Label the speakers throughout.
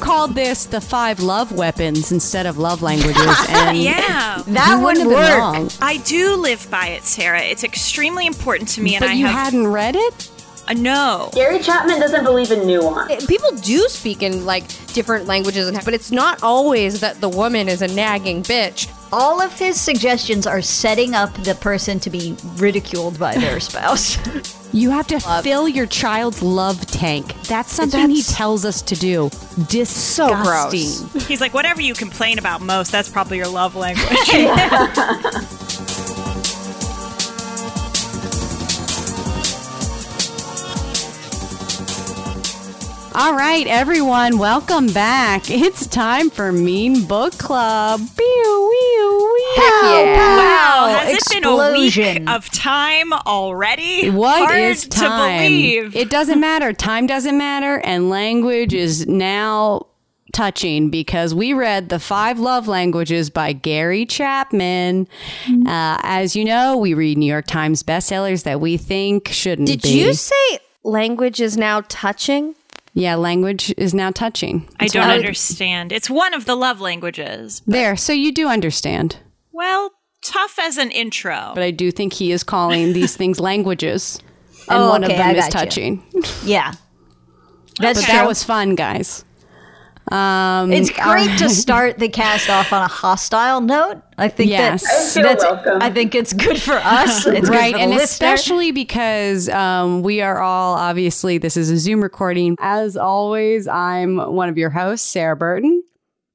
Speaker 1: called this the five love weapons instead of love languages. And
Speaker 2: Yeah.
Speaker 1: you
Speaker 3: That would
Speaker 1: wouldn't have been wrong.
Speaker 3: work.
Speaker 2: I do live by it, Sarah. It's extremely important to me, and
Speaker 1: but
Speaker 2: I
Speaker 1: you
Speaker 2: have
Speaker 1: hadn't read it?
Speaker 2: a Uh, no.
Speaker 4: Gary Chapman doesn't believe in nuance.
Speaker 3: People do speak in like different languages, and- but it's not always that the woman is a nagging bitch.
Speaker 5: All of his suggestions are setting up the person to be ridiculed by their spouse.
Speaker 1: You have to fill your child's love tank. That's something he
Speaker 3: That's-
Speaker 1: tells us to do. Disgusting.
Speaker 3: gross.
Speaker 2: He's like, whatever you complain about most, that's probably your love language.
Speaker 1: All right, everyone, welcome back. It's time for Mean Book Club. Pew, pew, pew.
Speaker 2: Wow, has it been
Speaker 5: explosion.
Speaker 2: a week of time already?
Speaker 1: What
Speaker 2: Hard
Speaker 1: is time?
Speaker 2: to believe?
Speaker 1: It doesn't matter. Time doesn't matter, and language is now touching because we read the five love languages by gary chapman uh, as you know we read new york times bestsellers that we think shouldn't
Speaker 3: Did
Speaker 1: be
Speaker 3: you say language is now touching?
Speaker 1: yeah language is now touching
Speaker 2: I don't understand. It's one of the love languages.
Speaker 1: there so you do understand
Speaker 2: Well, tough as an intro.
Speaker 1: but I do think he is calling these things languages. And
Speaker 5: Oh,
Speaker 1: one
Speaker 5: okay,
Speaker 1: of them
Speaker 5: I
Speaker 1: is
Speaker 5: gotcha.
Speaker 1: touching.
Speaker 5: yeah. That's
Speaker 1: But
Speaker 5: true.
Speaker 1: that was fun, guys. Um,
Speaker 5: it's great to start the cast off on a hostile note. I think
Speaker 1: Yes.
Speaker 5: that's,
Speaker 4: I feel
Speaker 5: that's
Speaker 4: welcome.
Speaker 5: I think it's good for us. It's
Speaker 1: right,
Speaker 5: good for
Speaker 1: and
Speaker 5: the listener.
Speaker 1: especially because um, we are all obviously this is a Zoom recording. As always, I'm one of your hosts, Sarah Burton.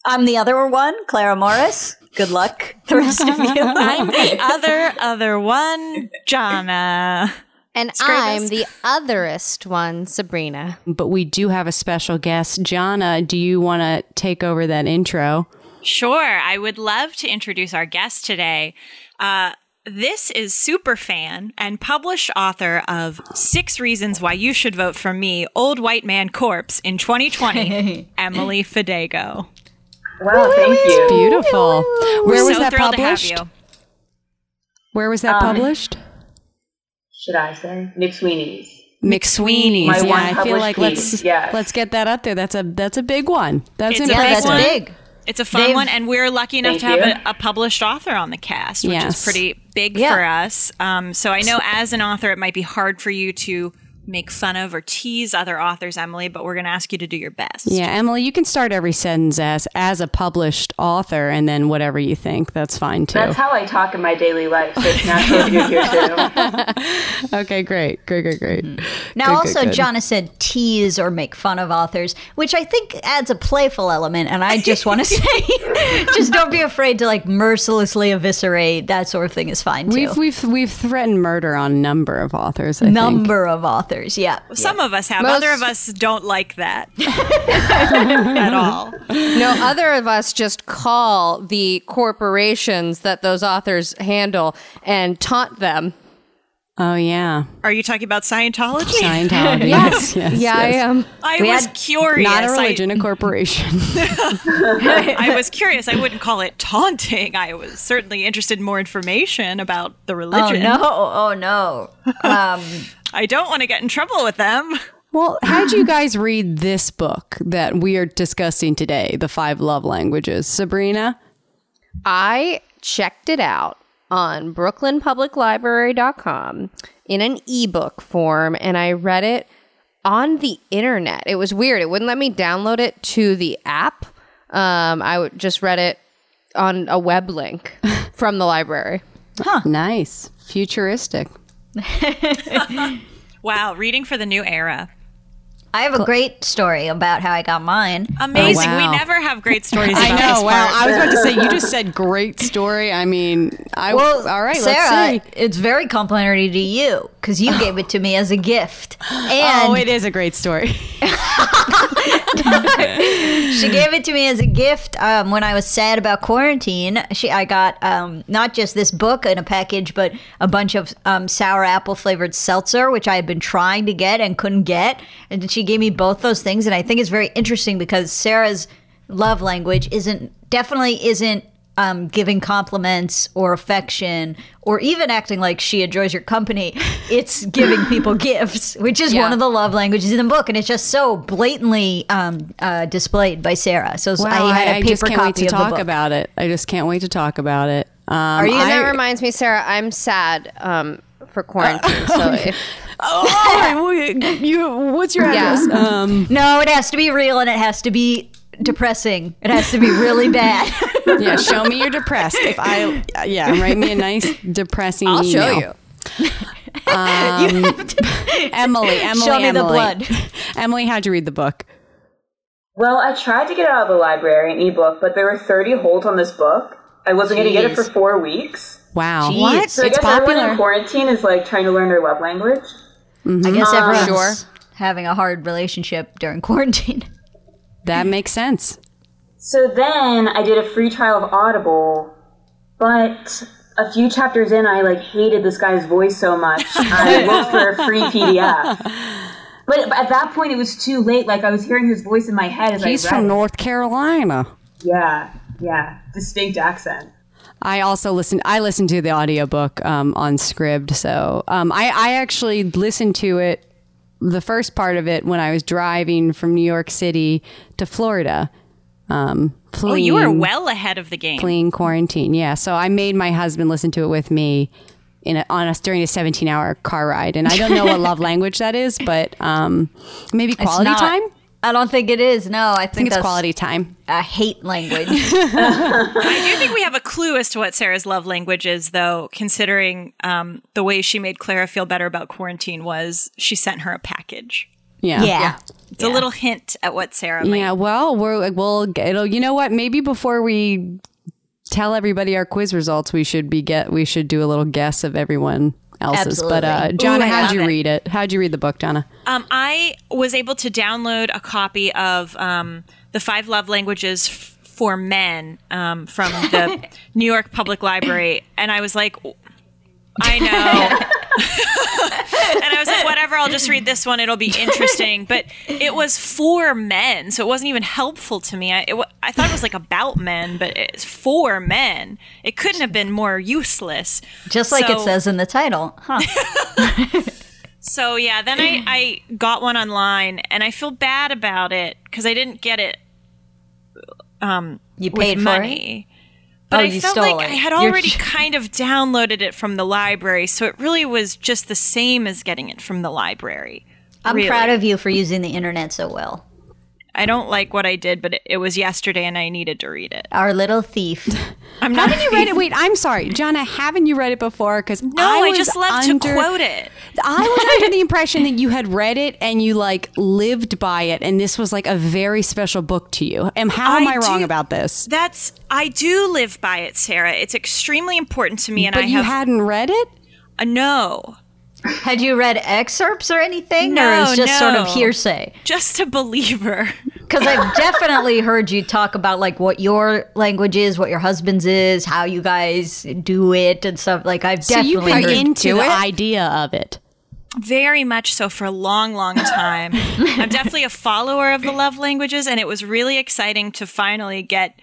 Speaker 5: I'm the other one, Clara Morris. Good luck, the rest of you.
Speaker 2: I'm the other, other one, Jana.
Speaker 3: And I'm the otherest one, Sabrina.
Speaker 1: But we do have a special guest, Jana. Do you want to take over that intro?
Speaker 2: Sure, I would love to introduce our guest today. Uh, this is superfan and published author of Six Reasons Why You Should Vote for Me, Old White Man Corpse in 2020, Emily Fidego.
Speaker 4: Wow, thank you.
Speaker 1: Beautiful. Where
Speaker 2: We're
Speaker 1: was
Speaker 2: so
Speaker 1: that
Speaker 2: thrilled
Speaker 1: published?
Speaker 2: to have you.
Speaker 1: Where was
Speaker 5: Um,
Speaker 1: that published?
Speaker 4: Should I say McSweeney's?
Speaker 1: McSweeney's.
Speaker 4: My one
Speaker 1: yeah, I feel
Speaker 4: published
Speaker 1: like
Speaker 4: piece,
Speaker 1: let's
Speaker 4: yes.
Speaker 1: let's get that up there. That's a that's a big one. That's
Speaker 2: It's a
Speaker 5: yeah,
Speaker 1: impressive.
Speaker 5: that's
Speaker 2: one.
Speaker 5: big.
Speaker 2: It's a fun
Speaker 5: They've-
Speaker 2: one, and we're lucky enough to have
Speaker 4: Thank
Speaker 2: a, a published author on the cast, which
Speaker 1: Yes.
Speaker 2: is pretty big
Speaker 5: Yeah.
Speaker 2: for us. Um, so I know as an author, it might be hard for you to make fun of or tease other authors, Emily, but we're going to ask you to do your best.
Speaker 1: Yeah, Emily, you can start every sentence as as a published author, and then whatever you think, that's fine too.
Speaker 4: That's how I talk in my daily life, so it's natural if you're here too.
Speaker 1: okay, great, great, great, great. Good, good,
Speaker 5: Now, also,
Speaker 1: good.
Speaker 5: Jonna said tease or make fun of authors, which I think adds a playful element. And I just want to say, just don't be afraid to like mercilessly eviscerate. That sort of thing is fine too.
Speaker 1: We've we've we've threatened murder on a number of authors. I think.
Speaker 5: Number of authors, yeah.
Speaker 2: Some of us have, other of us don't like that at all.
Speaker 3: No, other of us just call the corporations that those authors handle and taunt them.
Speaker 1: Oh yeah,
Speaker 2: Are you talking about Scientology?
Speaker 1: Scientology. yes, yes,
Speaker 3: yeah, I
Speaker 1: yes.
Speaker 3: am.
Speaker 2: I was curious.
Speaker 1: Not a
Speaker 2: I-
Speaker 1: religion, a corporation.
Speaker 2: I, was curious. I wouldn't call it taunting. I was certainly interested in more information about the
Speaker 5: Oh
Speaker 2: religion.
Speaker 5: no! Oh no! Um,
Speaker 2: I don't want to get in trouble with them.
Speaker 1: well, how'd you guys read this book that we are discussing today, The Five Love Languages? Sabrina?
Speaker 3: I checked it out on brooklynpubliclibrary.com in an ebook form and I read it on the internet. It was weird. It wouldn't let me download it to the app. Um, I would just read it on a web link from the library.
Speaker 1: Nice. Futuristic.
Speaker 2: Wow, reading for the new era.
Speaker 1: Oh,
Speaker 5: I have a great story about how I got mine.
Speaker 2: Amazing.
Speaker 1: Oh, wow.
Speaker 2: We never have great stories about
Speaker 1: I know.
Speaker 2: this
Speaker 1: Wow.
Speaker 2: part.
Speaker 1: I was about to say you just said great story. I mean, I
Speaker 5: Well,
Speaker 1: all right.
Speaker 5: Sarah,
Speaker 1: let's see.
Speaker 5: it's very complimentary to you because you gave it to me as a gift,
Speaker 1: Oh,
Speaker 5: and
Speaker 1: it is a great story.
Speaker 5: she gave it to me as a gift um, when I was sad about quarantine. She, I got um, not just this book in a package, but a bunch of um, sour apple flavored seltzer, which I had been trying to get and couldn't get, and she gave me both those things, and I think it's very interesting because Sarah's love language isn't definitely isn't um, giving compliments or affection or even acting like she enjoys your company, it's giving people gifts, which is
Speaker 3: Yeah.
Speaker 5: one of the love languages in the book. And it's just so blatantly um, uh, displayed by Sarah. So
Speaker 1: Wow,
Speaker 5: I had a
Speaker 1: I
Speaker 5: paper
Speaker 1: just can't
Speaker 5: copy
Speaker 1: wait to
Speaker 5: of the
Speaker 1: talk
Speaker 5: book.
Speaker 1: about it. I just can't wait to talk about it. Um,
Speaker 3: Are you?
Speaker 1: I,
Speaker 3: that reminds me, Sarah. I'm sad um, for
Speaker 1: Uh,
Speaker 3: quarantine. so if,
Speaker 1: oh, you, what's your
Speaker 3: Yeah.
Speaker 1: address? Um,
Speaker 5: No, it has to be real and it has to be depressing. It has to be really bad.
Speaker 1: yeah, show me you're depressed. If I, yeah, write me a nice depressing.
Speaker 3: I'll show
Speaker 1: email. Um,
Speaker 3: you.
Speaker 1: Emily. Emily,
Speaker 5: Show me the
Speaker 1: Emily.
Speaker 5: blood.
Speaker 1: Emily, how'd you read the book?
Speaker 4: Well, I tried to get it out of the library, an ebook, but there were 30 holds on this book. I wasn't going to get it for four weeks.
Speaker 1: Wow,
Speaker 5: Jeez. What?
Speaker 4: So I
Speaker 1: It's
Speaker 4: guess everyone
Speaker 1: popular.
Speaker 4: in quarantine is like trying to learn their love language.
Speaker 5: Mm-hmm.
Speaker 4: Um,
Speaker 5: I guess everyone's
Speaker 3: Sure.
Speaker 5: having a hard relationship during quarantine.
Speaker 1: that makes sense.
Speaker 4: So then I did a free trial of Audible, but a few chapters in, I like hated this guy's voice so much. I looked for a free PDF. But but at that point, it was too late. Like I was hearing his voice in my head as
Speaker 1: He's
Speaker 4: I read.
Speaker 1: from North Carolina.
Speaker 4: yeah, yeah, distinct accent.
Speaker 1: I also listened. I listened to the audiobook um, on Scribd, so um, I, I actually listened to it the first part of it when I was driving from New York City to Florida. Um,
Speaker 2: Oh, you are
Speaker 1: fleeing-
Speaker 2: well ahead of the game.
Speaker 1: fleeing quarantine. Yeah, so I made my husband listen to it with me in a, on us during a 17 hour car ride, and I don't know what love language that is, but um, maybe quality
Speaker 5: not-
Speaker 1: time. I
Speaker 5: I don't think it is. No, I think,
Speaker 1: think it's
Speaker 5: that's
Speaker 1: quality time.
Speaker 5: a hate language.
Speaker 2: I do think we have a clue as to what Sarah's love language is, though, considering um, the way she made Clara feel better about quarantine was she sent her a package.
Speaker 1: Yeah.
Speaker 5: yeah.
Speaker 2: It's a little hint at what Sarah might.
Speaker 1: Yeah, well, we're we'll it'll you know what? Maybe before we tell everybody our quiz results, we should be get we should do a little guess of everyone else's. But uh
Speaker 5: Absolutely.
Speaker 1: Jonna,
Speaker 2: Ooh, I
Speaker 1: how'd
Speaker 2: love
Speaker 1: you
Speaker 2: it.
Speaker 1: read it? How'd you read the book, Jonna?
Speaker 2: Um, I was able to download a copy of um, the Five Love Languages f- for Men um, from the New York Public Library, and I was like, I know. and I was like, whatever, I'll just read this one. It'll be interesting. But it was for men, so it wasn't even helpful to me. I, it, wa- I thought it was like about men, but it's for men. It couldn't have been more useless.
Speaker 5: Just like it
Speaker 2: So-
Speaker 5: says in the title. Huh.
Speaker 2: So yeah, then I, I got one online, and I feel bad about it because I didn't get it
Speaker 5: You
Speaker 2: with
Speaker 5: paid for it.
Speaker 2: money. But
Speaker 5: Oh,
Speaker 2: I
Speaker 5: you
Speaker 2: felt
Speaker 5: stole
Speaker 2: like
Speaker 5: it.
Speaker 2: I had
Speaker 5: You're-
Speaker 2: already kind of downloaded it from the library, so it really was just the same as getting it from the library.
Speaker 5: I'm
Speaker 2: Really.
Speaker 5: proud of you for using the internet so well.
Speaker 2: I don't like what I did, but it, it was yesterday, and I needed to read it.
Speaker 5: Our little thief.
Speaker 2: I'm not.
Speaker 1: Haven't you read it? Wait, I'm sorry, Jonna. Haven't you read it before? Because
Speaker 2: No, I,
Speaker 1: was
Speaker 2: just love
Speaker 1: under-
Speaker 2: to quote it.
Speaker 1: I was under the impression that you had read it and you like lived by it, and this was like a very special book to you. And how am
Speaker 2: I
Speaker 1: I wrong
Speaker 2: do-
Speaker 1: about this?
Speaker 2: That's I do live by it, Sarah. It's extremely important to me, and
Speaker 1: But
Speaker 2: I
Speaker 1: you
Speaker 2: have
Speaker 1: hadn't read it.
Speaker 2: a no.
Speaker 5: Had you read excerpts or anything? or it was
Speaker 2: No,
Speaker 5: just sort
Speaker 2: no.
Speaker 5: of hearsay?
Speaker 2: Just a believer.
Speaker 5: Because I've definitely heard you talk about like what your language is, what your husband's is, how you guys do it and stuff. Like I've
Speaker 1: So
Speaker 5: definitely
Speaker 1: you've been
Speaker 5: heard
Speaker 1: into
Speaker 5: do
Speaker 1: the
Speaker 5: it.
Speaker 1: idea of it.
Speaker 2: very much so for a long, long time. I'm definitely a follower of the love languages, and it was really exciting to finally get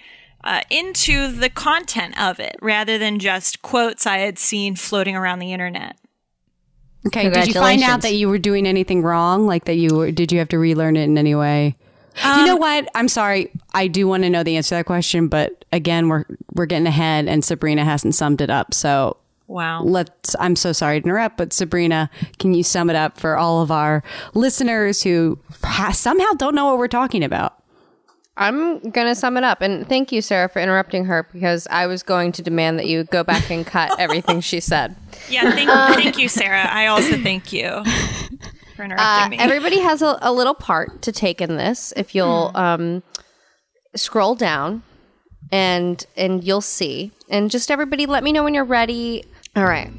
Speaker 2: uh, into the content of it rather than just quotes I had seen floating around the internet.
Speaker 1: Okay, did you find out
Speaker 5: Congratulations.
Speaker 1: that you were doing anything wrong? Like that you were, did you have to relearn it in any way? you know what? I'm sorry. I do want to know the answer to that question, but again, we're we're getting ahead, and Sabrina hasn't summed it up. So
Speaker 2: Wow.
Speaker 1: let's. I'm so sorry to interrupt, but Sabrina, can you sum it up for all of our listeners who ha- somehow don't know what we're talking about?
Speaker 3: I'm gonna sum it up, and thank you, Sarah, for interrupting her because I was going to demand that you go back and cut everything she said.
Speaker 2: Yeah, thank,
Speaker 3: Um,
Speaker 2: thank you, Sarah. I also thank you for interrupting
Speaker 3: Uh,
Speaker 2: me.
Speaker 3: everybody has a, a little part to take in this. If you'll
Speaker 2: Hmm.
Speaker 3: um, scroll down, and and you'll see, and just everybody, let me know when you're ready. All right,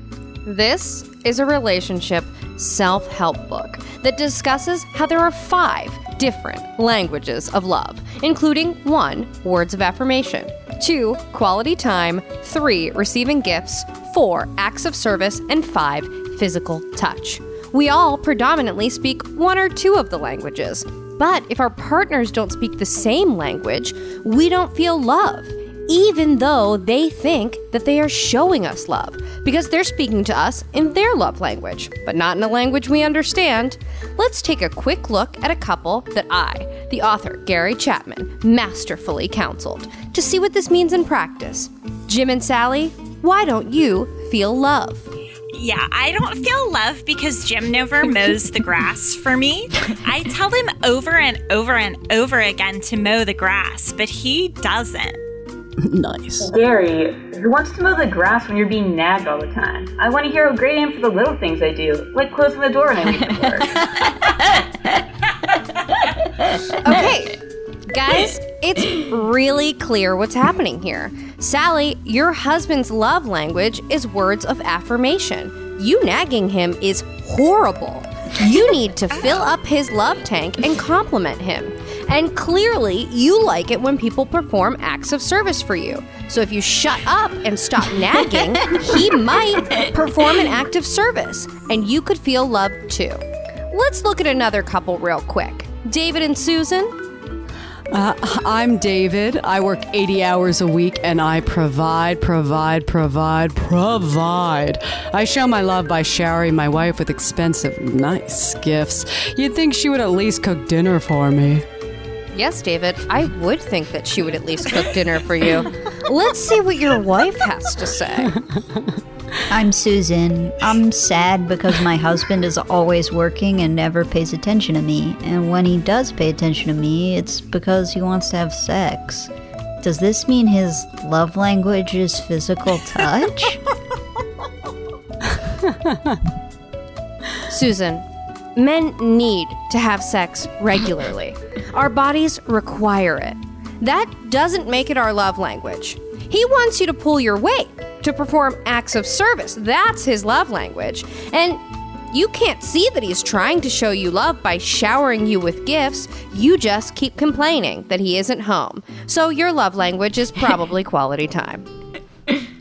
Speaker 3: this is a relationship self help book that discusses how there are five different languages of love, including one, words of affirmation, two, quality time, three, receiving gifts, four, acts of service, and five, physical touch. We all predominantly speak one or two of the languages, but if our partners don't speak the same language, we don't feel love. even though they think that they are showing us love because they're speaking to us in their love language, but not in a language we understand. Let's take a quick look at a couple that I, the author Gary Chapman, masterfully counseled to see what this means in practice. Jim and Sally, why don't you feel love?
Speaker 2: Yeah, I don't feel love because Jim never mows the grass for me. I tell him over and over and over again to mow the grass, but he doesn't.
Speaker 1: Nice.
Speaker 4: Gary, who wants to mow the grass when you're being nagged all the time? I want to hear how great I am for the little things I do, like closing the door when I leave for work.
Speaker 3: Okay, guys, it's really clear what's happening here. Sally, your husband's love language is words of affirmation. You nagging him is horrible. You need to fill up his love tank and compliment him. And clearly, you like it when people perform acts of service for you. So if you shut up and stop nagging, he might perform an act of service, and you could feel loved too. Let's look at another couple real quick David and Susan.
Speaker 1: Uh, I'm David. I work 80 hours a week and I provide, provide, provide, provide. I show my love by showering my wife with expensive, nice gifts. You'd think she would at least cook dinner for me.
Speaker 3: Yes, David, I would think that she would at least cook dinner for you. Let's see what your wife has to say.
Speaker 5: I'm Susan. I'm sad because my husband is always working and never pays attention to me. And when he does pay attention to me, it's because he wants to have sex. Does this mean his love language is physical touch?
Speaker 3: Susan, men need to have sex regularly. Our bodies require it. That doesn't make it our love language. He wants you to pull your weight, to perform acts of service. That's his love language. And you can't see that he's trying to show you love by showering you with gifts. You just keep complaining that he isn't home. So your love language is probably quality time.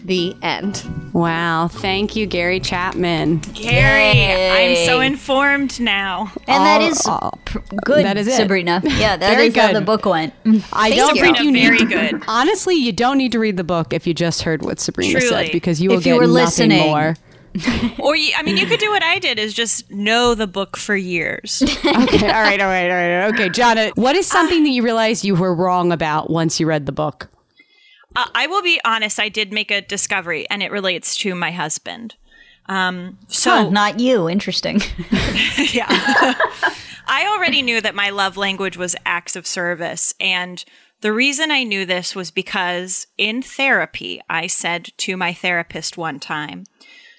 Speaker 3: The end.
Speaker 1: Wow. Thank you, Gary Chapman.
Speaker 2: Gary, I'm so informed now.
Speaker 5: And that is pr- good,
Speaker 1: uh, that is it.
Speaker 5: Sabrina. Yeah, that
Speaker 1: Very
Speaker 5: is how the
Speaker 1: good.
Speaker 5: book went.
Speaker 1: I don't think
Speaker 2: Sabrina,
Speaker 1: you
Speaker 2: very
Speaker 1: need.
Speaker 2: good.
Speaker 1: Honestly, you don't need to read the book if you just heard what Sabrina
Speaker 2: Truly.
Speaker 1: said because you will
Speaker 5: If
Speaker 1: get
Speaker 5: you were
Speaker 1: nothing
Speaker 5: listening.
Speaker 1: more.
Speaker 2: Or, you, I mean, you could do what I did is just know the book for years.
Speaker 1: Okay. all right. All right. All right. Okay, Jonna, what is something that you realized you were wrong about once you read the book?
Speaker 2: Uh, I will be honest, I did make a discovery, and it relates to my husband. Um, so,
Speaker 5: Huh, not you. Interesting.
Speaker 2: yeah. I already knew that my love language was acts of service. And the reason I knew this was because in therapy, I said to my therapist one time,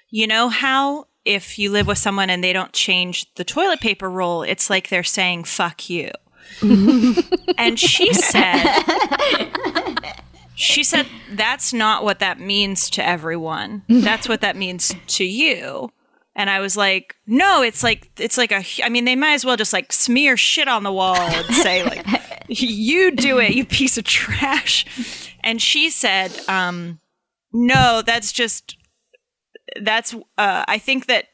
Speaker 2: you know how if you live with someone and they don't change the toilet paper roll, it's like they're saying, fuck you. and she said, she said, that's not what that means to everyone. That's what that means to you. And I was like, no, it's like, it's like a, hu- I mean, they might as well just like smear shit on the wall and say, like, you do it, you piece of trash. And she said, um, no, that's just, that's, uh, I think that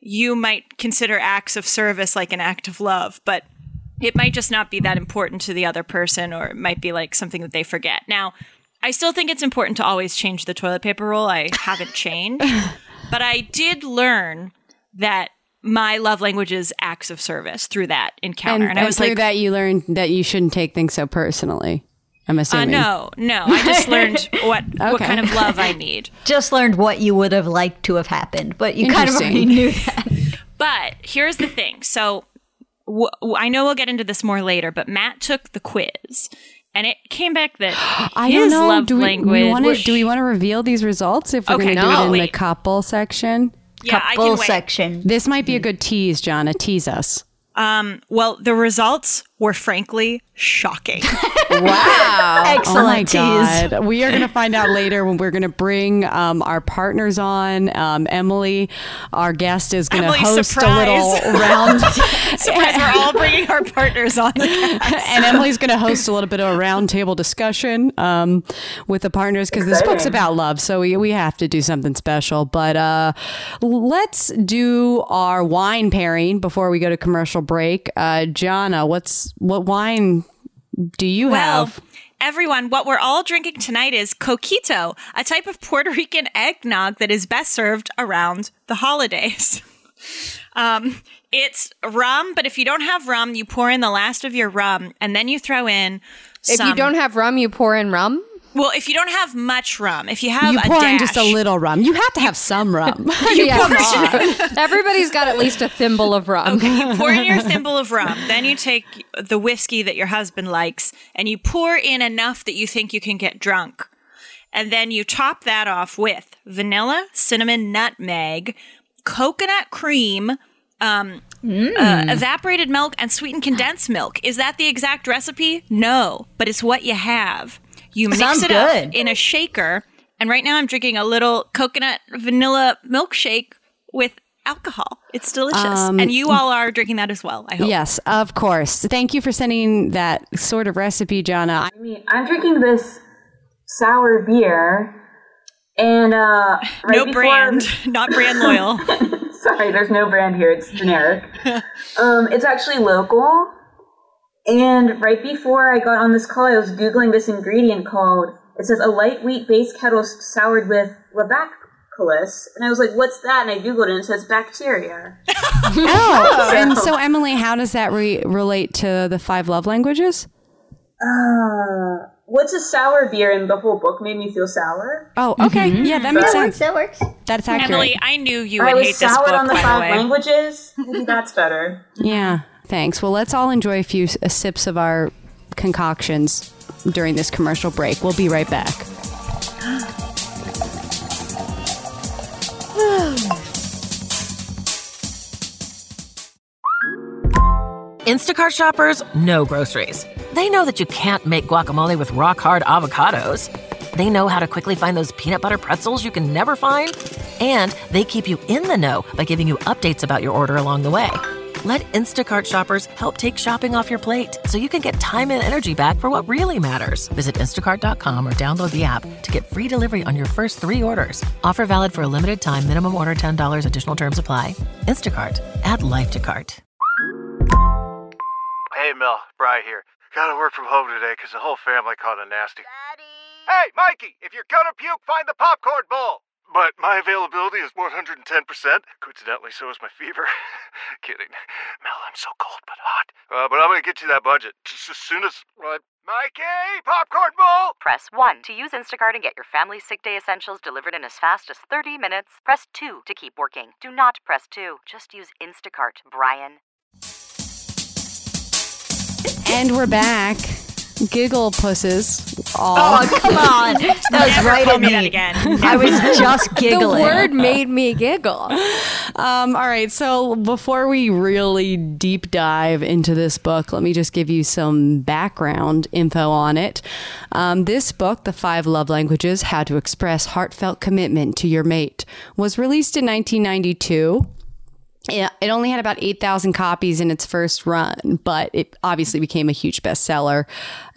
Speaker 2: you might consider acts of service like an act of love, but it might just not be that important to the other person or it might be like something that they forget. Now, I still think it's important to always change the toilet paper roll. I haven't changed. But I did learn that my love language is acts of service through that encounter. And, I was
Speaker 1: through
Speaker 2: like, "Uh,
Speaker 1: that you learned that you shouldn't take things so personally. I'm
Speaker 2: uh,
Speaker 1: assuming.
Speaker 2: no, no. I just learned what what
Speaker 1: Okay.
Speaker 2: kind of love I need.
Speaker 5: Just learned what you would have liked to have happened, but you kind of
Speaker 1: Interesting.
Speaker 5: already knew that.
Speaker 2: But here's the thing. So w- w- I know we'll get into this more later, but Matt took the quiz and it came back that
Speaker 1: I
Speaker 2: his
Speaker 1: don't know.
Speaker 2: love
Speaker 1: do we,
Speaker 2: language.
Speaker 1: We wanna, do we want to reveal these results if we're
Speaker 2: Okay,
Speaker 1: going to do
Speaker 2: no,
Speaker 1: it in the
Speaker 2: wait.
Speaker 1: couple section?
Speaker 2: yeah, I
Speaker 5: Bull
Speaker 2: can wait.
Speaker 5: section.
Speaker 1: This might be a good tease, Jonna. Tease us.
Speaker 2: um, Well, the results were frankly shocking.
Speaker 1: Oh my
Speaker 5: Excellent tease.
Speaker 1: God. We are going to find out later when we're going to bring um, our partners on. Um, Emily, our guest, is going to
Speaker 2: Emily,
Speaker 1: host
Speaker 2: surprise.
Speaker 1: a little round.
Speaker 2: Surprise, we're all bringing our partners on.
Speaker 1: and Emily's going to host a little bit of a roundtable discussion um, with the partners because this book's about love, so we, we have to do something special. But uh, let's do our wine pairing before we go to commercial break. Uh, Jana, what's what wine do you
Speaker 2: Well,
Speaker 1: have?
Speaker 2: everyone, what we're all drinking tonight is coquito, a type of Puerto Rican eggnog that is best served around the holidays. Um, it's rum, but if you don't have rum, you pour in the last of your rum and then you throw in.
Speaker 3: If you don't have rum, you pour in rum.
Speaker 2: well, if you don't have much rum, if you have
Speaker 1: You
Speaker 2: a
Speaker 1: pour in
Speaker 2: dash,
Speaker 1: just a little rum. You have to have some rum.
Speaker 3: Yeah, sure. Everybody's got at least a thimble of rum.
Speaker 2: you pour in your thimble of rum. Then you take the whiskey that your husband likes and you pour in enough that you think you can get drunk. And then you top that off with vanilla, cinnamon, nutmeg, coconut cream, um,
Speaker 5: Mm.
Speaker 2: uh, evaporated milk, and sweetened condensed milk. Is that the exact recipe? No, but it's what you have. You mix
Speaker 5: Sounds
Speaker 2: it up
Speaker 5: good.
Speaker 2: in a shaker. And right now I'm drinking a little coconut vanilla milkshake with alcohol. It's delicious.
Speaker 5: Um,
Speaker 2: and you all are drinking that as well, I hope.
Speaker 1: yes, of course. Thank you for sending that sort of recipe, Jonna.
Speaker 4: I mean, I'm drinking this sour beer, and uh, right
Speaker 2: No
Speaker 4: before-
Speaker 2: brand, not brand loyal.
Speaker 4: Sorry, there's no brand here. It's generic. um, it's actually local. And right before I got on this call, I was Googling this ingredient called, it says a light wheat base kettle s- soured with Labaculus. And I was like, what's that? And I Googled it and it says bacteria.
Speaker 1: Oh, and so Emily, how does that re- relate to the five love languages?
Speaker 4: Uh, what's a sour beer? And the whole book made me feel sour.
Speaker 1: Oh, okay.
Speaker 4: Mm-hmm.
Speaker 1: Yeah, that makes sense.
Speaker 5: That works.
Speaker 1: That's accurate.
Speaker 2: Emily, I knew you
Speaker 4: I
Speaker 2: would
Speaker 4: was
Speaker 2: hate this
Speaker 4: sour
Speaker 2: book,
Speaker 4: on the
Speaker 2: by the
Speaker 4: five
Speaker 2: way.
Speaker 4: languages. Maybe that's better.
Speaker 1: Yeah. Thanks. Well, let's all enjoy a few s- uh, sips of our concoctions during this commercial break. We'll be right back.
Speaker 6: Instacart shoppers know groceries. They know that you can't make guacamole with rock hard avocados. They know how to quickly find those peanut butter pretzels you can never find. And they keep you in the know by giving you updates about your order along the way. Let Instacart shoppers help take shopping off your plate so you can get time and energy back for what really matters. Visit instacart.com or download the app to get free delivery on your first three orders. Offer valid for a limited time, minimum order $10, additional terms apply. Instacart, add life to cart.
Speaker 7: Hey, Mel, Bry here. Gotta work from home today 'cause the whole family caught a nasty. Hey, Mikey, if you're gonna puke, find the popcorn bowl! But my availability is 110%. Coincidentally, so is my fever. Kidding. Mel, I'm so cold but hot. Uh, but I'm gonna get you that budget just as soon as. Uh, Mikey, popcorn bowl!
Speaker 8: Press 1 to use Instacart and get your family's sick day essentials delivered in as fast as 30 minutes. Press 2 to keep working. Do not press 2. Just use Instacart, Brian.
Speaker 1: And we're back. Giggle pusses. All.
Speaker 5: Oh, come on. That was
Speaker 2: Never
Speaker 5: right
Speaker 2: call
Speaker 5: on
Speaker 2: me
Speaker 5: me.
Speaker 2: that again.
Speaker 5: I was just
Speaker 3: The
Speaker 5: giggling.
Speaker 3: word made me giggle.
Speaker 1: Um, all right. So before we really deep dive into this book, let me just give you some background info on it. Um, this book, The Five Love Languages How to Express Heartfelt Commitment to Your Mate, was released in 1992. Yeah, it only had about 8,000 copies in its first run, but it obviously became a huge bestseller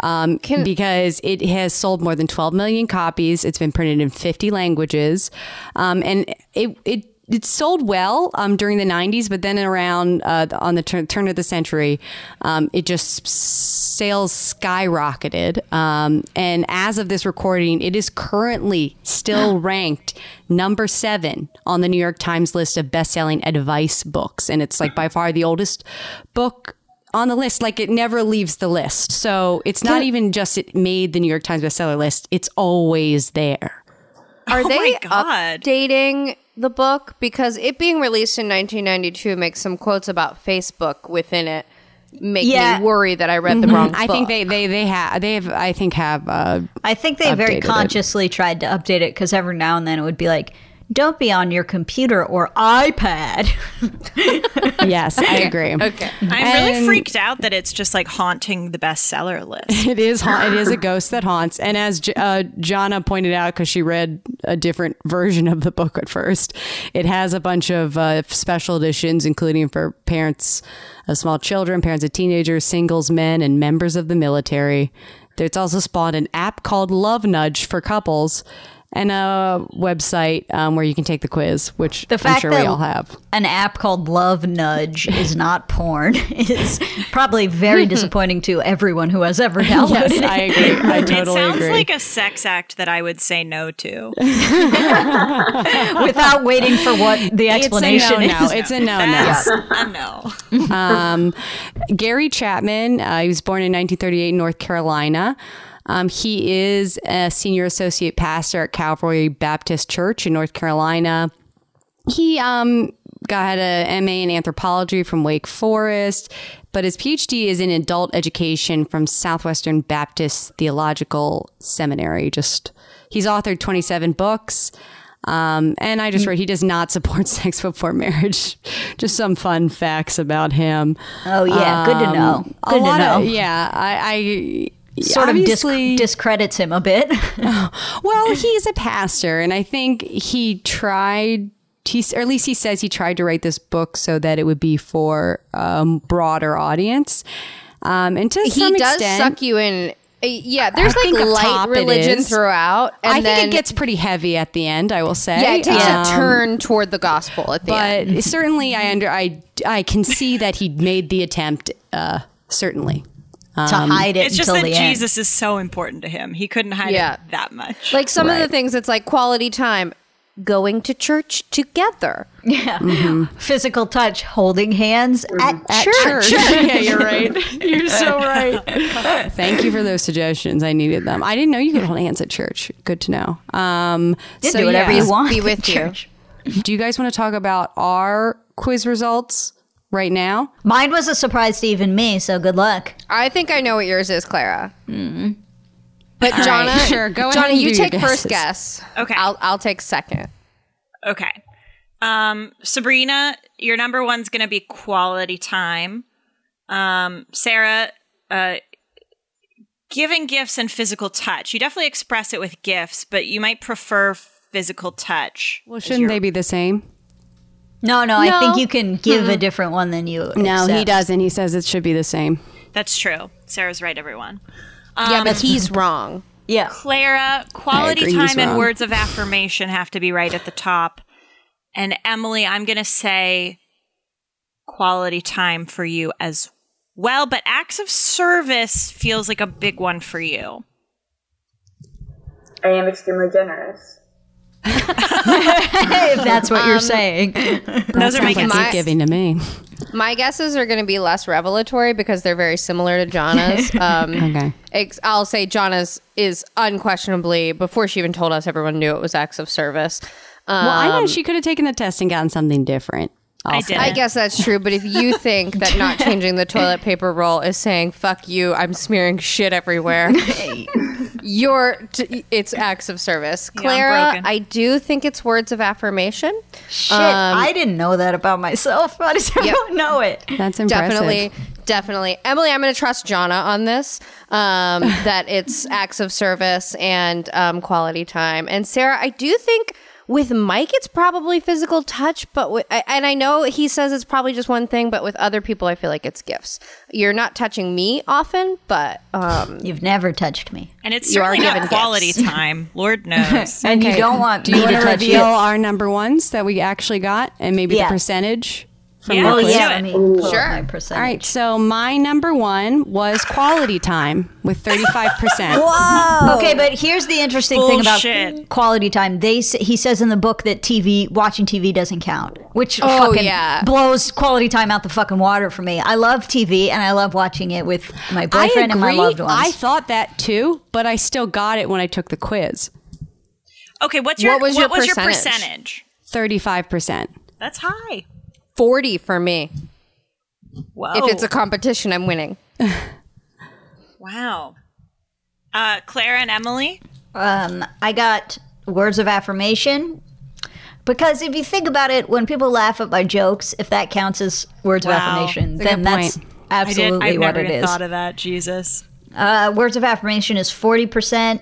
Speaker 1: um, because it has sold more than 12 million copies. It's been printed in 50 languages. Um, and it, it, it sold well um, during the 90s, but then around uh, the- on the turn, turn of the century, um, it just s- sales skyrocketed. Um, and as of this recording, it is currently still ranked number seven on the New York Times list of best selling advice books. And it's like by far the oldest book on the list. Like it never leaves the list. So it's not even just it made the New York Times bestseller list, it's always there.
Speaker 3: Are
Speaker 1: oh
Speaker 3: they
Speaker 2: God.
Speaker 3: updating the book because it being released in 1992 makes some quotes about Facebook within it make
Speaker 5: Yeah.
Speaker 3: me worry that I read the wrong.
Speaker 1: Mm-hmm. I think
Speaker 3: book.
Speaker 1: they, they, they have, they have, I think have, uh,
Speaker 5: I think they very
Speaker 1: updated it.
Speaker 5: consciously tried to update it because every now and then it would be like, don't be on your computer or iPad.
Speaker 1: yes, I agree. okay.
Speaker 2: I'm really
Speaker 1: And-
Speaker 2: freaked out that it's just like haunting the bestseller list.
Speaker 1: It is ha- it is a ghost that haunts, and as J- uh, Jana pointed out, because she read a different version of the book at first, it has a bunch of uh, special editions, including for parents of small children, parents of teenagers, singles, men, and members of the military. It's also spawned an app called Love Nudge for couples, and a website um, where you can take the quiz, which
Speaker 5: The
Speaker 1: I'm
Speaker 5: fact
Speaker 1: sure
Speaker 5: that
Speaker 1: we all have.
Speaker 5: an app called Love Nudge is not porn is probably very disappointing to everyone who has ever
Speaker 1: Yes,
Speaker 5: downloaded it.
Speaker 1: I agree. I totally
Speaker 2: it sounds
Speaker 1: agree.
Speaker 2: like a sex act that I would say no to.
Speaker 1: Um,
Speaker 5: without waiting for what the explanation
Speaker 1: it's a Oh, no,
Speaker 5: is.
Speaker 1: no. It's a no, no.
Speaker 2: That's a no.
Speaker 1: Um, Gary Chapman, uh, he was born in 1938 in North Carolina. Um, he is a senior associate pastor at Calvary Baptist Church in North Carolina. He um, got a MA in anthropology from Wake Forest, but his PhD is in adult education from Southwestern Baptist Theological Seminary. Just he's authored 27 books. Um, and I
Speaker 5: Mm.
Speaker 1: just read he does not support sex before marriage. just some fun facts about him. Um,
Speaker 5: Oh yeah, good to know.
Speaker 1: A
Speaker 5: Good to
Speaker 1: lot
Speaker 5: know.
Speaker 1: of- yeah, I, I
Speaker 5: sort of disc-
Speaker 1: obviously-
Speaker 5: discredits him a bit.
Speaker 1: Oh, well, he's a pastor, and I think he tried. He's, or at least he says he tried to write this book so that it would be for a um, broader audience. Um, and to some
Speaker 3: he does
Speaker 1: extent,
Speaker 3: suck you in. Uh, Yeah, there's like
Speaker 1: think up
Speaker 3: light
Speaker 1: top it
Speaker 3: religion
Speaker 1: is.
Speaker 3: throughout, and
Speaker 1: I
Speaker 3: then
Speaker 1: think it gets pretty heavy at the end. I will say,
Speaker 3: yeah, it takes
Speaker 1: Um,
Speaker 3: a turn toward the gospel at the end.
Speaker 1: But certainly, I under I I can see that he made the attempt. Uh, certainly, Um,
Speaker 5: to hide it
Speaker 2: It's just
Speaker 5: until
Speaker 2: that
Speaker 5: the end.
Speaker 2: Jesus is so important to him. He couldn't hide
Speaker 3: Yeah.
Speaker 2: it that much.
Speaker 3: Like some of the things, it's like quality time, going to church together. Mm.
Speaker 5: Yeah.
Speaker 1: Hmm.
Speaker 5: Physical touch, holding hands at, church.
Speaker 1: yeah, you're right. You're so right. Thank you for those suggestions. I needed them. I didn't know you could hold hands at church. Good to know. Um,
Speaker 5: You
Speaker 1: so
Speaker 5: do whatever
Speaker 1: yeah.
Speaker 5: you want.
Speaker 3: Be
Speaker 5: at
Speaker 3: with you.
Speaker 5: church.
Speaker 1: Do you guys want to talk about our quiz results right now?
Speaker 5: Mine was a surprise to even me, so good luck. Hmm.
Speaker 3: I think I know what yours is, Clara. But
Speaker 1: right,
Speaker 3: Jonna,
Speaker 1: sure, go ahead
Speaker 3: Jonna,
Speaker 1: and
Speaker 3: you
Speaker 1: do your
Speaker 3: take first
Speaker 1: guesses.
Speaker 3: guess.
Speaker 2: Okay.
Speaker 3: I'll I'll take second.
Speaker 2: Okay. Um, Sabrina, your number one's going to be quality time. Um, Sarah, uh, giving gifts and physical touch. You definitely express it with gifts, but you might prefer physical touch.
Speaker 1: Well, shouldn't they be the same?
Speaker 5: Oh, No, no, I think you can give a different one than you.
Speaker 1: No, he
Speaker 5: accept.
Speaker 1: doesn't. He says it should be the same.
Speaker 2: That's true. Sarah's right, everyone. Um,
Speaker 3: yeah, but he's wrong.
Speaker 5: Yeah.
Speaker 2: Clara, quality
Speaker 1: agree, he's
Speaker 2: time and
Speaker 1: wrong.
Speaker 2: words of affirmation have to be right at the top. And Emily, I'm going to say quality time for you as well, but acts of service feels like a big one for you.
Speaker 4: I am extremely generous.
Speaker 5: If that's what
Speaker 3: Um,
Speaker 5: you're saying.
Speaker 2: Those are my
Speaker 1: Sounds
Speaker 2: guesses.
Speaker 1: like giving to me.
Speaker 3: My guesses are going to be less revelatory because they're very similar to Jonna's. Um,
Speaker 1: Okay.
Speaker 3: ex- I'll say Jonna's is unquestionably before she even told us, everyone knew it was acts of service. Um,
Speaker 1: Well, I know she could have taken the test and gotten something different.
Speaker 2: I
Speaker 1: also.
Speaker 2: did.
Speaker 3: I guess that's true, but if you think that not changing the toilet paper roll is saying "fuck you," I'm smearing shit everywhere. You're t- it's acts of service,
Speaker 2: I'm
Speaker 3: Clara.
Speaker 2: broken.
Speaker 3: I do think it's words of affirmation. Um,
Speaker 5: Shit, I didn't know that about myself. Why does everyone know it?
Speaker 1: That's impressive.
Speaker 3: Definitely, definitely. Emily, I'm going to trust Jonna on this. Um, that it's acts of service and um, quality time. And Sarah, I do think with Mike, it's probably physical touch, but with, and I know he says it's probably just one thing, but with other people, I feel like it's gifts. You're not touching me often, but um,
Speaker 5: You've never touched me.
Speaker 2: and it's
Speaker 3: You are
Speaker 2: certainly not
Speaker 3: given
Speaker 2: quality time. Lord knows.
Speaker 5: And you don't want
Speaker 1: Do
Speaker 5: me
Speaker 1: you want
Speaker 5: to
Speaker 1: to
Speaker 5: touch
Speaker 1: reveal
Speaker 5: you.
Speaker 1: our number ones that we actually got and maybe
Speaker 5: Yeah.
Speaker 1: the percentage?
Speaker 2: yeah,
Speaker 5: Oh,
Speaker 2: let's do
Speaker 5: yeah.
Speaker 2: it.
Speaker 5: Let me pull
Speaker 3: Sure.
Speaker 5: up my
Speaker 1: All
Speaker 5: percentage.
Speaker 1: right, so my number one was quality time with 35%.
Speaker 5: Whoa. Okay, but here's the interesting thing
Speaker 2: Bullshit.
Speaker 5: about quality time. They s- he says in the book that TV watching TV doesn't count, which
Speaker 3: Oh,
Speaker 5: fucking
Speaker 3: yeah.
Speaker 5: blows quality time out the fucking water for me. I love TV and I love watching it with my boyfriend and my loved ones.
Speaker 1: I thought that too, but I still got it when I took the quiz.
Speaker 2: Okay, what's your
Speaker 3: What
Speaker 2: what
Speaker 3: was
Speaker 2: was, your
Speaker 3: your percentage?
Speaker 2: percentage?
Speaker 1: 35%.
Speaker 2: That's high.
Speaker 3: forty for me.
Speaker 2: Whoa.
Speaker 3: If it's a competition, I'm winning.
Speaker 2: wow. Uh, Clara and Emily,
Speaker 5: um, I got words of affirmation because if you think about it, when people laugh at my jokes, if that counts as words
Speaker 2: Wow.
Speaker 5: of affirmation,
Speaker 1: That's a
Speaker 5: then
Speaker 1: good
Speaker 5: that's
Speaker 1: point.
Speaker 2: I did.
Speaker 5: absolutely
Speaker 2: I've
Speaker 5: what
Speaker 2: never
Speaker 5: it
Speaker 2: even
Speaker 5: is.
Speaker 2: thought of that. Jesus.
Speaker 5: Uh, words of affirmation is 40%.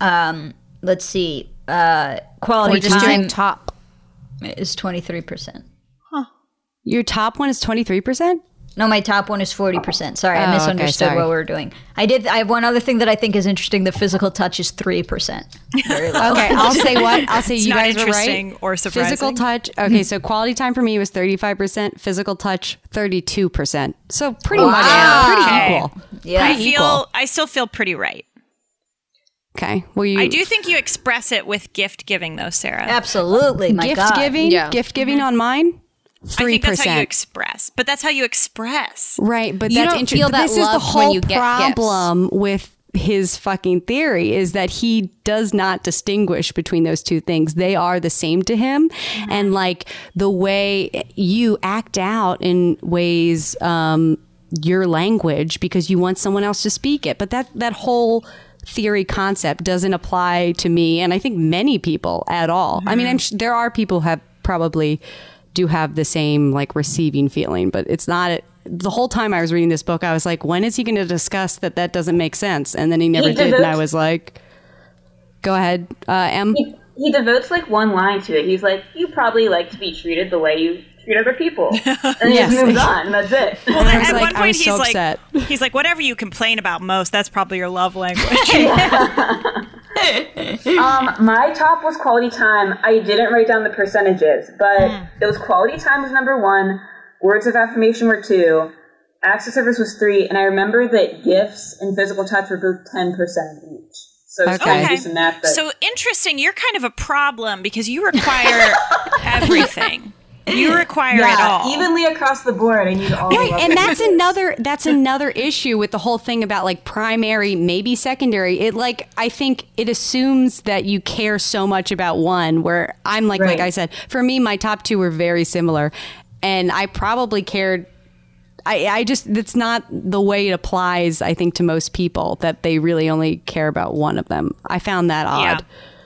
Speaker 5: Um, let's see. Uh, quality
Speaker 3: We're just
Speaker 5: time
Speaker 3: doing top.
Speaker 5: is 23%.
Speaker 1: Your top one is 23%?
Speaker 5: No, my top one is 40%. Sorry,
Speaker 2: Oh,
Speaker 5: I
Speaker 1: Oh, okay,
Speaker 5: misunderstood
Speaker 1: sorry.
Speaker 5: what we were doing. I did I have one other thing that I think is interesting. The physical touch is 3%. Very low.
Speaker 1: Okay, I'll say what I'll say.
Speaker 2: It's
Speaker 1: you
Speaker 2: not
Speaker 1: guys were
Speaker 2: interesting
Speaker 1: right.
Speaker 2: or surprising.
Speaker 1: Physical touch. Okay, so quality time for me was thirty five percent. Physical touch thirty two percent. So
Speaker 5: Oh
Speaker 1: pretty
Speaker 5: Wow.
Speaker 2: Okay.
Speaker 1: much pretty equal.
Speaker 5: Yeah.
Speaker 2: I
Speaker 1: Pretty
Speaker 2: feel
Speaker 1: equal.
Speaker 2: I still feel pretty right.
Speaker 1: Okay. Well, you
Speaker 2: I do think you express it with gift giving though, Sarah.
Speaker 5: Absolutely. My
Speaker 1: gift
Speaker 5: God. Mm-hmm.
Speaker 1: giving.
Speaker 3: Yeah.
Speaker 1: Gift giving on mine.
Speaker 2: I
Speaker 1: Three
Speaker 2: think that's how you
Speaker 1: percent.
Speaker 2: express. But that's how you express.
Speaker 1: Right, but
Speaker 3: You
Speaker 1: that's
Speaker 3: don't
Speaker 1: interesting.
Speaker 3: feel that
Speaker 1: this is the
Speaker 3: loved when
Speaker 1: whole
Speaker 3: you get gifts.
Speaker 1: problem with his fucking theory is that he does not distinguish between those two things. They are the same to him, and like the way you act out in ways um, your language because you want someone else to speak it. But that that whole theory concept doesn't apply to me, and I think many people at all. I
Speaker 3: Mm-hmm.
Speaker 1: mean, I'm sh- there are people who have probably do have the same like receiving feeling, but it's not. The whole time I was reading this book, I was like, when is he going to discuss that that doesn't make sense? And then he never
Speaker 4: He
Speaker 1: did, and I
Speaker 4: devotes-
Speaker 1: was like, go ahead, uh, M.
Speaker 4: He, he devotes like one line to it. He's like, "You probably like to be treated the way you treat other people," and he
Speaker 1: Yes.
Speaker 4: just moves on. That's it.
Speaker 2: Well,
Speaker 1: was
Speaker 2: at one
Speaker 1: like- I
Speaker 2: point
Speaker 1: was
Speaker 2: he's
Speaker 1: so
Speaker 2: like
Speaker 1: upset.
Speaker 2: he's like whatever you complain about most, that's probably your love language.
Speaker 4: Um, my top was quality time. I didn't write down the percentages, but
Speaker 1: Hmm.
Speaker 4: it was quality time was number one. Words of affirmation were two. Acts of service was three, and I remember that gifts and physical touch were both ten percent each. So it's
Speaker 1: Okay.
Speaker 4: okay. do some math, but
Speaker 2: So interesting. You're kind of a problem because you require everything. You require it
Speaker 4: yeah,
Speaker 2: all.
Speaker 4: evenly across the board, I need all. the
Speaker 1: Right,
Speaker 4: love
Speaker 1: and
Speaker 4: languages.
Speaker 1: that's another that's another issue with the whole thing about like primary, maybe secondary. It like I think it assumes that you care so much about one. Where I'm like, like
Speaker 4: Right.
Speaker 1: I said, for me, my top two were very similar, and I probably cared. I, I just that's not the way it applies. I think to most people that they really only care about one of them. I found that
Speaker 2: Yeah.
Speaker 1: odd.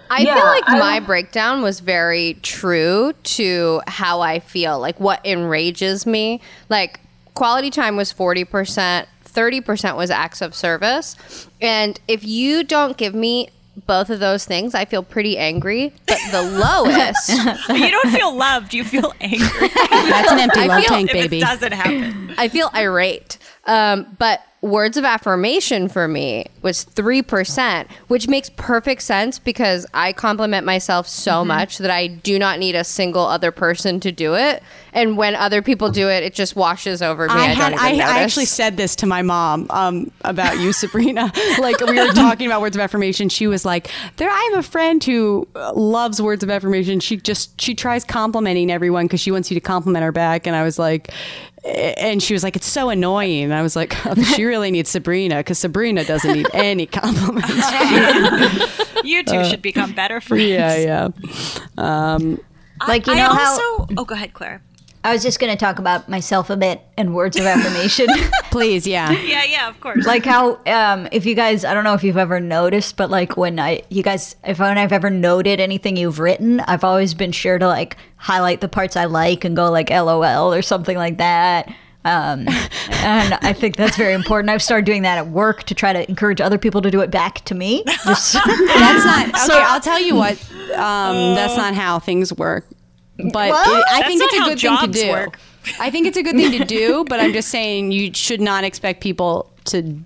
Speaker 3: I
Speaker 4: Yeah,
Speaker 3: feel like
Speaker 4: I-
Speaker 3: my breakdown was very true to how I feel, like what enrages me. Like quality time was 40%, 30% was acts of service. And if you don't give me both of those things, I feel pretty angry. But the
Speaker 2: Oh,
Speaker 3: lowest,
Speaker 2: you don't feel loved. You feel angry
Speaker 1: That's an empty
Speaker 3: I
Speaker 1: love
Speaker 3: feel
Speaker 1: tank,
Speaker 2: if
Speaker 1: baby.
Speaker 2: it doesn't happen.
Speaker 3: I feel irate. Um, but words of affirmation for me was 3%, which makes perfect sense because I compliment myself so much that I do not need a single other person to do it. And when other people do it, it just washes over me. I,
Speaker 1: I had
Speaker 3: don't
Speaker 1: I,
Speaker 3: even
Speaker 1: I
Speaker 3: notice.
Speaker 1: actually said this to my mom um, about you, Sabrina. like we were talking about words of affirmation. She was like, "There, I have a friend who uh, loves words of affirmation. She just she tries complimenting everyone because she wants you to compliment her back." And I was like. a- And she was like, "It's so annoying." And I was like, oh, "She really needs Sabrina because Sabrina doesn't need any compliments."
Speaker 2: You two should become better friends.
Speaker 1: Uh, yeah, yeah. Um,
Speaker 5: Like, you
Speaker 2: I
Speaker 5: know how-
Speaker 2: also. Oh, go ahead, Claire.
Speaker 5: I was just going to talk about myself a bit and words of affirmation.
Speaker 1: please, yeah.
Speaker 2: Yeah, yeah, of course.
Speaker 5: like how um if you guys I don't know if you've ever noticed, but like when I you guys if when I've ever noted anything you've written, I've always been sure to like highlight the parts I like and go like LOL or something like that. Um, and I think that's very important. I've started doing that at work to try to encourage other people to do it back to me. Just-
Speaker 1: That's not okay. I'll tell you what. Um, that's not how things work. But
Speaker 5: Well,
Speaker 1: it- I
Speaker 2: that's
Speaker 1: think
Speaker 2: not
Speaker 1: it's a
Speaker 2: how
Speaker 1: good thing
Speaker 2: jobs
Speaker 1: to do.
Speaker 2: work.
Speaker 1: I think it's a good thing to do, but I'm just saying you should not expect people to.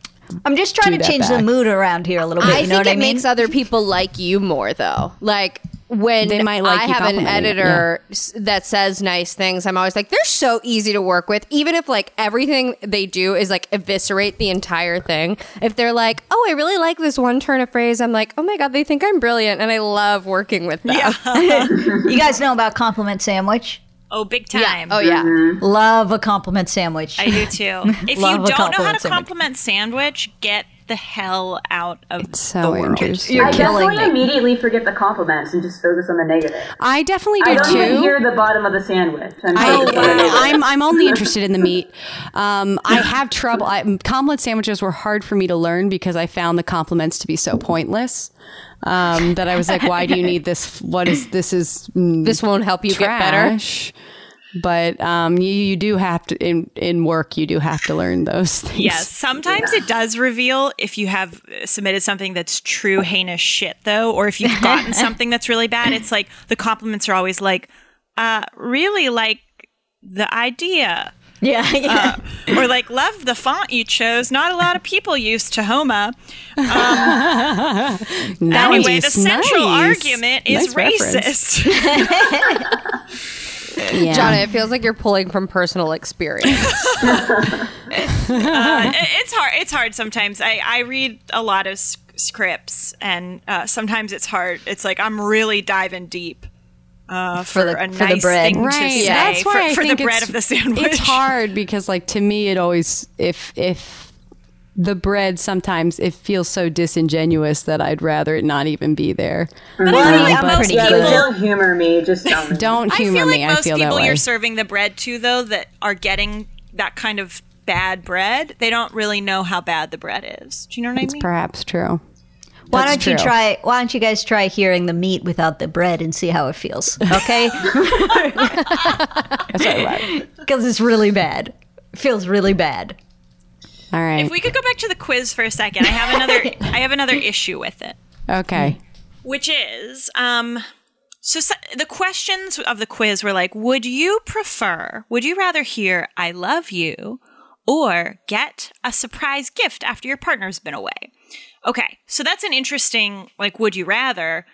Speaker 5: I'm just trying
Speaker 1: Do
Speaker 5: to
Speaker 1: that
Speaker 5: change
Speaker 1: back.
Speaker 5: the mood around here a little bit.
Speaker 3: I
Speaker 5: you know
Speaker 3: think
Speaker 5: what
Speaker 3: it
Speaker 5: I mean?
Speaker 3: makes other people like you more, though. Like when
Speaker 1: They might like
Speaker 3: I
Speaker 1: you
Speaker 3: have an
Speaker 1: complimenting it,
Speaker 3: editor s that says nice things, I'm always like, they're so easy to work with. Even if like everything they do is like eviscerate the entire thing. If they're like, oh, I really like this one turn of phrase, I'm like, oh my god, they think I'm brilliant, and I love working with them. Yeah.
Speaker 5: you guys know about compliment sandwich.
Speaker 2: oh, big time.
Speaker 3: Oh yeah.
Speaker 1: Mm-hmm.
Speaker 5: Love a compliment sandwich.
Speaker 2: I do too. If you
Speaker 5: Love
Speaker 2: don't
Speaker 5: a
Speaker 2: know how to
Speaker 5: compliment sandwich.
Speaker 2: compliment sandwich, get the hell out of the
Speaker 1: So
Speaker 2: world.
Speaker 1: interesting.
Speaker 4: I
Speaker 5: killing
Speaker 4: definitely immediately forget the compliments and just focus on the negative.
Speaker 1: I definitely do
Speaker 4: I don't even
Speaker 1: too.
Speaker 4: hear the bottom of the sandwich. I'm
Speaker 1: I,
Speaker 4: focused on the negative.
Speaker 1: I'm I'm only interested in the meat. Um, I have trouble. I, compliment sandwiches were hard for me to learn because I found the compliments to be so pointless um, that I was like, "Why do you need this? What is this? Is mm,
Speaker 3: This won't help you get better.
Speaker 1: trash. But um, you you do have to in in work you do have to learn those things.
Speaker 2: Yes, sometimes it does reveal if you have uh, submitted something that's true heinous shit, though, or if you've gotten something that's really bad. It's like the compliments are always like, uh, really like the idea. Uh,
Speaker 5: Yeah, yeah.
Speaker 2: or like love the font you chose. Not a lot of people use Tahoma.
Speaker 1: That
Speaker 2: Um, Anyway,
Speaker 1: one's
Speaker 2: the central
Speaker 1: nice.
Speaker 2: argument is
Speaker 1: Nice reference.
Speaker 2: racist.
Speaker 1: Yeah.
Speaker 3: Jonna, it feels like you're pulling from personal experience.
Speaker 2: I- Uh, it's hard. It's hard sometimes. I, I read a lot of s- scripts, and uh, sometimes it's hard. It's like I'm really diving deep uh, for,
Speaker 5: the-
Speaker 2: a
Speaker 5: for the
Speaker 2: nice
Speaker 5: bread.
Speaker 2: thing to
Speaker 1: right.
Speaker 2: say
Speaker 1: That's why
Speaker 2: for,
Speaker 1: I
Speaker 2: for
Speaker 1: think
Speaker 2: the bread
Speaker 1: it's,
Speaker 2: of the sandwich.
Speaker 1: It's hard because, like, to me, it always if if the bread sometimes it feels so disingenuous that I'd rather it not even be there.
Speaker 2: But I feel like most
Speaker 5: pretty
Speaker 4: Yeah,
Speaker 2: people,
Speaker 5: good.
Speaker 4: but don't humor me. Just don't.
Speaker 1: Don't
Speaker 2: I
Speaker 1: humor
Speaker 2: feel like
Speaker 1: me.
Speaker 2: most
Speaker 1: I feel that
Speaker 2: people
Speaker 1: way.
Speaker 2: you're serving the bread to, though, that are getting that kind of bad bread, they don't really know how bad the bread is. Do you know what I mean?
Speaker 1: Perhaps true.
Speaker 5: Why
Speaker 1: That's
Speaker 5: don't you
Speaker 1: true.
Speaker 5: try? Why don't you guys try hearing the meat without the bread and see how it feels? Okay,
Speaker 1: That's what I love.
Speaker 5: because it's really bad. Feels really bad.
Speaker 1: All right.
Speaker 2: if we could go back to the quiz for a second, I have another. I have another issue with it.
Speaker 1: okay.
Speaker 2: which is um so, s the questions of the quiz were like would you prefer would you rather hear i love you or get a surprise gift after your partner's been away okay so that's an interesting like would you rather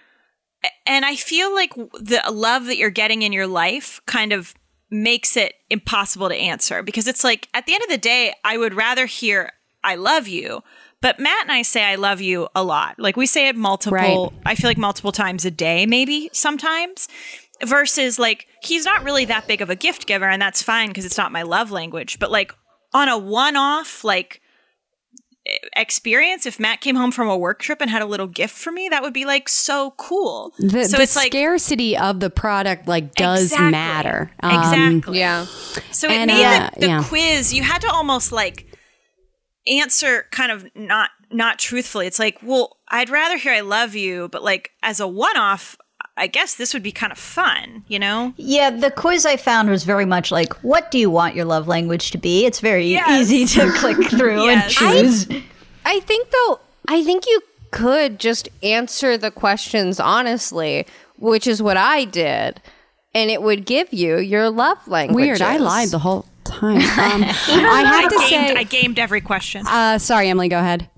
Speaker 2: A- and i feel like w- the love that you're getting in your life kind of makes it impossible to answer because it's like at the end of the day i would rather hear i love you but matt and i say i love you a lot like we say it multiple
Speaker 1: Right.
Speaker 2: I feel like multiple times a day, maybe sometimes, versus like he's not really that big of a gift giver, and that's fine because it's not my love language. But like on a one off, like e- experience if matt came home from a work trip and had a little gift for me that would be like so cool
Speaker 1: The,
Speaker 2: Hmm. so
Speaker 1: the
Speaker 2: it's like
Speaker 1: scarcity of the product like does
Speaker 2: Exactly.
Speaker 1: matter. Um,
Speaker 2: exactly
Speaker 3: yeah.
Speaker 2: so it
Speaker 1: And,
Speaker 2: made
Speaker 1: uh,
Speaker 2: the, the
Speaker 1: yeah.
Speaker 2: quiz. You had to almost like answer kind of not not truthfully. It's like, well, I'd rather hear "I love you," but like as a one off, I guess this would be kind of fun, you know?
Speaker 5: Yeah, the quiz I found was very much like, "What do you want your love language to be?" It's very
Speaker 2: Yes.
Speaker 5: easy to click through
Speaker 2: Yes.
Speaker 5: and choose.
Speaker 3: I think though, I think you could just answer the questions honestly, which is what I did, and it would give you your love language.
Speaker 1: Weird. I lied the whole time. Um, I have to
Speaker 2: gamed, I
Speaker 1: say.
Speaker 2: gamed every question.
Speaker 1: Uh, sorry, Emily. Go ahead.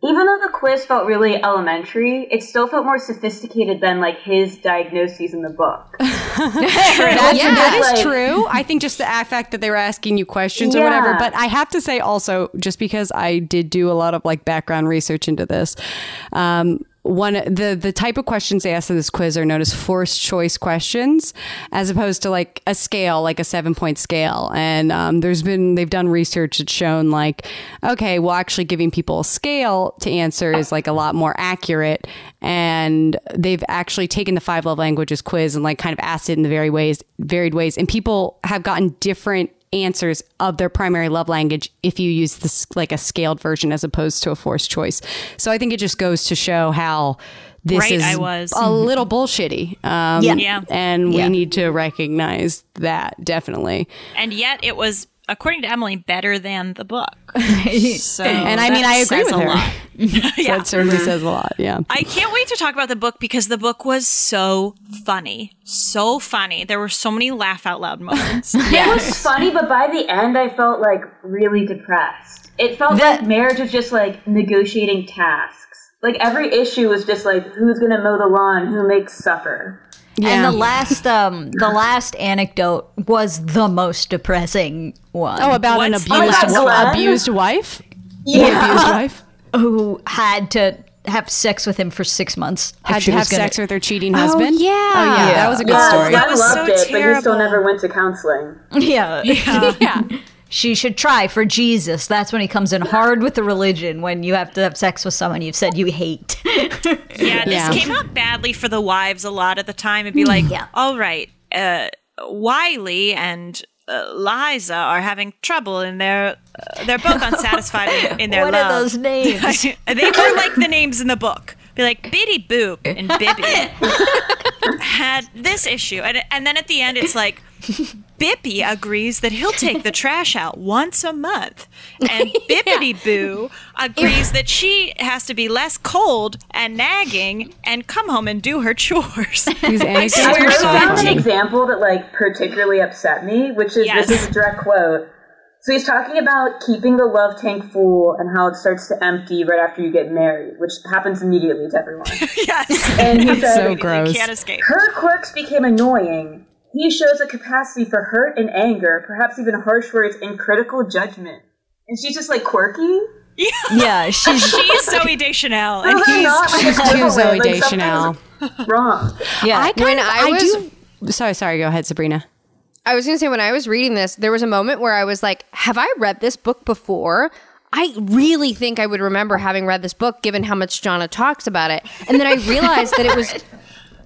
Speaker 4: Even though the quiz felt really elementary, it still felt more sophisticated than like his diagnoses in the book.
Speaker 1: That's,
Speaker 3: Yeah.
Speaker 1: that is
Speaker 4: Like-
Speaker 1: true. I think just the fact that they were asking you questions or whatever.
Speaker 4: Yeah.
Speaker 1: But I have to say also, just because I did do a lot of like background research into this, um, one the the type of questions they asked in this quiz are known as forced choice questions, as opposed to like a scale, like a seven point scale. And um, there's been they've done research that's shown like, okay, well, actually giving people a scale to answer is like a lot more accurate. And they've actually taken the five love languages quiz and like kind of asked it in the very ways, varied ways. And people have gotten different answers of their primary love language if you use this like a scaled version as opposed to a forced choice. So I think it just goes to show how this
Speaker 2: Right,
Speaker 1: is
Speaker 2: I was. Mm-hmm.
Speaker 1: a little bullshitty. Um,
Speaker 5: Yeah.
Speaker 2: Yeah.
Speaker 1: And we
Speaker 5: Yeah.
Speaker 1: need to recognize that definitely.
Speaker 2: and yet it was according to Emily better than the book. So
Speaker 1: And I mean,
Speaker 2: that
Speaker 1: I agree
Speaker 2: says
Speaker 1: with
Speaker 2: a
Speaker 1: her.
Speaker 2: lot. yeah. Mm-hmm.
Speaker 1: That certainly says a lot. Yeah.
Speaker 2: I can't wait to talk about the book because the book was so funny. So funny. There were so many laugh out loud moments.
Speaker 4: It was funny, but by the end, I felt like really depressed. It felt
Speaker 5: That-
Speaker 4: like marriage was just like negotiating tasks. Like every issue was just like who's gonna mow the lawn, who makes supper.
Speaker 5: And the last, um, the last anecdote was the most depressing one.
Speaker 1: Oh, about an
Speaker 2: What's-
Speaker 1: abused
Speaker 2: Oh my
Speaker 4: God, Glenn.
Speaker 1: abused wife?
Speaker 4: Yeah.
Speaker 1: Abused wife?
Speaker 5: who had to have sex with him for six months. if
Speaker 1: Had
Speaker 5: she
Speaker 1: to
Speaker 5: was
Speaker 1: have
Speaker 5: gonna-
Speaker 1: sex with her cheating husband?
Speaker 3: yeah.
Speaker 1: Oh, yeah. That was a good
Speaker 4: Yeah,
Speaker 1: story.
Speaker 2: That
Speaker 4: I
Speaker 2: was
Speaker 4: loved
Speaker 2: so
Speaker 4: it, but he still
Speaker 2: terrible.
Speaker 4: never went to counseling.
Speaker 5: Yeah.
Speaker 1: yeah.
Speaker 5: She should try for Jesus. That's when he comes in hard with the religion when you have to have sex with someone you've said you hate.
Speaker 2: Yeah, this
Speaker 1: Yeah.
Speaker 2: came out badly for the wives a lot at the time. It'd be like,
Speaker 5: Yeah.
Speaker 2: all right, uh, Wiley and uh, Liza are having trouble, and they're uh, they're both unsatisfied in, in their
Speaker 5: what
Speaker 2: love.
Speaker 5: are those names?
Speaker 2: they were like the names in the book. Be like Biddy Boop and Bibby had this issue, and and then at the end it's like. Bippy agrees that he'll take the trash out once a month. And Bippity Boo agrees that she has to be less cold and nagging and come home and do her chores.
Speaker 1: These anecdotes
Speaker 2: swear
Speaker 1: were
Speaker 2: to
Speaker 1: so
Speaker 4: I
Speaker 2: God.
Speaker 4: found an
Speaker 1: funny.
Speaker 4: example that like particularly upset me, which is
Speaker 2: Yes.
Speaker 4: this is a direct quote. So he's talking about keeping the love tank full and how it starts to empty right after you get married, which happens immediately to everyone.
Speaker 2: yes.
Speaker 4: And he said,
Speaker 1: So gross.
Speaker 2: Can't escape.
Speaker 4: her quirks became annoying. He shows a capacity for hurt and anger, perhaps even harsh words and critical judgment. And she's just like quirky.
Speaker 5: Yeah, she's
Speaker 2: She's e- Zoe Deschanel. And
Speaker 4: They're
Speaker 2: he's
Speaker 4: not, like,
Speaker 1: She's too
Speaker 4: equivalent.
Speaker 1: Zoe
Speaker 4: Like,
Speaker 1: Deschanel.
Speaker 4: something's Wrong.
Speaker 5: yeah.
Speaker 1: I kind
Speaker 3: When
Speaker 1: of,
Speaker 3: I
Speaker 1: I,
Speaker 3: was-
Speaker 1: do. Sorry, sorry. Go ahead, Sabrina.
Speaker 3: I was gonna say when I was reading this, there was a moment where I was like, "Have I read this book before?" I really think I would remember having read this book, given how much Jonna talks about it. And then I realized that it was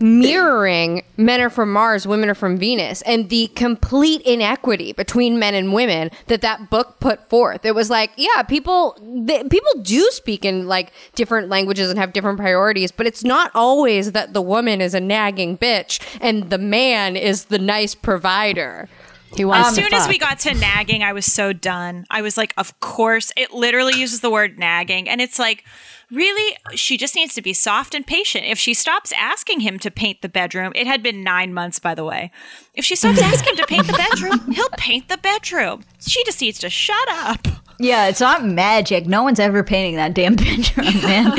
Speaker 3: mirroring "Men Are From Mars, Women Are From Venus" and the complete inequity between men and women that that book put forth. It was like, yeah, people th- people do speak in like different languages and have different priorities, but it's not always that the woman is a nagging bitch and the man is the nice provider.
Speaker 1: He wants
Speaker 2: As
Speaker 1: to
Speaker 2: Um, soon as we
Speaker 1: fuck.
Speaker 2: got to nagging, I was so done. I was like, of course. It literally uses the word nagging. And it's like, really? She just needs to be soft and patient. If she stops asking him to paint the bedroom, it had been nine months, by the way. If she stops asking him to paint the bedroom, he'll paint the bedroom. She just needs to shut up.
Speaker 5: yeah, it's not magic. No one's ever painting that damn bedroom, man.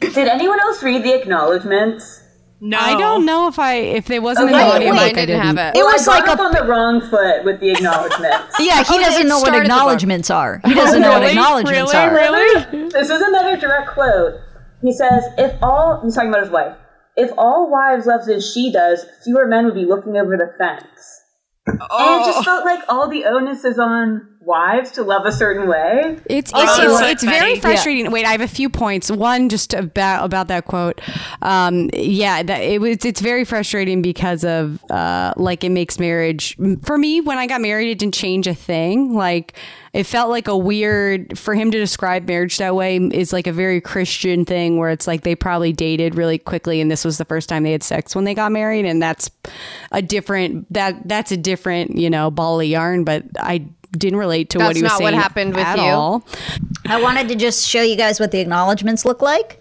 Speaker 4: Did anyone else read the acknowledgments?
Speaker 2: No.
Speaker 1: I don't know if I if it wasn't in the
Speaker 4: Okay,
Speaker 1: audio.
Speaker 4: wait.
Speaker 1: book,
Speaker 3: Mine
Speaker 1: I
Speaker 3: didn't have it.
Speaker 5: It
Speaker 4: Well,
Speaker 5: was
Speaker 4: I
Speaker 5: like
Speaker 4: got
Speaker 5: a
Speaker 4: off on the wrong foot with the acknowledgments.
Speaker 5: yeah, he doesn't
Speaker 3: it
Speaker 5: know what
Speaker 3: started the book.
Speaker 5: acknowledgments are. He doesn't know what
Speaker 1: Really?
Speaker 5: acknowledgments
Speaker 1: Really?
Speaker 5: are.
Speaker 4: This is another direct quote. He says, "If all he's talking about his wife, if all wives loved as she does, fewer men would be looking over the fence." And it just felt like all the onus is on wives to love a certain way.
Speaker 1: It's it's,
Speaker 2: Also,
Speaker 1: it's,
Speaker 2: Oh, like
Speaker 1: it's very
Speaker 2: Betty.
Speaker 1: frustrating. Wait, I have a few points. One, just about about that quote. Um, yeah, that it was. It's very frustrating because of uh, like it makes marriage for me. When I got married, it didn't change a thing. Like it felt like a weird for him to describe marriage that way is like a very Christian thing where it's like they probably dated really quickly and this was the first time they had sex when they got married and that's a different that that's a different you know ball of yarn. But I didn't relate to what
Speaker 3: That's
Speaker 1: he was
Speaker 3: not
Speaker 1: saying
Speaker 3: what happened with
Speaker 1: at
Speaker 3: you.
Speaker 1: all.
Speaker 5: I wanted to just show you guys what the acknowledgments look like.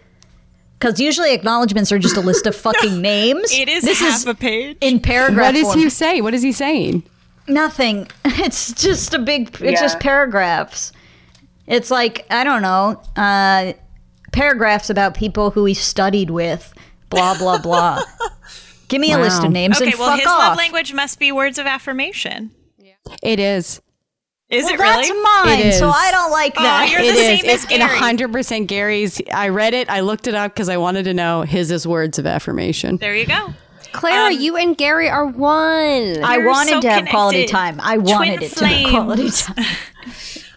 Speaker 5: Because usually acknowledgments are just a list of fucking names.
Speaker 2: It is
Speaker 5: this
Speaker 2: half
Speaker 5: is
Speaker 2: a page.
Speaker 5: in paragraph
Speaker 1: What does
Speaker 5: form.
Speaker 1: he say? What is he saying?
Speaker 5: Nothing. It's just a big. It's
Speaker 4: Yeah.
Speaker 5: just paragraphs. It's like I don't know. Uh, paragraphs about people who he studied with. Blah blah blah. Give me a list of names
Speaker 2: Okay,
Speaker 5: and
Speaker 2: well,
Speaker 5: fuck
Speaker 2: his
Speaker 5: off.
Speaker 2: love language must be words of affirmation.
Speaker 1: It is.
Speaker 2: Is
Speaker 5: Well,
Speaker 2: it really?
Speaker 5: That's mine,
Speaker 1: It
Speaker 5: so
Speaker 1: is.
Speaker 5: I don't like
Speaker 2: Oh,
Speaker 5: that.
Speaker 2: you're
Speaker 1: It
Speaker 2: the
Speaker 1: is.
Speaker 2: same as
Speaker 1: It's in
Speaker 2: Gary.
Speaker 1: hundred percent Gary's. I read it. I looked it up because I wanted to know his is words of affirmation.
Speaker 2: there you go.
Speaker 3: Clara, you and Gary are one.
Speaker 5: I
Speaker 2: You're
Speaker 5: wanted
Speaker 2: so
Speaker 5: to have quality
Speaker 2: connected.
Speaker 5: time. I wanted
Speaker 2: Twin
Speaker 5: it to have quality
Speaker 2: flames.
Speaker 5: time.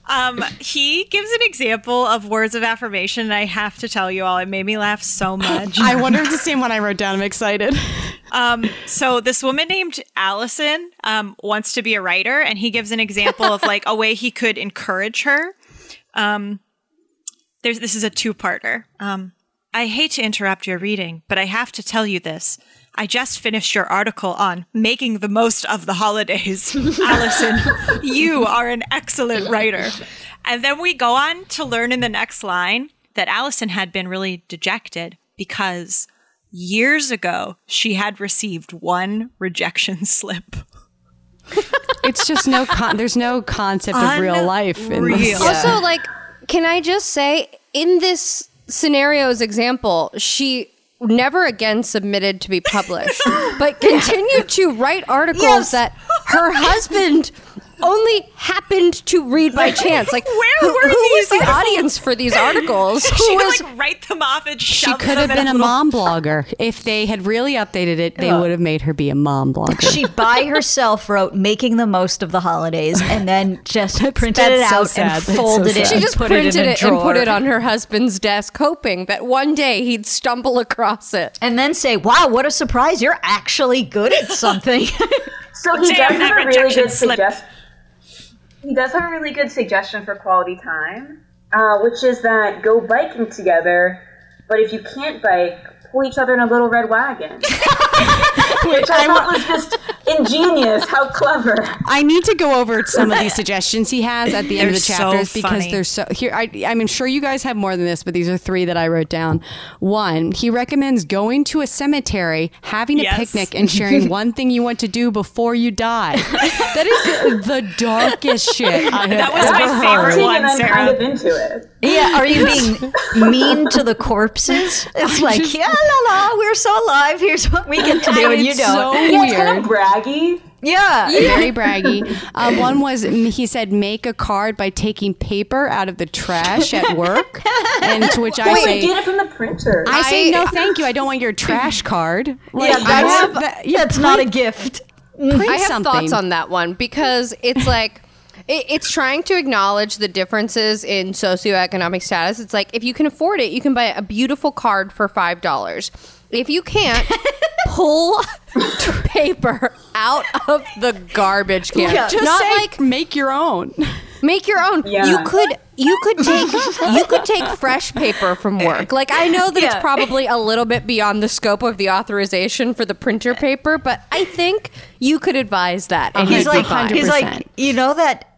Speaker 2: Um, he gives an example of words of affirmation, and I have to tell you all, it made me laugh so much.
Speaker 1: I wonder if it's the same one I wrote down. I'm excited.
Speaker 2: Um, so this woman named Allison um, wants to be a writer, and he gives an example of like a way he could encourage her. Um, there's this is a two-parter. Um, I hate to interrupt your reading, but I have to tell you this. I just finished your article on making the most of the holidays. Allison, you are an excellent writer. And then we go on to learn in the next line that Allison had been really dejected because years ago she had received one rejection slip.
Speaker 1: It's just no. Con- there's no concept of real life in this.
Speaker 2: Unreal.
Speaker 3: Also, like, can I just say, in this scenario's example, she never again submitted to be published, but continued to write articles
Speaker 5: Yes.
Speaker 3: that her husband only happened to read by chance. Like,
Speaker 2: Where
Speaker 3: who,
Speaker 2: were
Speaker 3: who was
Speaker 2: these
Speaker 3: the
Speaker 2: articles?
Speaker 3: audience for these articles? Who
Speaker 2: she
Speaker 3: was
Speaker 2: could like write them off and
Speaker 1: She
Speaker 2: shove
Speaker 1: could have
Speaker 2: them in
Speaker 1: been a
Speaker 2: little-
Speaker 1: mom blogger if they had really updated it. They would have made her be a mom blogger.
Speaker 5: She by herself wrote "Making the Most of the Holidays" and then just printed
Speaker 1: that's
Speaker 5: it
Speaker 1: so
Speaker 5: out
Speaker 1: sad.
Speaker 5: and
Speaker 1: That's so
Speaker 5: folded it.
Speaker 1: sad.
Speaker 3: She
Speaker 5: and
Speaker 3: just
Speaker 5: put
Speaker 3: printed
Speaker 5: it, in a
Speaker 3: it, and put
Speaker 5: drawer.
Speaker 3: it on her husband's desk, hoping that one day he'd stumble across it.
Speaker 5: and then say, "Wow, what a surprise! You're actually good at something."
Speaker 4: So he
Speaker 2: Damn,
Speaker 4: does
Speaker 2: that
Speaker 4: have a really
Speaker 2: rejection
Speaker 4: good
Speaker 2: slip.
Speaker 4: suggestion. He does have a really good suggestion for quality time, uh, which is that go biking together. But if you can't bike, pull each other in a little red wagon.
Speaker 1: Wait,
Speaker 4: I
Speaker 1: I,
Speaker 4: thought was just ingenious. How clever.
Speaker 1: I need to go over some of these suggestions he has at the end
Speaker 2: They're
Speaker 1: of the
Speaker 2: so
Speaker 1: chapters because
Speaker 2: funny.
Speaker 1: they're so here. I, I'm sure you guys have more than this, but these are three that I wrote down. One, he recommends going to a cemetery, having a
Speaker 2: Yes.
Speaker 1: picnic, and sharing one thing you want to do before you die. that is the darkest shit. I have
Speaker 2: That was my
Speaker 1: ever
Speaker 2: favorite
Speaker 1: heard.
Speaker 2: one.
Speaker 4: and I'm
Speaker 2: Sarah.
Speaker 4: kind of into it.
Speaker 5: Yeah, are you being mean to the corpses? It's like, yeah, la la, we're so alive. Here's what we get to do, and you
Speaker 1: It's
Speaker 5: don't.
Speaker 1: so
Speaker 4: Yeah,
Speaker 1: weird.
Speaker 4: it's kind of braggy.
Speaker 5: yeah.
Speaker 1: very braggy. Uh, one was mm, he said make a card by taking paper out of the trash at work, and to which I
Speaker 4: Wait,
Speaker 1: say.
Speaker 4: get it from the printer.
Speaker 1: I say no, thank you. I don't want your trash card. Like,
Speaker 5: Yeah,
Speaker 1: I
Speaker 5: that's-
Speaker 1: want that- yeah,
Speaker 5: That's not a gift.
Speaker 1: print
Speaker 3: Mm-hmm. I have
Speaker 1: something.
Speaker 3: thoughts on that one because it's like it, it's trying to acknowledge the differences in socioeconomic status. It's like if you can afford it, you can buy a beautiful card for five dollars. If you can't, pull paper out of the garbage can.
Speaker 5: Yeah.
Speaker 1: Just
Speaker 3: Not
Speaker 1: say,
Speaker 3: like
Speaker 1: make your own.
Speaker 3: Make your own.
Speaker 4: Yeah.
Speaker 3: You could you could take you could take fresh paper from
Speaker 5: Eh,
Speaker 3: work. Like I know that it's
Speaker 5: Yeah.
Speaker 3: probably a little bit beyond the scope of the authorization for the printer paper, but I think you could advise that. And
Speaker 5: He's
Speaker 3: you'd be
Speaker 5: like,
Speaker 3: fine.
Speaker 5: he's
Speaker 1: 100%.
Speaker 5: like, you know that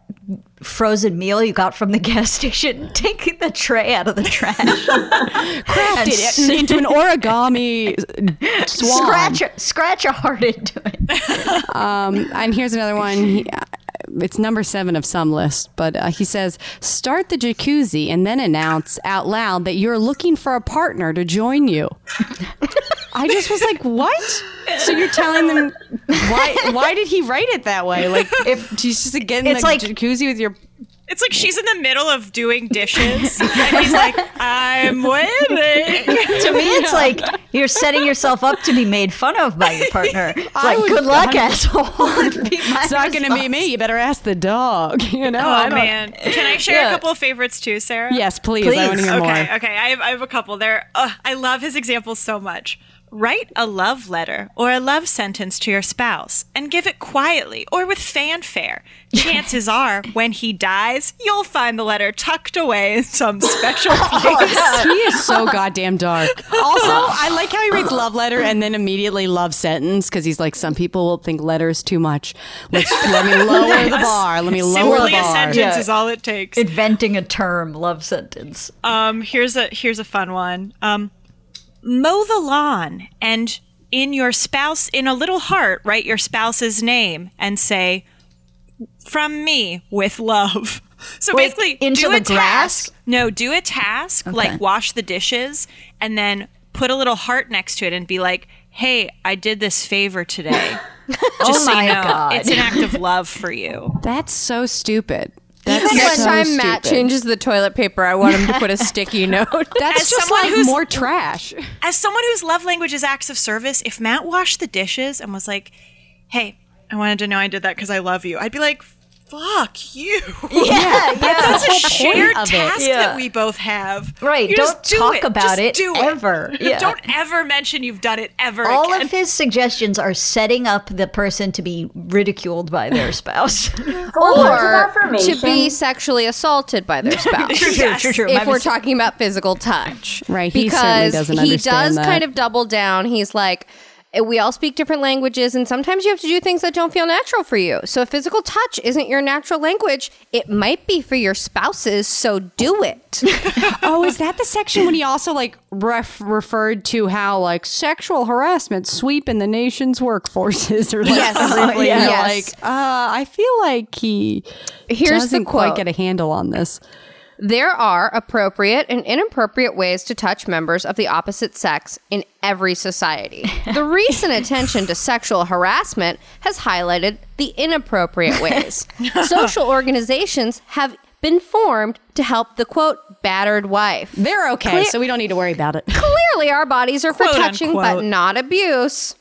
Speaker 5: frozen meal you got from the gas station? Take the tray out of the trash.
Speaker 1: Crafted it in- into an origami s- swan.
Speaker 5: scratch, a- scratch a heart into it.
Speaker 1: Um, and here's another one. He, uh, it's number seven of some list, but uh, he says start the jacuzzi and then announce out loud that you're looking for a partner to join you. I just was like, what? So you're telling them why? Why did he write it that way? Like, if she's just again,
Speaker 5: It's
Speaker 1: the
Speaker 5: like-
Speaker 1: jacuzzi with your
Speaker 2: It's like she's in the middle of doing dishes, and he's like, "I'm waiting."
Speaker 5: To me, it's like you're setting yourself up to be made fun of by your partner. It's like,
Speaker 1: would-
Speaker 5: good luck, asshole. It'd be my
Speaker 1: it's not going to be
Speaker 5: response.
Speaker 1: me. You better ask the dog. You know? I
Speaker 2: Oh
Speaker 1: don't-
Speaker 2: man, can I share
Speaker 5: Yeah.
Speaker 2: a couple of favorites too, Sarah?
Speaker 1: Yes, please. I want to
Speaker 5: Please.
Speaker 1: hear
Speaker 2: Okay,
Speaker 1: more.
Speaker 2: okay. I have, I have a couple there. Ugh, I love his examples so much. Write a love letter or a love sentence to your spouse and give it quietly or with fanfare. Chances are, when he dies, you'll find the letter tucked away in some special place.
Speaker 1: Oh, He is so goddamn dark. Also, I like how he writes love letter and then immediately love sentence because he's like, some people will think letters too much. Let's, let me lower the bar. Let me lower the
Speaker 2: Simply a
Speaker 1: bar.
Speaker 2: sentence
Speaker 5: Yeah.
Speaker 2: is all it takes.
Speaker 5: Inventing a term, love sentence.
Speaker 2: Um, here's a here's a fun one. Um, mow the lawn and in your spouse in a little heart write your spouse's name and say from me with love. So
Speaker 5: Wait,
Speaker 2: basically
Speaker 5: into
Speaker 2: do
Speaker 5: the
Speaker 2: a
Speaker 5: grass?
Speaker 2: task. No, do a task like wash the dishes and then put a little heart next to it and be like, "Hey, I did this favor today." Just so
Speaker 5: Oh my
Speaker 2: you know,
Speaker 5: God.
Speaker 2: it's an act of love for you.
Speaker 1: That's so stupid. That's
Speaker 3: Next
Speaker 1: so
Speaker 3: time Matt
Speaker 1: stupid.
Speaker 3: changes the toilet paper, I want him to put a sticky note.
Speaker 1: That's
Speaker 2: As
Speaker 1: just
Speaker 2: someone
Speaker 1: like
Speaker 2: who's-
Speaker 1: more trash.
Speaker 2: as someone whose love language is acts of service, if Matt washed the dishes and was like, "Hey, I wanted to know I did that because I love you," I'd be like, "Fuck you."
Speaker 5: Yeah, yeah.
Speaker 2: That's a shared
Speaker 1: of it.
Speaker 2: task
Speaker 5: Yeah.
Speaker 2: that we both have.
Speaker 5: Right.
Speaker 2: You
Speaker 5: Don't
Speaker 2: just do
Speaker 5: talk
Speaker 2: it.
Speaker 5: about
Speaker 2: Just
Speaker 5: it
Speaker 2: do
Speaker 5: ever. Yeah.
Speaker 2: Don't ever mention you've done it ever.
Speaker 5: All
Speaker 2: again.
Speaker 5: of his suggestions are setting up the person to be ridiculed by their spouse.
Speaker 3: or to be
Speaker 4: affirmation.
Speaker 3: sexually assaulted by their spouse.
Speaker 5: True, true, true.
Speaker 3: If
Speaker 5: My
Speaker 3: we're
Speaker 5: mis-
Speaker 3: talking about physical touch,
Speaker 1: Right, he certainly
Speaker 3: Because
Speaker 1: doesn't
Speaker 3: he
Speaker 1: understand
Speaker 3: does
Speaker 1: that.
Speaker 3: kind of double down. He's like, eh, we all speak different languages, and sometimes you have to do things that don't feel natural for you. So if physical touch isn't your natural language, it might be for your spouses. So do it.
Speaker 1: Oh, is that the section when he also like ref- referred to how like sexual harassment sweeping the nation's workforces or like
Speaker 3: Yes.
Speaker 5: Oh,
Speaker 1: something?
Speaker 3: Yeah.
Speaker 1: You're
Speaker 3: Yes.
Speaker 1: like uh, I feel like he
Speaker 3: Here's the
Speaker 1: doesn't quite
Speaker 3: quote.
Speaker 1: get a handle on this.
Speaker 3: There are appropriate and inappropriate ways to touch members of the opposite sex in every society. The recent attention to sexual harassment has highlighted the inappropriate ways. Social organizations have been formed to help the quote battered wife.
Speaker 1: They're okay,
Speaker 3: Clear-
Speaker 1: so we don't need to worry about it.
Speaker 3: Clearly, our bodies are for
Speaker 2: Quote,
Speaker 3: touching, but
Speaker 2: unquote.
Speaker 3: not abuse.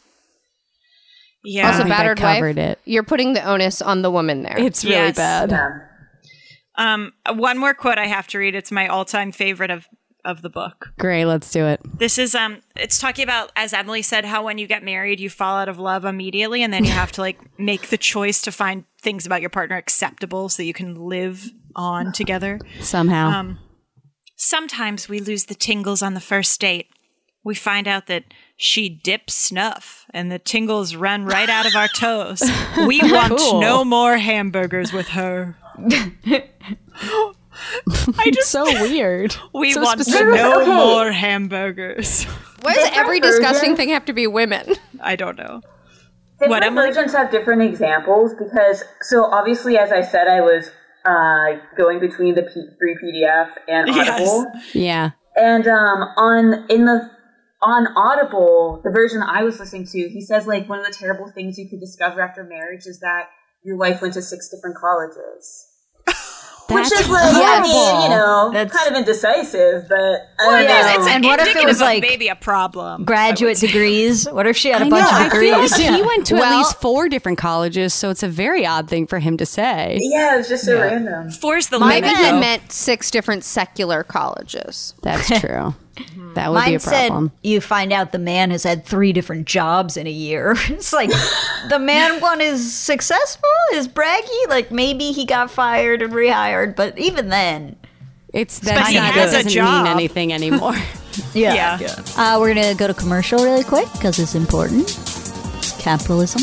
Speaker 2: yeah.
Speaker 3: also,
Speaker 1: think I
Speaker 3: battered
Speaker 1: covered
Speaker 3: wife.
Speaker 1: it.
Speaker 3: You're putting the onus on the woman there.
Speaker 1: It's really
Speaker 2: Yes.
Speaker 1: bad.
Speaker 2: um, one more quote I have to read. It's my all-time favorite of of the book.
Speaker 1: Great, let's do it.
Speaker 2: This is um it's talking about as Emily said how when you get married you fall out of love immediately and then you have to like make the choice to find things about your partner acceptable so you can live on together. Um,
Speaker 1: Somehow.
Speaker 2: Sometimes we lose the tingles on the first date. we find out that she dips snuff and the tingles run right out of our toes. We want no more hamburgers with her. I just
Speaker 9: so weird.
Speaker 2: we
Speaker 9: so
Speaker 2: want
Speaker 9: specific.
Speaker 2: no
Speaker 4: Okay.
Speaker 2: more hamburgers.
Speaker 3: Why does every
Speaker 4: version-
Speaker 3: disgusting thing have to be women?
Speaker 2: I don't know.
Speaker 4: Different
Speaker 2: What, Emily?
Speaker 4: versions have different examples because, so obviously, as I said, I was uh, going between the P- free PDF and
Speaker 2: Yes.
Speaker 4: Audible.
Speaker 1: Yeah.
Speaker 4: And um, on in the on Audible, the version that I was listening to, he says like one of the terrible things you could discover after marriage is that your wife went to six different colleges.
Speaker 1: That's
Speaker 4: Which is like, I mean,
Speaker 1: horrible.
Speaker 4: you know,
Speaker 5: That's-
Speaker 4: kind of indecisive, but I don't
Speaker 5: yeah,
Speaker 4: know.
Speaker 5: it's- And what if it
Speaker 2: indicative
Speaker 5: was
Speaker 2: of
Speaker 5: like
Speaker 2: maybe a problem?
Speaker 5: Graduate degrees. What if she had a
Speaker 1: I know.
Speaker 5: bunch
Speaker 1: I
Speaker 5: of
Speaker 1: feel like
Speaker 5: degrees?
Speaker 1: he went to at
Speaker 3: Well-
Speaker 1: least four different colleges, so it's a very odd thing for him to say.
Speaker 4: yeah, it's just so random.
Speaker 2: Force the
Speaker 3: Maybe
Speaker 2: limit.
Speaker 3: he
Speaker 2: though.
Speaker 3: meant six different secular colleges.
Speaker 1: That's true. That would be a
Speaker 5: Mine said
Speaker 1: problem.
Speaker 5: you find out the man has had three different jobs in a year. It's like the man one is successful, is braggy. Like maybe he got fired and rehired, but even then,
Speaker 1: it's that's
Speaker 2: he
Speaker 1: not, that
Speaker 2: has a
Speaker 1: doesn't
Speaker 2: job.
Speaker 1: mean anything anymore.
Speaker 5: yeah.
Speaker 2: Yeah.
Speaker 5: Uh, we're gonna go to commercial really quick because it's important. Capitalism.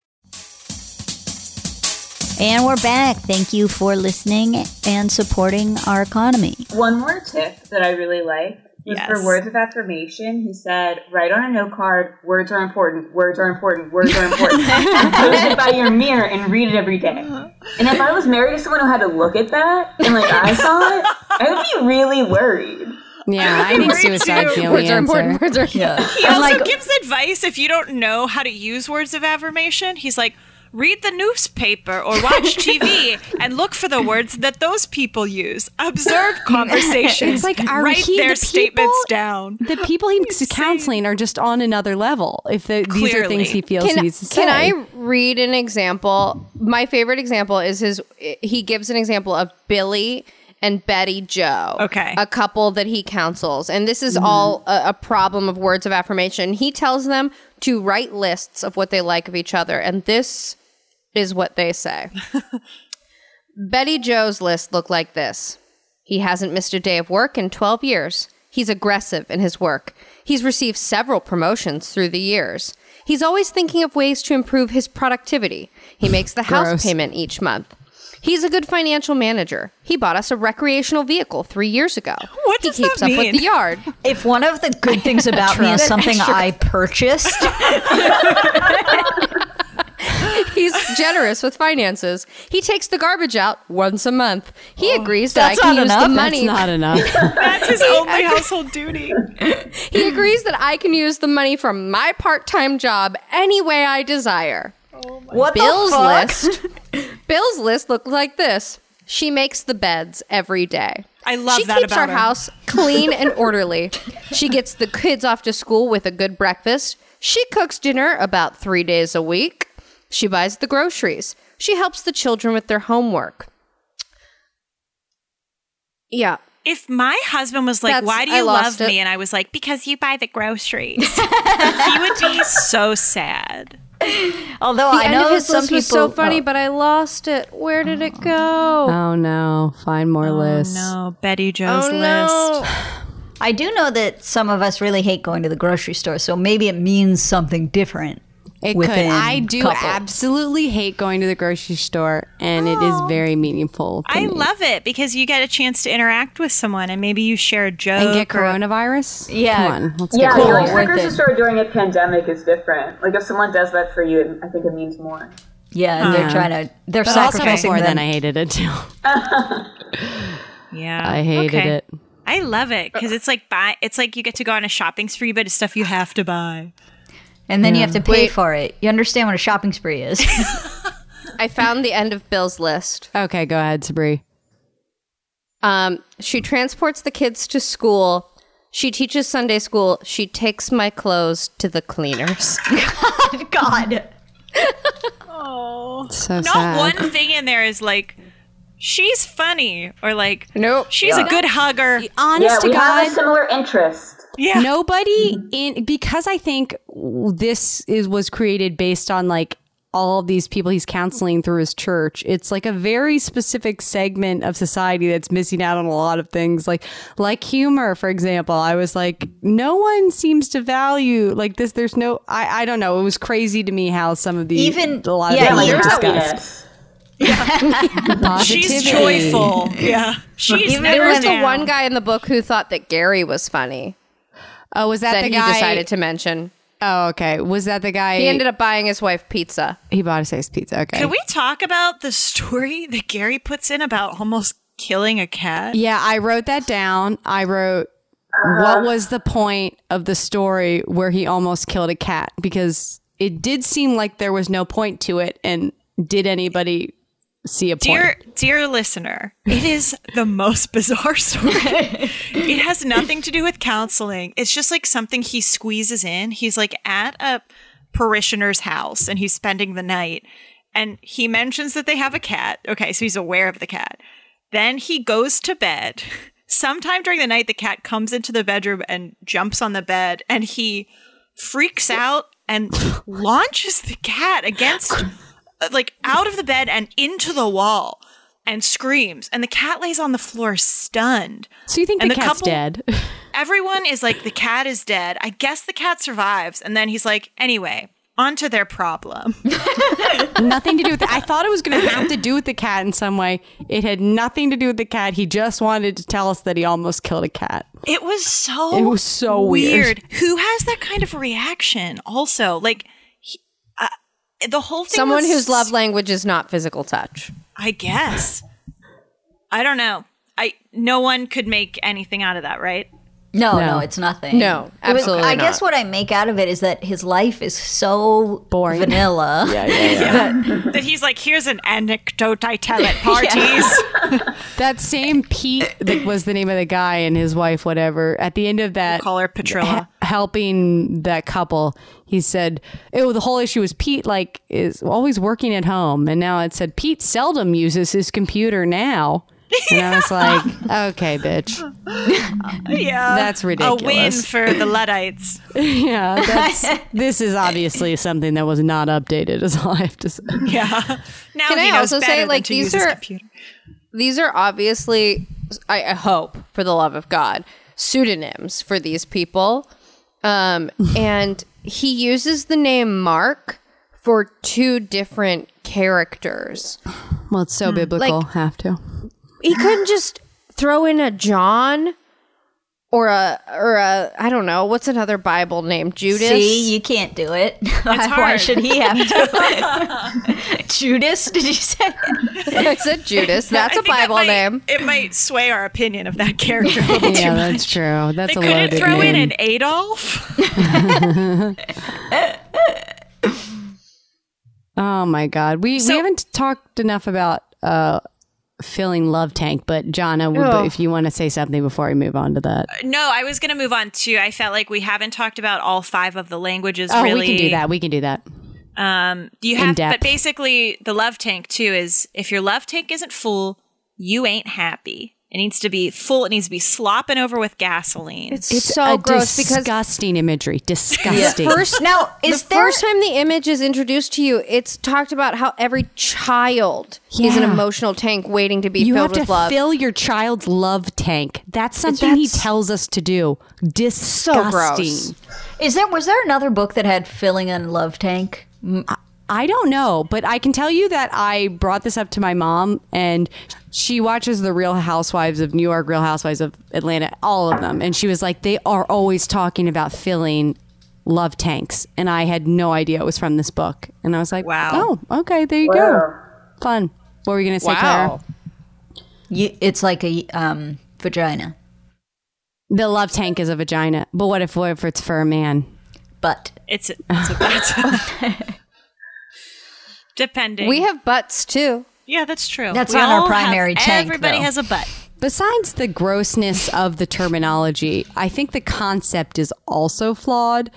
Speaker 5: And we're back. Thank you for listening and supporting our economy.
Speaker 4: One more tip that I really like was
Speaker 2: Yes.
Speaker 4: for words of affirmation. He said, write on a note card, words are important, words are important, words are important. and post it by your mirror and read it every day.
Speaker 1: Uh-huh.
Speaker 4: And if I was married to someone who had to look at that and like I saw it, I would be really worried.
Speaker 1: yeah, I think
Speaker 2: worried
Speaker 1: suicide's
Speaker 2: too.
Speaker 1: the only
Speaker 3: Words are
Speaker 1: answer.
Speaker 3: important. Words are
Speaker 2: He also
Speaker 5: like-
Speaker 2: gives advice if you don't know how to use words of affirmation. He's like, read the newspaper or watch TV and look for the words that those people use. Observe conversations.
Speaker 1: It's like, are
Speaker 2: write
Speaker 1: he
Speaker 2: their
Speaker 1: the
Speaker 2: statements
Speaker 1: people-
Speaker 2: down.
Speaker 1: The people he's counseling are just on another level. If the, these are
Speaker 2: Clearly.
Speaker 1: things he feels he
Speaker 3: Can,
Speaker 1: needs to
Speaker 3: can
Speaker 1: say.
Speaker 3: I read an example? My favorite example is his. He gives an example of Billy and Betty Joe.
Speaker 2: Okay.
Speaker 3: A couple that he counsels. And this
Speaker 1: Mm-hmm.
Speaker 3: is all a, a problem of words of affirmation. He tells them to write lists of what they like of each other. And this is what they say Betty Joe's list looked like this He hasn't missed a day of work in 12 years. He's aggressive in his work. He's received several promotions through the years. He's always thinking of ways to improve his productivity. He makes the house
Speaker 1: Gross.
Speaker 3: payment each month. He's a good financial manager. He bought us a recreational vehicle three years ago.
Speaker 2: What
Speaker 3: he
Speaker 2: does
Speaker 3: keeps
Speaker 2: that
Speaker 3: up with
Speaker 2: mean?
Speaker 3: the yard.
Speaker 5: If one of the good things about me is something I purchased,
Speaker 3: He's generous with finances. He takes the garbage out once a month. He agrees that I
Speaker 5: Oh, that's
Speaker 3: can
Speaker 5: not
Speaker 3: use
Speaker 5: enough.
Speaker 3: the
Speaker 5: That's
Speaker 3: money.
Speaker 1: It's not enough.
Speaker 2: That's his only household duty.
Speaker 3: He agrees that I can use the money from my part-time job any way I desire.
Speaker 5: Oh what
Speaker 3: Bill's
Speaker 5: the fuck?
Speaker 3: list. Bill's list looked like this. She makes the beds every day.
Speaker 2: I love
Speaker 3: she
Speaker 2: that
Speaker 3: keeps
Speaker 2: about
Speaker 3: our
Speaker 2: her.
Speaker 3: house clean and orderly. She gets the kids off to school with a good breakfast. She cooks dinner about three days a week. She buys the groceries. She helps the children with their homework. Yeah.
Speaker 2: If my husband was like,
Speaker 3: That's-
Speaker 2: Why do
Speaker 3: I
Speaker 2: you
Speaker 3: lost
Speaker 2: love me?
Speaker 3: it.
Speaker 2: And I was like, Because you buy the groceries. he would be so sad.
Speaker 5: Although
Speaker 3: The
Speaker 5: I
Speaker 3: end
Speaker 5: know
Speaker 3: of his
Speaker 5: some
Speaker 3: list
Speaker 5: people.
Speaker 3: was so funny,
Speaker 5: oh.
Speaker 3: but I lost it. Where did it go?
Speaker 1: Oh no! Find more lists.
Speaker 2: No, Betty Joe's
Speaker 3: Oh,
Speaker 2: list.
Speaker 5: I do know that some of us really hate going to the grocery store, so maybe it means something different.
Speaker 1: It could.
Speaker 5: within
Speaker 1: I do
Speaker 5: couple.
Speaker 1: absolutely hate going to the grocery store, and it is very meaningful. to
Speaker 2: I
Speaker 1: me.
Speaker 2: love it because you get a chance to interact with someone and maybe you share a joke.
Speaker 1: and get coronavirus. Come on, let's
Speaker 4: yeah,
Speaker 1: get cool.
Speaker 4: going to the grocery store during a pandemic is different. Like if someone does that for you, it- I think it means more.
Speaker 5: Yeah, and they're trying to they're
Speaker 1: but also
Speaker 5: sacrificing
Speaker 1: before
Speaker 5: them.
Speaker 1: then, I hated it too.
Speaker 2: Yeah.
Speaker 1: I hated
Speaker 2: Okay.
Speaker 1: it.
Speaker 2: I love it because it's like buy. It's like you get to go on a shopping spree, but it's stuff you have to buy.
Speaker 5: and then you have to pay
Speaker 2: Wait.
Speaker 5: for it. You understand what a shopping spree is?
Speaker 3: I found the end of Bill's list.
Speaker 1: Okay, go ahead, Sabri.
Speaker 3: Um, she transports the kids to school. She teaches Sunday school. She takes my clothes to the cleaners.
Speaker 5: God.
Speaker 2: Oh,
Speaker 3: So
Speaker 2: not
Speaker 3: sad.
Speaker 2: one thing in there is like she's funny or like
Speaker 3: nope.
Speaker 2: She's a good hugger.
Speaker 1: Honest
Speaker 4: yeah,
Speaker 1: to
Speaker 4: we
Speaker 1: God,
Speaker 4: have a similar interest. Mm-hmm.
Speaker 2: Yeah.
Speaker 1: Nobody in because I think w- this is was created based on like all of these people he's counseling through his church. It's like a very specific segment of society that's missing out on a lot of things like like humor for example. I was like no one seems to value like this there's no I I don't know. It was crazy to me how some of these
Speaker 5: Even-
Speaker 1: a lot of
Speaker 5: yeah,
Speaker 1: them
Speaker 5: even-
Speaker 1: were discussed.
Speaker 4: Happiness.
Speaker 10: Um,
Speaker 2: She's
Speaker 1: Positivity.
Speaker 2: joyful. Yeah. She's
Speaker 3: Even there
Speaker 2: never
Speaker 3: was
Speaker 2: down.
Speaker 3: the one guy in the book who thought that Gary was funny.
Speaker 1: Oh, was that,
Speaker 3: That
Speaker 1: the
Speaker 3: he
Speaker 1: guy
Speaker 3: decided to mention.
Speaker 1: Oh, okay. Was that the guy
Speaker 3: He ended up buying his wife pizza.
Speaker 1: he bought a six pizza. Okay.
Speaker 2: Can we talk about the story that Gary puts in about almost killing a cat?
Speaker 1: Yeah, I wrote that down. I wrote what was the point of the story where he almost killed a cat because it did seem like there was no point to it and did anybody see a
Speaker 2: Dear
Speaker 1: point?
Speaker 2: dear listener, it is the most bizarre story. it has nothing to do with counseling. It's just like something he squeezes in. He's like at a parishioner's house and he's spending the night and he mentions that they have a cat. Okay, so he's aware of the cat. Then he goes to bed. Sometime during the night the cat comes into the bedroom and jumps on the bed and he freaks out and launches the cat against uh, like out of the bed and into the wall and screams and the cat lays on the floor stunned
Speaker 1: So you think
Speaker 2: and
Speaker 1: the, cat's dead?
Speaker 2: everyone is like the cat is dead i guess the cat survives and then he's like anyway on to their problem
Speaker 1: nothing to do with the, I thought it was going to have to do with the cat in some way. It had nothing to do with the cat. He just wanted to tell us that he almost killed a cat.
Speaker 2: it was so
Speaker 1: It was so weird.
Speaker 2: who has that kind of reaction also like he, uh, the whole thing
Speaker 3: Someone
Speaker 2: was-
Speaker 3: whose love language is not physical touch.
Speaker 2: i guess i don't know i no one could make anything out of that right
Speaker 5: No, no, it's nothing.
Speaker 3: No,
Speaker 5: It was-
Speaker 3: absolutely
Speaker 5: I guess
Speaker 3: not.
Speaker 5: what I make out of it is that his life is so
Speaker 1: Boring.
Speaker 5: vanilla.
Speaker 2: that he's like here's an anecdote i tell at parties
Speaker 1: That same Pete that was the name of the guy and his wife, whatever. At the end of that,
Speaker 2: call her Petrilla.
Speaker 1: he- helping that couple, he said, "Oh, the whole issue was Pete like is always working at home, and now it said Pete seldom uses his computer now." And I was like, "Okay, bitch,
Speaker 2: yeah
Speaker 1: that's
Speaker 2: a win
Speaker 1: ridiculous."
Speaker 2: for the luddites
Speaker 1: yeah, Uh, that's, this is obviously something that was not updated. Is all I have to say.
Speaker 2: Yeah. Now
Speaker 3: Can
Speaker 2: he
Speaker 3: I
Speaker 2: knows
Speaker 3: also
Speaker 2: better
Speaker 3: say,
Speaker 2: than
Speaker 3: like,
Speaker 2: to
Speaker 3: these
Speaker 2: use his
Speaker 3: are
Speaker 2: computer.
Speaker 3: these are obviously, I, I hope, for the love of God, pseudonyms for these people. Um, and he uses the name Mark for two different characters.
Speaker 1: Well, it's
Speaker 2: Hmm.
Speaker 1: so biblical.
Speaker 3: Like-
Speaker 1: have to.
Speaker 3: He couldn't just throw in a John or a or a I don't know what's another Bible name Judas.
Speaker 5: See, you can't do it. Why
Speaker 2: hard.
Speaker 5: should he have to? Judas? Did you say?
Speaker 3: I said Judas. That's a
Speaker 2: I think that
Speaker 3: Bible
Speaker 2: might-
Speaker 3: name.
Speaker 2: It might sway our opinion of that character. a little too
Speaker 1: Yeah,
Speaker 2: much.
Speaker 1: that's true. That's
Speaker 2: They
Speaker 1: a loaded
Speaker 2: couldn't throw in
Speaker 1: name.
Speaker 2: an Adolf.
Speaker 1: Oh my God, we we haven't talked enough about uh, filling love tank, but Jonna, w-
Speaker 3: Oh.
Speaker 1: if you want to say something before we move on to that,
Speaker 2: No, I was going to move on to. I felt like we haven't talked about all five of the languages.
Speaker 1: oh,
Speaker 2: really,
Speaker 1: we can do that. We can do that.
Speaker 2: Um, you have,
Speaker 1: depth.
Speaker 2: but basically, the love tank too is if your love tank isn't full, you ain't happy. It needs to be full. It needs to be slopping over with gasoline.
Speaker 3: It's, so
Speaker 1: a
Speaker 3: gross because
Speaker 1: disgusting imagery. Disgusting.
Speaker 3: first
Speaker 5: Now, is
Speaker 3: the
Speaker 5: there?
Speaker 3: first time the image is introduced to you, it's talked about how every child is an
Speaker 1: Yeah.
Speaker 3: emotional tank waiting to be
Speaker 1: you have
Speaker 3: filled
Speaker 1: to
Speaker 3: with love.
Speaker 1: fill your child's love tank. That's something he
Speaker 3: That's-
Speaker 1: tells us to do. Disgusting.
Speaker 3: gross.
Speaker 5: Is there? Was there another book that had filling a love tank?
Speaker 1: I- I don't know, but I can tell you that I brought this up to my mom, and she watches the Real Housewives of New York, Real Housewives of Atlanta, all of them. And she was like, they are always talking about filling love tanks. And I had no idea it was from this book. And I was like, wow. Oh, okay. There you
Speaker 5: Wow.
Speaker 1: go. Fun. What were you going to say, Clara?
Speaker 5: You, it's like a um, vagina.
Speaker 1: The love tank is a vagina. But what if, what if it's for a man?
Speaker 5: But
Speaker 2: It's a, it's a butt. Depending.
Speaker 3: We have butts too.
Speaker 2: Yeah, that's true.
Speaker 3: That's
Speaker 2: We
Speaker 3: not our
Speaker 2: all have-
Speaker 3: primary tank,
Speaker 2: Everybody
Speaker 3: though.
Speaker 2: has a butt.
Speaker 1: Besides the grossness of the terminology, I think the concept is also flawed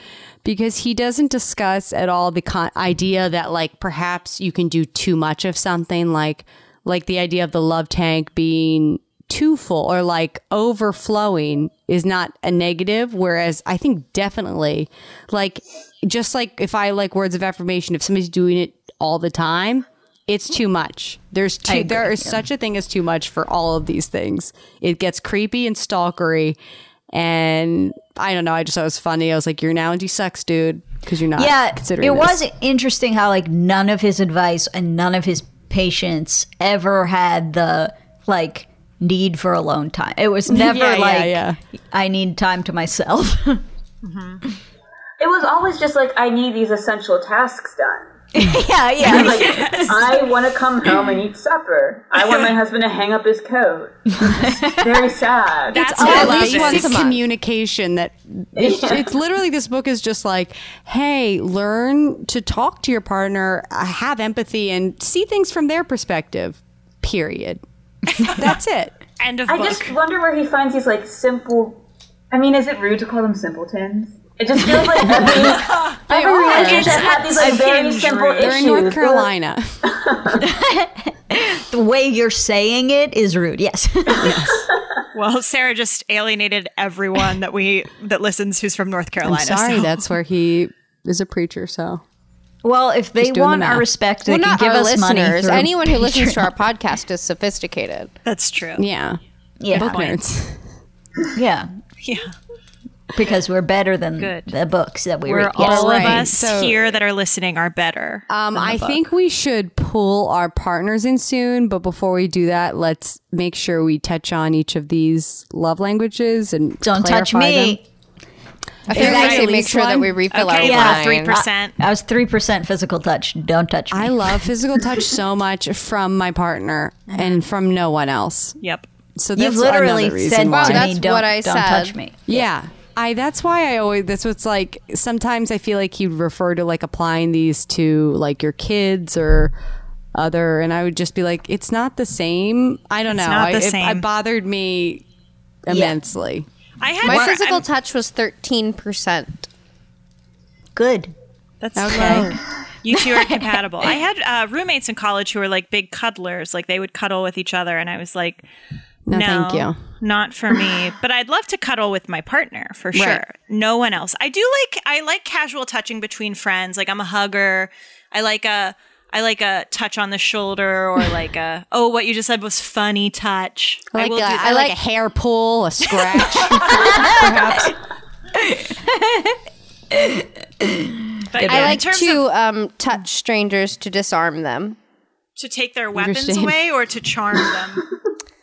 Speaker 1: because he doesn't discuss at all the con- idea that like perhaps you can do too much of something like like the idea of the love tank being too full or like overflowing is not a negative whereas I think definitely like just like if I like words of affirmation if somebody's doing it all the time it's too much. There's
Speaker 5: I
Speaker 1: too,
Speaker 5: agree,
Speaker 1: there is
Speaker 5: yeah.
Speaker 1: such a thing as too much for all of these things. It gets creepy and stalkery, and I don't know. I just thought it was funny. I was like, your analogy sucks, dude, because you're not.
Speaker 5: yeah,
Speaker 1: considering
Speaker 5: it
Speaker 1: this.
Speaker 5: was interesting how like none of his advice and none of his patients ever had the like need for alone time. It was never
Speaker 1: Yeah, yeah,
Speaker 5: like
Speaker 1: yeah.
Speaker 5: I need time to myself.
Speaker 4: It was always just like I need these essential tasks done.
Speaker 5: yeah, yeah.
Speaker 4: Like, I want to come home and eat supper. I want my husband to hang up his coat. It's very sad.
Speaker 1: It's at least once communication that it's,
Speaker 4: Yeah.
Speaker 1: it's literally this book is just like, hey, learn to talk to your partner, uh, have empathy, and see things from their perspective. Period. That's it.
Speaker 2: End of
Speaker 4: I
Speaker 2: book.
Speaker 4: just wonder where he finds these like simple. I mean, is it rude to call them simpletons? It just feels like every, every relationship had these like very simple issues.
Speaker 1: They're in North
Speaker 4: but-
Speaker 1: Carolina.
Speaker 5: the way you're saying it is rude. Yes.
Speaker 2: Well, Sarah just alienated everyone that we that listens who's from North Carolina.
Speaker 1: I'm sorry,
Speaker 2: so-
Speaker 1: that's where he is a preacher. So
Speaker 5: well, if they
Speaker 1: Just doing the
Speaker 5: want our
Speaker 1: math.
Speaker 5: respect,
Speaker 3: Well,
Speaker 5: they can
Speaker 3: not
Speaker 5: give
Speaker 3: our
Speaker 5: us money.
Speaker 3: listeners.
Speaker 5: through
Speaker 3: Anyone who listens to
Speaker 5: Patreon.
Speaker 3: our podcast is sophisticated.
Speaker 2: that's true.
Speaker 1: yeah,
Speaker 5: Yeah.
Speaker 1: book nerds.
Speaker 5: yeah,
Speaker 2: Yeah.
Speaker 5: because we're better than
Speaker 2: Good.
Speaker 5: the books that we
Speaker 2: We're
Speaker 5: read. Yes.
Speaker 2: all of
Speaker 1: Right,
Speaker 2: us
Speaker 1: so-
Speaker 2: here that are listening are better.
Speaker 1: Um, I think we should pull our partners in soon, but before we do that, let's make sure we touch on each of these love languages and
Speaker 5: Don't touch
Speaker 1: clarify
Speaker 5: me.
Speaker 1: them.
Speaker 3: I think
Speaker 1: Is
Speaker 3: we
Speaker 1: that
Speaker 3: should
Speaker 1: the
Speaker 3: make
Speaker 1: least
Speaker 3: sure that
Speaker 1: one?
Speaker 3: we refill
Speaker 2: Okay, yeah,
Speaker 3: our wine.
Speaker 2: 3%.
Speaker 5: I was three percent physical touch. Don't touch me.
Speaker 1: I love physical touch so much from my partner and from no one else.
Speaker 2: yep.
Speaker 1: So that's
Speaker 5: You've literally
Speaker 1: another reason
Speaker 5: said
Speaker 1: why.
Speaker 3: Wow,
Speaker 5: to me,
Speaker 3: that's
Speaker 5: "Don't,
Speaker 3: what I
Speaker 5: don't
Speaker 3: said.
Speaker 5: touch me."
Speaker 1: Yeah. I that's why I always that's what's like sometimes I feel like he'd refer to like applying these to like your kids or other and I would just be like it's not the same. I don't
Speaker 2: It's
Speaker 1: know.
Speaker 2: not
Speaker 1: I,
Speaker 2: the
Speaker 1: it-
Speaker 2: same.
Speaker 1: it bothered me immensely.
Speaker 2: I had
Speaker 3: My
Speaker 2: more-
Speaker 3: physical
Speaker 2: I'm-
Speaker 3: touch was 13%.
Speaker 5: Good.
Speaker 2: That's okay. You two are compatible. I had uh, roommates in college who were like big cuddlers. Like they would cuddle with each other, and I was like,
Speaker 1: No,
Speaker 2: "No,
Speaker 1: thank you."
Speaker 2: not for me." But I'd love to cuddle with my partner for sure. No one else. I do like I like casual touching between friends. Like I'm a hugger. I like a I like a touch on the shoulder or like a oh what you just said was funny touch.
Speaker 1: Like
Speaker 5: uh,
Speaker 2: will
Speaker 1: a-
Speaker 2: do-
Speaker 1: I like a hair pull, a scratch. perhaps.
Speaker 2: but
Speaker 3: I
Speaker 2: yeah, in
Speaker 3: like
Speaker 2: terms
Speaker 3: to
Speaker 2: of
Speaker 3: um, touch strangers to disarm them.
Speaker 2: to take their weapons
Speaker 1: Understand.
Speaker 2: away or to charm them.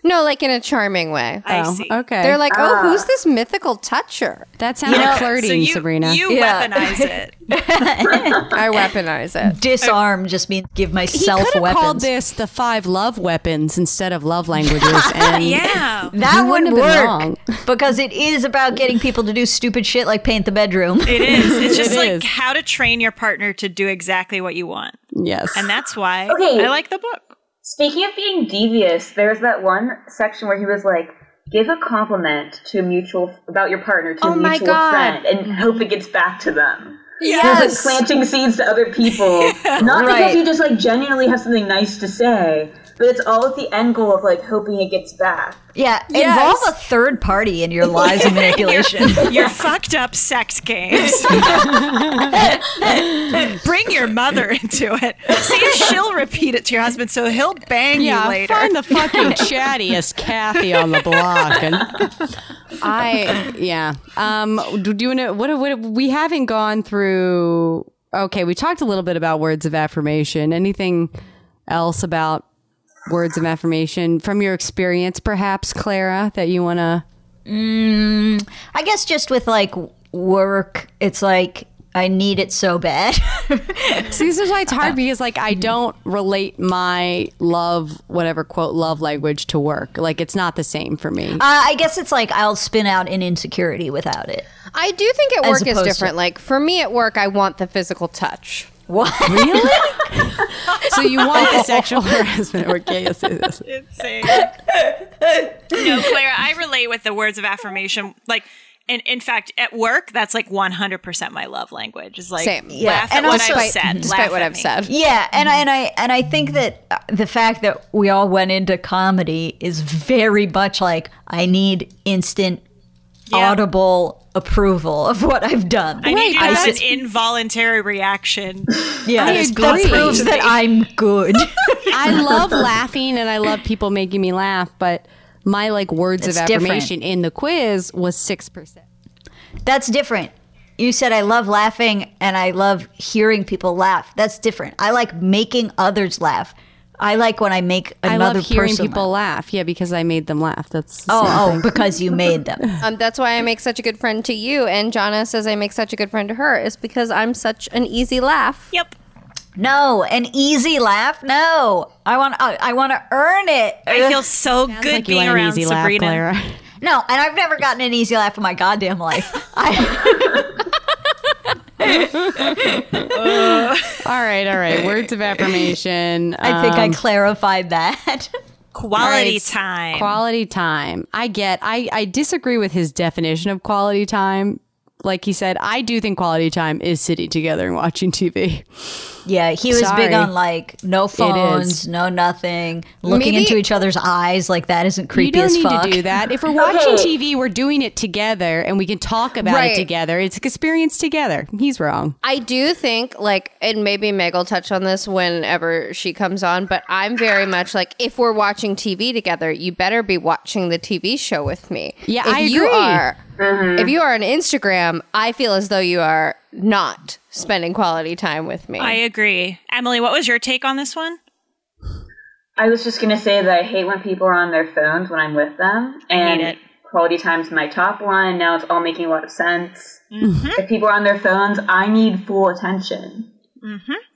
Speaker 3: No, like in a charming way.
Speaker 2: I
Speaker 1: Oh,
Speaker 2: see. Ah.
Speaker 1: okay.
Speaker 3: They're like, oh, who's this mythical toucher?
Speaker 1: that sounds like flirting,
Speaker 2: so you,
Speaker 1: Sabrina.
Speaker 2: You
Speaker 5: Yeah.
Speaker 2: weaponize it.
Speaker 3: I weaponize it.
Speaker 5: Disarm just means
Speaker 1: he
Speaker 5: give
Speaker 1: could
Speaker 5: myself
Speaker 1: have
Speaker 5: weapons.
Speaker 1: called this the five love weapons instead of love languages and
Speaker 2: Yeah.
Speaker 5: that
Speaker 1: You
Speaker 5: would
Speaker 1: wouldn't
Speaker 5: work
Speaker 1: have been wrong.
Speaker 5: because it is about getting people to do stupid shit like paint the bedroom.
Speaker 2: It is. It's just
Speaker 1: It
Speaker 2: like
Speaker 1: is.
Speaker 2: how to train your partner to do exactly what you want.
Speaker 1: yes.
Speaker 2: And that's why
Speaker 4: Okay.
Speaker 2: I like the book.
Speaker 4: Speaking of being devious, there's that one section where he was like, "Give a compliment to a mutual about your partner to
Speaker 3: Oh
Speaker 4: a
Speaker 3: my
Speaker 4: mutual
Speaker 3: God.
Speaker 4: friend, and hope it gets back to them." He was
Speaker 3: Yes.
Speaker 4: like planting seeds to other people, not
Speaker 3: Right.
Speaker 4: because you just like genuinely have something nice to say, but it's all with the end goal of like hoping it gets back.
Speaker 5: Yeah,
Speaker 3: Yes.
Speaker 5: involve a third party in your lies and manipulation.
Speaker 2: Your fucked up sex games. Bring your mother into it. See if she'll repeat it to your husband so he'll bang
Speaker 1: yeah,
Speaker 2: you later.
Speaker 1: find the fucking chattiest Kathy on the block, and I yeah. Um, do you want to? What, what we haven't gone through Okay, we talked a little bit about words of affirmation. Anything else about words of affirmation from your experience, perhaps, Clara, that you want to?
Speaker 5: Mm, I guess just with like work, it's like I need it so bad.
Speaker 1: See, this is why it's hard because, like, I don't relate my love, whatever quote, love language to work. Like, it's not the same for me.
Speaker 5: Uh, I guess it's like I'll spin out in insecurity without it.
Speaker 3: I do think at
Speaker 5: As
Speaker 3: work is
Speaker 5: opposed to-
Speaker 3: different. like for me at work, I want the physical touch.
Speaker 5: What?
Speaker 1: Really? so you want the sexual harassment or gay yes.
Speaker 2: Insane. no, Clara, I relate with the words of affirmation. Like, and in fact, at work, that's like 100% my love language. Is like,
Speaker 3: Same.
Speaker 2: laugh at what I've said. laugh at me.
Speaker 5: Yeah, and I and I and I think that uh, the fact that we all went into comedy is very much like I need instant, audible approval of what I've done.
Speaker 2: I need you to
Speaker 5: I
Speaker 2: have
Speaker 5: just-
Speaker 2: an involuntary reaction.
Speaker 5: yeah,
Speaker 2: that is
Speaker 5: that
Speaker 2: pleasing
Speaker 5: proves
Speaker 2: to
Speaker 5: that
Speaker 2: me.
Speaker 5: I'm good.
Speaker 1: I love laughing and I love people making me laugh, but my like words
Speaker 5: It's
Speaker 1: of
Speaker 5: different.
Speaker 1: affirmation in the quiz was 6%.
Speaker 5: That's different. You said I love laughing and I love hearing people laugh. That's different. I like making others laugh. I like when I make
Speaker 1: I
Speaker 5: another
Speaker 1: love hearing
Speaker 5: person
Speaker 1: people laugh. Yeah, because I made them laugh. That's the same
Speaker 5: Oh,
Speaker 1: thing.
Speaker 5: oh, because you made them.
Speaker 3: Um, that's why I make such a good friend to you, and Jonna says I make such a good friend to her is because I'm such an easy laugh.
Speaker 2: Yep.
Speaker 5: No, an easy laugh. No, I want. I, I want to earn it.
Speaker 2: I feel so good
Speaker 1: like you
Speaker 2: being
Speaker 1: want an
Speaker 2: around
Speaker 1: easy laugh,
Speaker 2: Sabrina.
Speaker 1: Clara.
Speaker 5: No, and I've never gotten an easy laugh in my goddamn life.
Speaker 1: All right, all right. Words of affirmation.
Speaker 5: I think I
Speaker 1: Um,
Speaker 5: clarified that.
Speaker 2: Quality
Speaker 1: Alright,
Speaker 2: time.
Speaker 1: Quality time. I get. I I disagree with his definition of quality time. Like he said, I do think quality time is sitting together and watching TV.
Speaker 5: yeah, he was
Speaker 1: Sorry.
Speaker 5: big on like no phones, no nothing, looking
Speaker 3: Maybe-
Speaker 5: into each other's eyes like that isn't
Speaker 1: You
Speaker 5: creepy
Speaker 1: don't
Speaker 5: as
Speaker 1: need
Speaker 5: fuck.
Speaker 1: to do that. If we're watching
Speaker 4: Okay.
Speaker 1: TV, we're doing it together and we can talk about
Speaker 3: Right.
Speaker 1: it together. It's an experience together. He's wrong.
Speaker 3: I do think, like, and maybe Meg will touch on this whenever she comes on, but I'm very much like, if we're watching TV together, you better be watching the TV show with me.
Speaker 1: Yeah,
Speaker 3: if
Speaker 1: I
Speaker 3: you
Speaker 1: agree.
Speaker 3: are, if you are on Instagram, I feel as though you are not spending quality time with me.
Speaker 2: I agree. Emily, what was your take on this one?
Speaker 4: I was just gonna say that I hate when people are on their phones when I'm with them, and
Speaker 2: it.
Speaker 4: quality time's my top line. Now it's all making a lot of sense.
Speaker 2: Mm-hmm.
Speaker 4: If people are on their phones, I need full attention.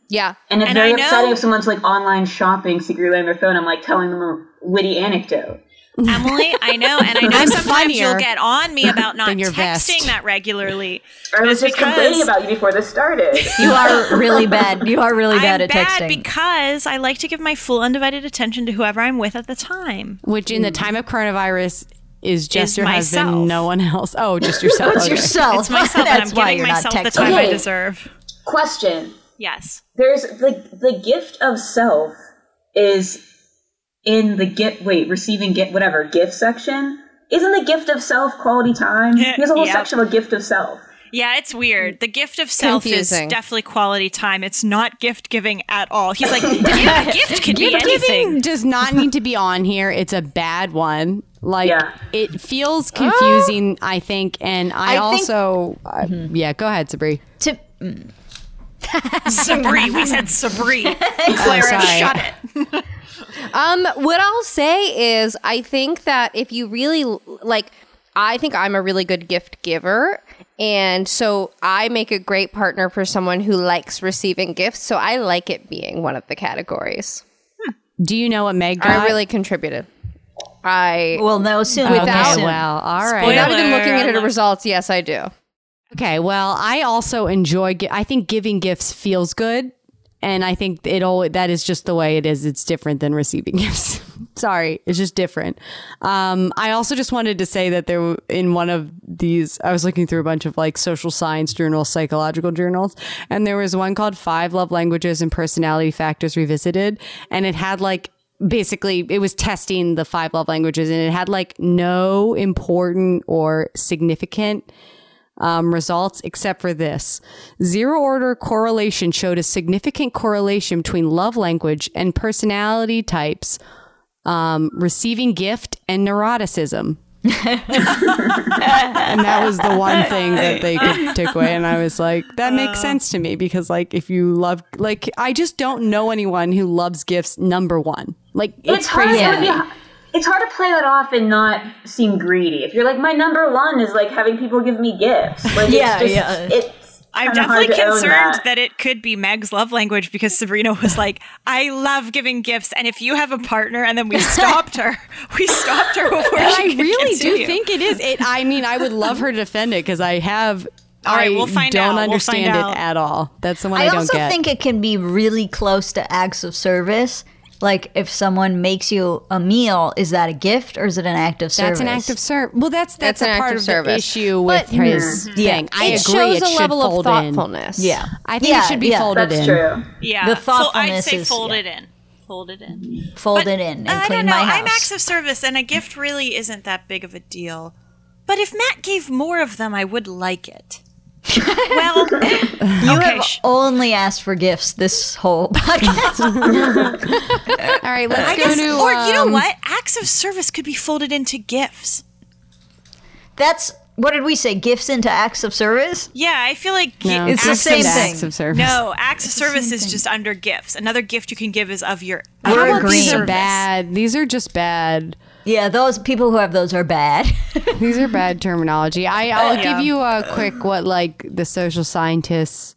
Speaker 3: yeah,
Speaker 4: And it's
Speaker 2: And
Speaker 4: very
Speaker 2: I know-
Speaker 4: upsetting if someone's like online shopping secretly on their phone. I'm like telling them a witty anecdote.
Speaker 2: Emily, I know, and I know
Speaker 1: I'm
Speaker 2: sometimes
Speaker 1: funnier
Speaker 2: you'll get on me about not
Speaker 1: than your
Speaker 2: texting
Speaker 1: vest.
Speaker 2: that regularly.
Speaker 4: I was
Speaker 2: It's
Speaker 4: just complaining
Speaker 2: because-
Speaker 4: about you before this started.
Speaker 5: You are really bad. You are really bad
Speaker 2: I'm
Speaker 5: at
Speaker 2: bad
Speaker 5: texting.
Speaker 2: because I like to give my full undivided attention to whoever I'm with at the time.
Speaker 1: Which in the
Speaker 4: Mm.
Speaker 1: time of coronavirus is just
Speaker 2: Mm. Is
Speaker 1: your
Speaker 2: myself.
Speaker 1: husband, no one else. Oh, just yourself.
Speaker 5: it's
Speaker 1: okay.
Speaker 5: yourself.
Speaker 2: It's myself, and I'm
Speaker 5: That's why
Speaker 2: giving
Speaker 5: you're not
Speaker 2: myself the
Speaker 5: texting.
Speaker 2: time I
Speaker 4: Okay.
Speaker 2: deserve.
Speaker 4: Question:
Speaker 2: Yes.
Speaker 4: There's the the gift of self is in the get wait receiving get whatever gift section. Isn't the gift of self quality time? There's a whole
Speaker 2: Yep.
Speaker 4: section of gift of self.
Speaker 2: Yeah, it's weird. The gift of self
Speaker 3: Confusing.
Speaker 2: is definitely quality time. It's not gift giving at all. He's like, yeah, gift can be
Speaker 1: Gift
Speaker 2: anything.
Speaker 1: giving does not need to be on here. It's a bad one. Like
Speaker 4: Yeah.
Speaker 1: it feels confusing, I think, and I,
Speaker 5: I think-
Speaker 1: also I- yeah. Go ahead, Sabri.
Speaker 5: To-
Speaker 2: Sabri, we said Sabri.
Speaker 1: Oh,
Speaker 2: Clara,
Speaker 1: sorry.
Speaker 2: shut it.
Speaker 3: Um, what I'll say is, I think that if you really like, I think I'm a really good gift giver. And so I make a great partner for someone who likes receiving gifts. So I like it being one of the categories.
Speaker 1: Do you know what Meg got?
Speaker 3: I really contributed. I,
Speaker 5: well, no, soon.
Speaker 1: okay.
Speaker 5: no, soon.
Speaker 1: Well, all right.
Speaker 3: without even
Speaker 2: Spoiler
Speaker 3: looking at the
Speaker 2: alert.
Speaker 3: results, yes, I do.
Speaker 1: Okay, well, I also enjoy. gi- I think giving gifts feels good, and I think it all that is just the way it is. It's different than receiving gifts. Sorry, it's just different. Um, I also just wanted to say that there w- in one of these, I was looking through a bunch of like social science journals, psychological journals, and there was one called Five Love Languages and Personality Factors Revisited, and it had like basically it was testing the five love languages and it had like no important or significant um, results except for this. Zero order correlation showed a significant correlation between love language and personality types, um, receiving gift and neuroticism. and that was the one thing that they could take away. And I was like, that makes sense to me because, like, if you love, like, I just don't know anyone who loves gifts. Number one, like, it's, crazy.
Speaker 4: Hard
Speaker 1: to me.
Speaker 4: to, it's hard to play that off and not seem greedy. If you're like, my number one is like having people give me gifts. Like,
Speaker 2: Yeah,
Speaker 4: it's just,
Speaker 2: yeah.
Speaker 4: It's
Speaker 2: I'm
Speaker 4: kinda hard
Speaker 2: definitely
Speaker 4: to own
Speaker 2: concerned
Speaker 4: that.
Speaker 2: that. it could be Meg's love language because Sabrina was like, I love giving gifts. And if you have a partner, and then we stopped her, we stopped her before
Speaker 1: And
Speaker 2: she
Speaker 1: I
Speaker 2: could
Speaker 1: really do
Speaker 2: continue.
Speaker 1: think it is. It. I mean, I would love her to defend it because I have.
Speaker 2: All right,
Speaker 1: I
Speaker 2: we'll find out.
Speaker 1: don't
Speaker 2: We'll find
Speaker 1: understand
Speaker 2: out.
Speaker 1: it at all. That's the one I,
Speaker 5: I
Speaker 1: don't
Speaker 5: also
Speaker 1: get.
Speaker 5: think it can be really close to acts of service. Like if someone makes you a meal, is that a gift or is it an act of
Speaker 1: That's
Speaker 5: service?
Speaker 1: an act of service. Well, that's that's,
Speaker 5: That's an
Speaker 1: a
Speaker 5: act
Speaker 1: part
Speaker 5: of
Speaker 1: of the
Speaker 5: service.
Speaker 1: issue with
Speaker 5: But-
Speaker 1: his
Speaker 5: Mhm.
Speaker 1: thing.
Speaker 5: Yeah.
Speaker 1: I
Speaker 5: It
Speaker 1: agree.
Speaker 5: shows
Speaker 1: it
Speaker 5: a
Speaker 1: should
Speaker 5: level of
Speaker 1: fold
Speaker 5: thoughtfulness.
Speaker 1: In.
Speaker 5: Yeah.
Speaker 1: I think
Speaker 5: Yeah,
Speaker 1: it should be
Speaker 5: yeah,
Speaker 1: folded
Speaker 5: that's
Speaker 1: in.
Speaker 5: true.
Speaker 2: Yeah.
Speaker 5: The
Speaker 2: So I'd
Speaker 5: thoughtfulness
Speaker 2: say
Speaker 5: is-
Speaker 2: fold it in. Fold it in. Uh,
Speaker 5: Fold it in and
Speaker 2: I
Speaker 5: clean
Speaker 2: don't know.
Speaker 5: my house.
Speaker 2: I'm acts of service, and a gift really isn't that big of a deal. But if Matt gave more of them, I would like it.
Speaker 5: you have only asked for gifts this whole podcast.
Speaker 1: All right,
Speaker 5: let's
Speaker 2: I
Speaker 5: go
Speaker 2: guess,
Speaker 5: to,
Speaker 2: Or you know
Speaker 5: um,
Speaker 2: what? Acts of service could be folded into gifts.
Speaker 5: That's what did we say? Gifts into acts of service?
Speaker 2: Yeah, I feel like
Speaker 5: No,
Speaker 2: gi-
Speaker 5: it's the same thing. Acts of service.
Speaker 2: No, acts of service is just under gifts. Another gift you can give is of your.
Speaker 1: How
Speaker 2: of
Speaker 1: about
Speaker 2: your
Speaker 1: these are
Speaker 2: service.
Speaker 1: bad? These are just bad.
Speaker 5: Yeah, those people who have those are bad.
Speaker 1: these are bad terminology. I, I'll
Speaker 5: Yeah.
Speaker 1: give you a quick what like the social scientists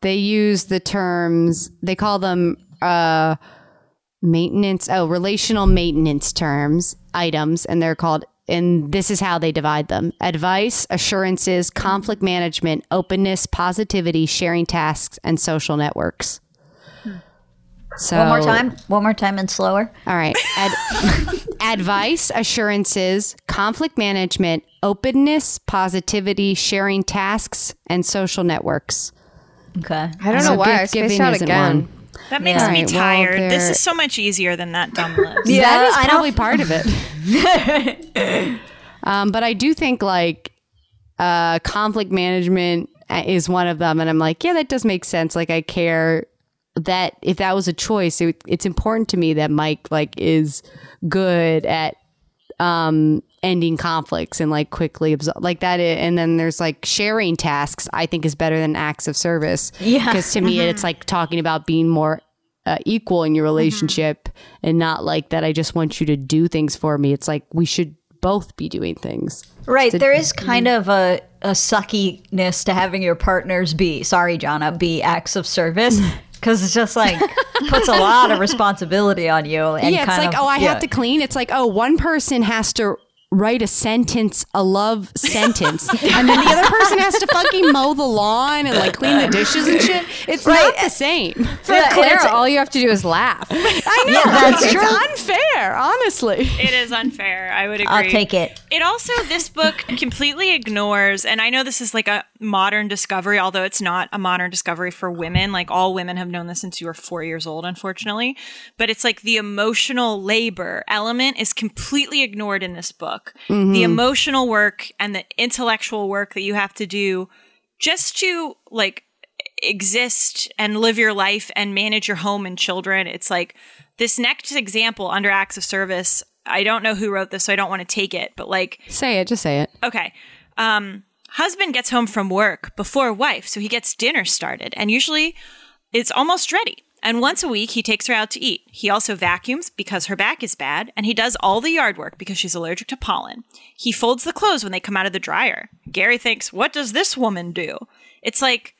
Speaker 1: they use the terms they call them uh maintenance oh relational maintenance terms items and they're called and this is how they divide them advice assurances conflict management openness positivity sharing tasks and social networks so
Speaker 5: One more time. One more time and slower.
Speaker 1: all right. Ad- advice, assurances, conflict management, openness, positivity, sharing tasks, and social networks.
Speaker 5: Okay. I
Speaker 3: I don't know why I spaced out again.
Speaker 2: That makes
Speaker 1: Yeah.
Speaker 2: me
Speaker 1: Alright, well,
Speaker 2: tired. this
Speaker 1: they're-
Speaker 2: is so much easier than that dumb list.
Speaker 1: Yeah, that is probably part of it. um, but I do think like uh, conflict management uh, is one of them, and I'm like, yeah, that does make sense. Like I care that if that was a choice, it, it's important to me that Mike like is good at um ending conflicts and like quickly absol- like that i- and then there's like sharing tasks i think is better than acts of service
Speaker 5: Yeah.
Speaker 1: because to me
Speaker 5: Mhm.
Speaker 1: it's like talking about being more uh, equal in your relationship and not like that i just want you to do things for me it's like we should both be doing things
Speaker 5: Right.
Speaker 1: It's a-
Speaker 5: there is kind of a, a suckiness to having your partners be, sorry, Jonna, be acts of service because it's just like puts a lot of responsibility on you. And
Speaker 1: yeah, it's
Speaker 5: kind
Speaker 1: like,
Speaker 5: of-
Speaker 1: oh, I
Speaker 5: yeah.
Speaker 1: have to clean. It's like, oh, one person has to write a sentence, a love sentence, and then the other person has to fucking mow the lawn and like clean the dishes and shit. It's not the same.
Speaker 3: For Yeah, Clara, it's- all you have to do is laugh.
Speaker 1: I know.
Speaker 3: Yeah, that's
Speaker 1: it's
Speaker 3: true.
Speaker 1: unfair, honestly.
Speaker 2: It is unfair. I would agree.
Speaker 5: I'll take it.
Speaker 2: It also, this book completely ignores, and I know this is like a modern discovery, although it's not a modern discovery for women. Like all women have known this since you were four years old, unfortunately. But it's like the emotional labor element is completely ignored in this book. The
Speaker 5: Mm-hmm.
Speaker 11: Mhm.
Speaker 2: emotional work and the intellectual work that you have to do just to like exist and live your life and manage your home and children. It's like this next example under acts of service. I don't know who wrote this, so I don't want to take it, but like,
Speaker 1: Say it, just say it.
Speaker 2: okay. Um, husband gets home from work before wife, so he gets dinner started, and usually it's almost ready. And once a week, he takes her out to eat. He also vacuums because her back is bad, and he does all the yard work because she's allergic to pollen. He folds the clothes when they come out of the dryer. Gary thinks, What does this woman do? It's like,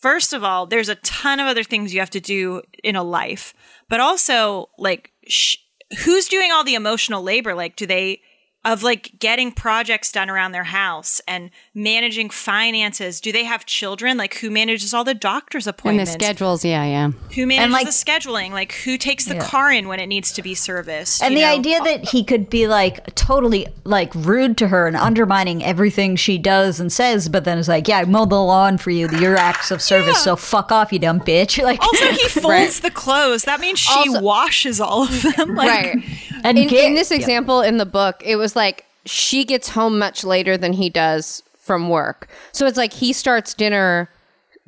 Speaker 2: first of all, there's a ton of other things you have to do in a life, but also like sh- who's doing all the emotional labor? Like, do they of like getting projects done around their house and managing finances? Do they have children? Like, who manages all the doctor's
Speaker 1: And the
Speaker 2: appointments?
Speaker 1: schedules, yeah, yeah.
Speaker 2: who manages
Speaker 5: like-
Speaker 2: the scheduling? Like, who takes the
Speaker 5: Yeah.
Speaker 2: car in when it needs to be serviced?
Speaker 5: And
Speaker 2: you
Speaker 5: the
Speaker 2: know?
Speaker 5: idea that he could be like totally like rude to her and undermining everything she does and says, but then it's like, yeah, I mowed the lawn for you. You're acts of service, so fuck off, you dumb bitch. Like,
Speaker 2: also he folds the clothes. That means she washes all of them. Like,
Speaker 3: right.
Speaker 5: And
Speaker 3: in,
Speaker 5: get-
Speaker 3: in this
Speaker 5: yeah.
Speaker 3: example in the book, it was like she gets home much later than he does from work. So it's like he starts dinner,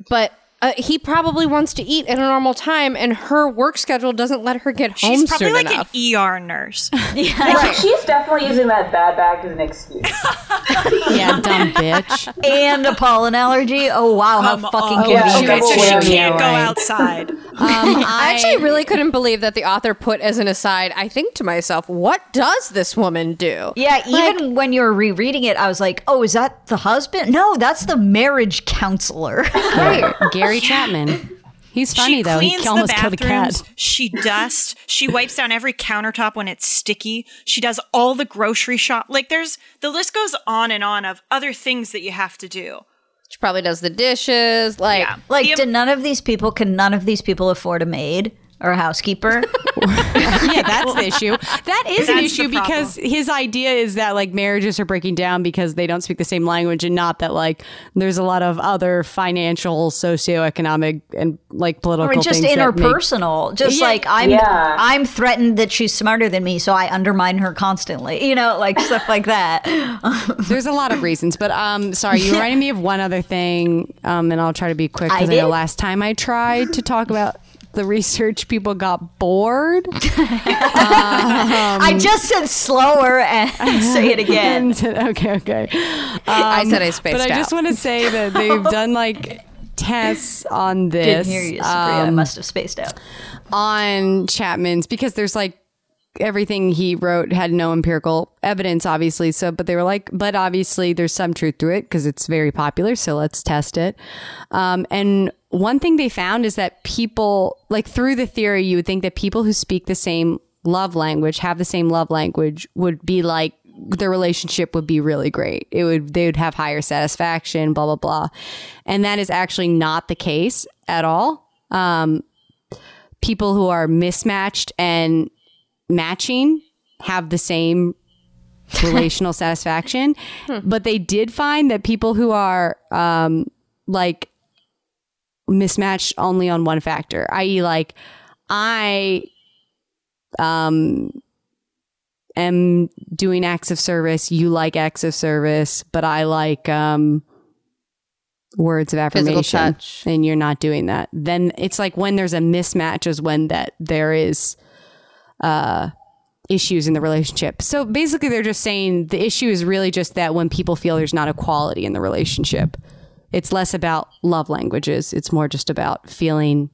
Speaker 3: but uh, he probably wants to eat at a normal time, and her work schedule doesn't let her get home
Speaker 2: She's probably
Speaker 3: soon
Speaker 2: like
Speaker 3: enough.
Speaker 2: an ER nurse.
Speaker 4: I think She's definitely using that bad bag as an excuse.
Speaker 1: yeah, dumb bitch.
Speaker 5: and a pollen allergy. Oh wow, how fucking confusing.
Speaker 2: okay, so Um, she can't go outside.
Speaker 3: Um, I actually really couldn't believe that the author put as an aside. I think to myself, what does this woman do?
Speaker 5: Yeah, even when you were rereading it, I was like, "Oh, is that the husband? No, that's the marriage counselor."
Speaker 1: Gary Chapman. He's funny though. He
Speaker 2: cleans
Speaker 1: almost
Speaker 2: the
Speaker 1: killed a
Speaker 2: bathrooms.
Speaker 1: cat.
Speaker 2: She dusts. She wipes down every countertop when it's sticky. She does all the grocery shop. Like there's the list goes on and on of other things that you have to do.
Speaker 3: She probably does the dishes. Like,
Speaker 5: like, do none of these people can none of these people afford a maid or a housekeeper?
Speaker 1: yeah, that's the issue. That is an
Speaker 2: That's
Speaker 1: issue
Speaker 2: the problem.
Speaker 1: because his idea is that like marriages are breaking down because they don't speak the same language and not that like there's a lot of other financial, socioeconomic, and like political
Speaker 5: or just
Speaker 1: things that make-
Speaker 5: interpersonal. just
Speaker 1: Yeah.
Speaker 5: like I'm,
Speaker 1: Yeah.
Speaker 5: I'm threatened that she's smarter than me, so I undermine her constantly. You know, like stuff like that.
Speaker 1: There's a lot of reasons, but um, sorry, you reminded me of one other thing, um, and I'll try to be quick
Speaker 5: I
Speaker 1: because I, know
Speaker 5: did?
Speaker 1: last time I tried to talk about the research, people got bored. Um,
Speaker 5: I just said slower and say it again.
Speaker 1: okay, okay.
Speaker 3: I
Speaker 1: Um,
Speaker 3: said I spaced
Speaker 1: But I
Speaker 3: out.
Speaker 1: just want to say that they've done like tests on
Speaker 5: Didn't
Speaker 1: this.
Speaker 5: hear you, Sabrina. I
Speaker 1: um,
Speaker 5: must have spaced out.
Speaker 1: on Chapman's because there's like everything he wrote had no empirical evidence, obviously. So, but they were like, but obviously there's some truth to it because it's very popular. So let's test it. Um, and one thing they found is that people, like through the theory, you would think that people who speak the same love language, have the same love language, would be like, their relationship would be really great. It would they would have higher satisfaction, blah blah blah. And that is actually not the case at all. Um people who are mismatched and matching have the same relational satisfaction. But they did find that people who are um, like mismatched only on one factor, i.e., like I um, am doing acts of service, you like acts of service, but I like um, words of
Speaker 3: Physical
Speaker 1: affirmation
Speaker 3: touch.
Speaker 1: and you're not doing that then it's like when there's a mismatch is when that there is uh issues in the relationship so basically they're just saying the issue is really just that when people feel there's not equality in the relationship it's less about love languages it's more just about feeling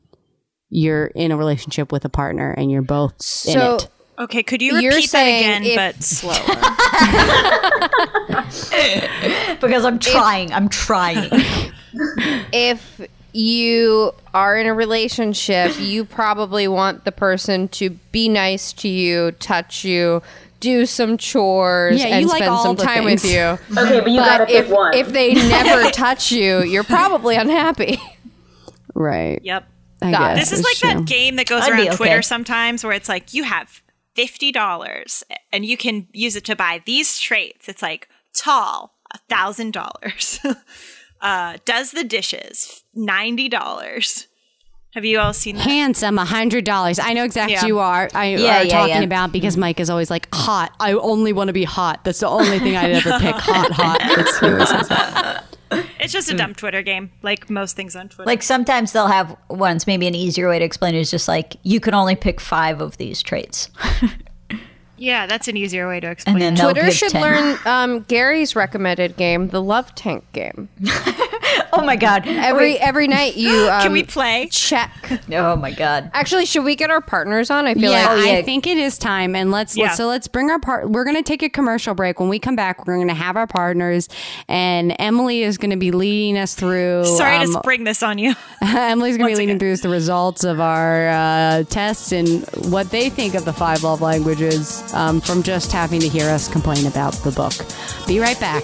Speaker 1: you're in a relationship with a partner and you're both in
Speaker 3: So-
Speaker 1: it
Speaker 2: Okay, could you
Speaker 3: You're
Speaker 2: repeat that
Speaker 3: saying
Speaker 2: again,
Speaker 3: if-
Speaker 2: but slower?
Speaker 5: Because I'm trying. I'm trying.
Speaker 3: if you are in a relationship, you probably want the person to be nice to you, touch you, do some chores,
Speaker 1: Yeah, you
Speaker 3: and
Speaker 1: like
Speaker 3: spend
Speaker 1: all
Speaker 3: some
Speaker 1: the
Speaker 3: time with
Speaker 1: things.
Speaker 3: you.
Speaker 4: Okay, but you gotta pick
Speaker 3: if,
Speaker 4: one.
Speaker 3: If they never touch you, you're probably unhappy.
Speaker 1: right
Speaker 2: Yep.
Speaker 1: I
Speaker 3: God.
Speaker 1: guess
Speaker 2: This is like
Speaker 1: it's true.
Speaker 2: that game that goes
Speaker 5: I'd
Speaker 2: around
Speaker 5: be okay.
Speaker 2: Twitter sometimes where it's like you have $50 and you can use it to buy these traits. It's like tall, $1,000. uh, does the dishes, $90. Have you all seen that?
Speaker 1: handsome, a hundred dollars. I know exactly
Speaker 2: Yeah.
Speaker 1: you are. I
Speaker 5: Yeah,
Speaker 1: are
Speaker 5: yeah,
Speaker 1: talking
Speaker 5: yeah.
Speaker 1: about because
Speaker 3: Mm-hmm.
Speaker 1: Mike is always like hot. I only want to be hot. That's the only thing I'd ever pick. Hot, hot. It's, he always says that.
Speaker 2: It's just a dumb Twitter game, like most things on Twitter.
Speaker 5: Like sometimes they'll have ones. Maybe an easier way to explain it is just like you can only pick five of these traits,
Speaker 2: yeah, that's an easier way to explain
Speaker 5: and then
Speaker 2: it.
Speaker 5: they'll
Speaker 3: Twitter
Speaker 5: give
Speaker 3: should
Speaker 5: 10.
Speaker 3: learn um, Gary's recommended game, the Love Tank game.
Speaker 5: Oh my god!
Speaker 3: Every
Speaker 5: Wait.
Speaker 3: every night you um,
Speaker 2: Can we play?
Speaker 3: check.
Speaker 5: oh my god!
Speaker 3: Actually, should we get our partners on? I feel
Speaker 1: Yeah,
Speaker 3: like
Speaker 1: I think it is time. And let's,
Speaker 2: Yeah.
Speaker 1: let's so let's bring our part. We're going to take a commercial break. When we come back, we're going to have our partners, and Emily is going to be leading us through.
Speaker 2: Sorry to
Speaker 1: um,
Speaker 2: spring this on you.
Speaker 1: Emily's going to be leading through the results of our uh, tests and what they think of the five love languages um, from just having to hear us complain about the book. Be right back.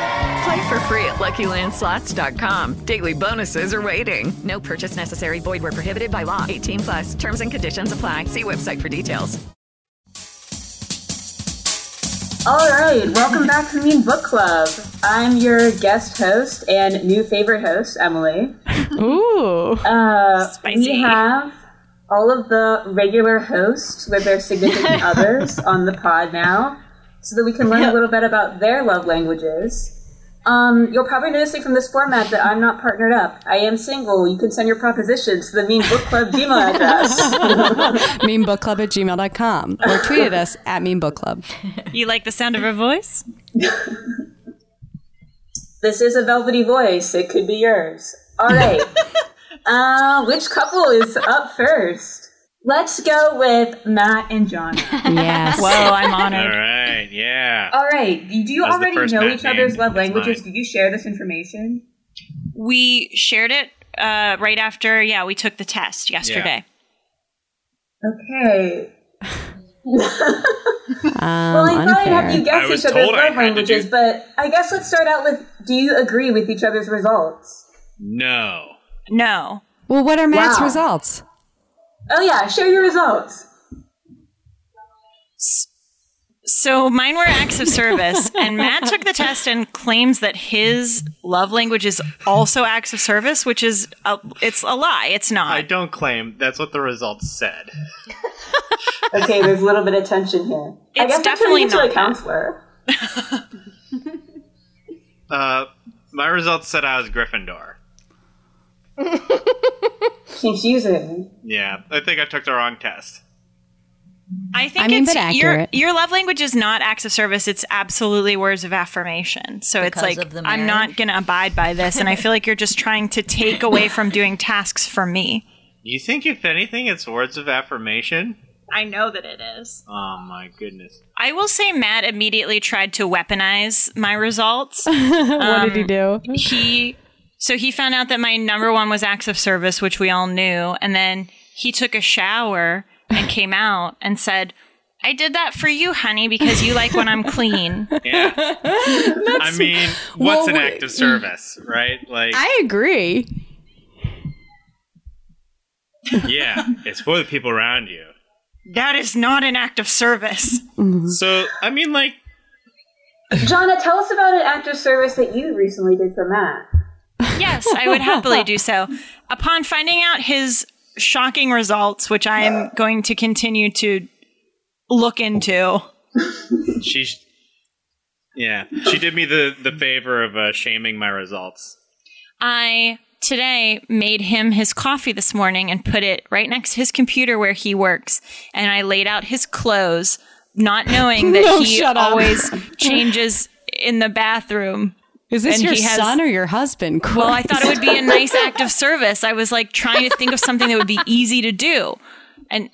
Speaker 12: Play for free at LuckyLandSlots.com. Daily bonuses are waiting.
Speaker 8: No purchase necessary. Void where prohibited by law. 18 plus. Terms and conditions apply. See website for details.
Speaker 4: All right, welcome back to Mean Book Club. I'm your guest host and new favorite host, Emily.
Speaker 13: Ooh.
Speaker 4: Uh,
Speaker 13: Spicy.
Speaker 4: We have all of the regular hosts with their significant others on the pod now, so that we can learn a little bit about their love languages. Um, you'll probably notice it from this format that I'm not partnered up. I am single. You can send your propositions to the Mean Book Club Gmail address.
Speaker 1: meanbookclub at gmail.com or tweet at us at meanbookclub.
Speaker 2: You like the sound of her voice?
Speaker 4: This is a velvety voice. It could be yours. All right. uh, which couple is up first? Let's go with Matt and John.
Speaker 1: Yes.
Speaker 2: Whoa, I'm honored.
Speaker 14: All right, yeah.
Speaker 4: All right. Do you
Speaker 14: That was the
Speaker 4: already
Speaker 14: first
Speaker 4: know
Speaker 14: Matt
Speaker 4: each other's
Speaker 14: name.
Speaker 4: love
Speaker 14: That's
Speaker 4: languages?
Speaker 14: mine.
Speaker 4: Do you share this information?
Speaker 2: We shared it uh, right after, yeah, we took the test yesterday.
Speaker 4: Okay. well,
Speaker 1: Um,
Speaker 4: I probably have
Speaker 1: unfair.
Speaker 4: you guess each other's love languages, but I guess let's start out with: Do you agree with each other's results?
Speaker 14: No.
Speaker 2: No.
Speaker 1: Well, what are Matt's
Speaker 4: Wow.
Speaker 1: results?
Speaker 4: Oh yeah, share your results.
Speaker 2: So mine were acts of service, and Matt took the test and claims that his love language is also acts of service, which is a, it's a lie. It's not.
Speaker 14: I don't claim. That's what the results said.
Speaker 4: Okay, there's a little bit of tension here. I
Speaker 2: It's
Speaker 4: guess I'm
Speaker 2: definitely
Speaker 4: turning into
Speaker 2: not
Speaker 4: a
Speaker 2: that.
Speaker 4: counselor.
Speaker 14: Uh, my results said I was Gryffindor.
Speaker 4: Confusing.
Speaker 14: Yeah, I think I took the wrong test.
Speaker 2: I think
Speaker 1: I mean,
Speaker 2: it's
Speaker 1: but
Speaker 2: your
Speaker 1: accurate.
Speaker 2: your love language is not acts of service. It's absolutely words of affirmation. So
Speaker 5: Because
Speaker 2: it's
Speaker 5: of
Speaker 2: like
Speaker 5: the
Speaker 2: I'm not going to abide by this, and I feel like you're just trying to take away from doing tasks for me.
Speaker 14: You think, if anything, it's words of affirmation?
Speaker 2: I know that it is.
Speaker 14: Oh my goodness.
Speaker 2: I will say Matt immediately tried to weaponize my results.
Speaker 13: what did he do?
Speaker 2: Um, He so he found out that my number one was acts of service, which we all knew, and then he took a shower and came out and said, "I did that for you, honey, because you like when I'm clean."
Speaker 14: Yeah. I mean, what's an act of service, right? Like,
Speaker 1: I agree.
Speaker 14: yeah, it's for the people around you.
Speaker 2: That is not an act of service.
Speaker 13: Mm-hmm.
Speaker 14: So, I mean, like,
Speaker 4: Jonna, tell us about an act of service that you recently did for Matt.
Speaker 2: Yes, I would happily do so. Upon finding out his shocking results, which I am going to continue to look into.
Speaker 14: she. sh- Yeah, she did me the, the favor of uh, shaming my results.
Speaker 2: I today made him his coffee this morning and put it right next to his computer where he works. And I laid out his clothes, not knowing that
Speaker 1: No,
Speaker 2: he
Speaker 1: shut up.
Speaker 2: always changes in the bathroom.
Speaker 1: Is this
Speaker 2: And
Speaker 1: your
Speaker 2: he has-
Speaker 1: son or your husband?
Speaker 2: Well, I thought it would be a nice
Speaker 1: Christ.
Speaker 2: act of service. I was like trying to think of something that would be easy to do. And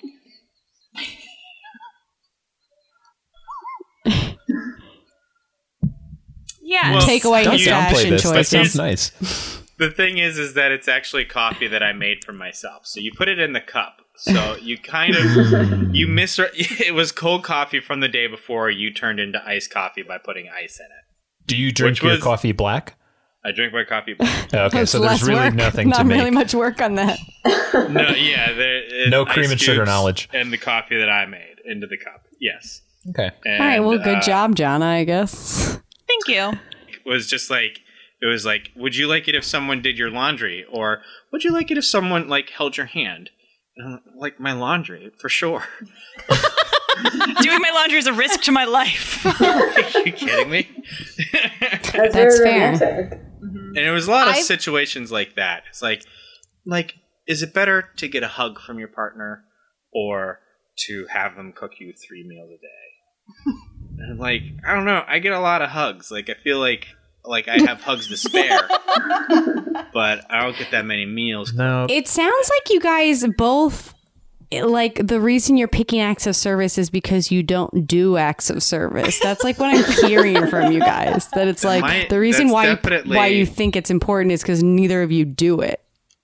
Speaker 2: yeah,
Speaker 14: you-
Speaker 15: That sounds nice.
Speaker 14: The thing is, is that it's actually coffee that I made for myself. So you put it in the cup. So you kind of you mis. It was cold coffee from the day before. You turned into iced coffee by putting ice in it.
Speaker 15: Do you drink
Speaker 14: Which
Speaker 15: your
Speaker 14: was-
Speaker 15: coffee black? Oh,
Speaker 14: I drink my coffee. black.
Speaker 15: Okay,
Speaker 1: That's
Speaker 15: so there's
Speaker 1: less
Speaker 15: really
Speaker 1: work.
Speaker 15: nothing
Speaker 1: Not
Speaker 15: to make.
Speaker 1: really much work on that.
Speaker 14: no, yeah, there, it-
Speaker 15: No cream
Speaker 14: ice
Speaker 15: and sugar
Speaker 14: cubes
Speaker 15: knowledge.
Speaker 14: And the coffee that I made into the cup. Yes.
Speaker 15: Okay.
Speaker 14: And,
Speaker 1: All right, well, good
Speaker 14: uh,
Speaker 1: job, John, I guess.
Speaker 2: Thank you.
Speaker 14: was just like it was like would you like it if someone did your laundry or would you like it if someone like held your hand And I'm like my laundry for sure
Speaker 2: doing my laundry is a risk to my life.
Speaker 14: are you kidding me
Speaker 4: That's,
Speaker 2: That's
Speaker 4: very
Speaker 2: fair.
Speaker 4: romantic.
Speaker 14: and it was a lot of
Speaker 4: I've-
Speaker 14: situations like that it's like like is it better to get a hug from your partner or to have them cook you three meals a day and like i don't know i get a lot of hugs like i feel like like i have hugs to spare but i don't get that many meals
Speaker 15: no
Speaker 1: It sounds like you guys both it- like the reason you're picking acts of service is because you don't do acts of service. That's like what I'm hearing from you guys. That it's like
Speaker 14: My-
Speaker 1: the reason
Speaker 14: that's
Speaker 1: why
Speaker 14: definitely-
Speaker 1: why you think it's important is because neither of you do it.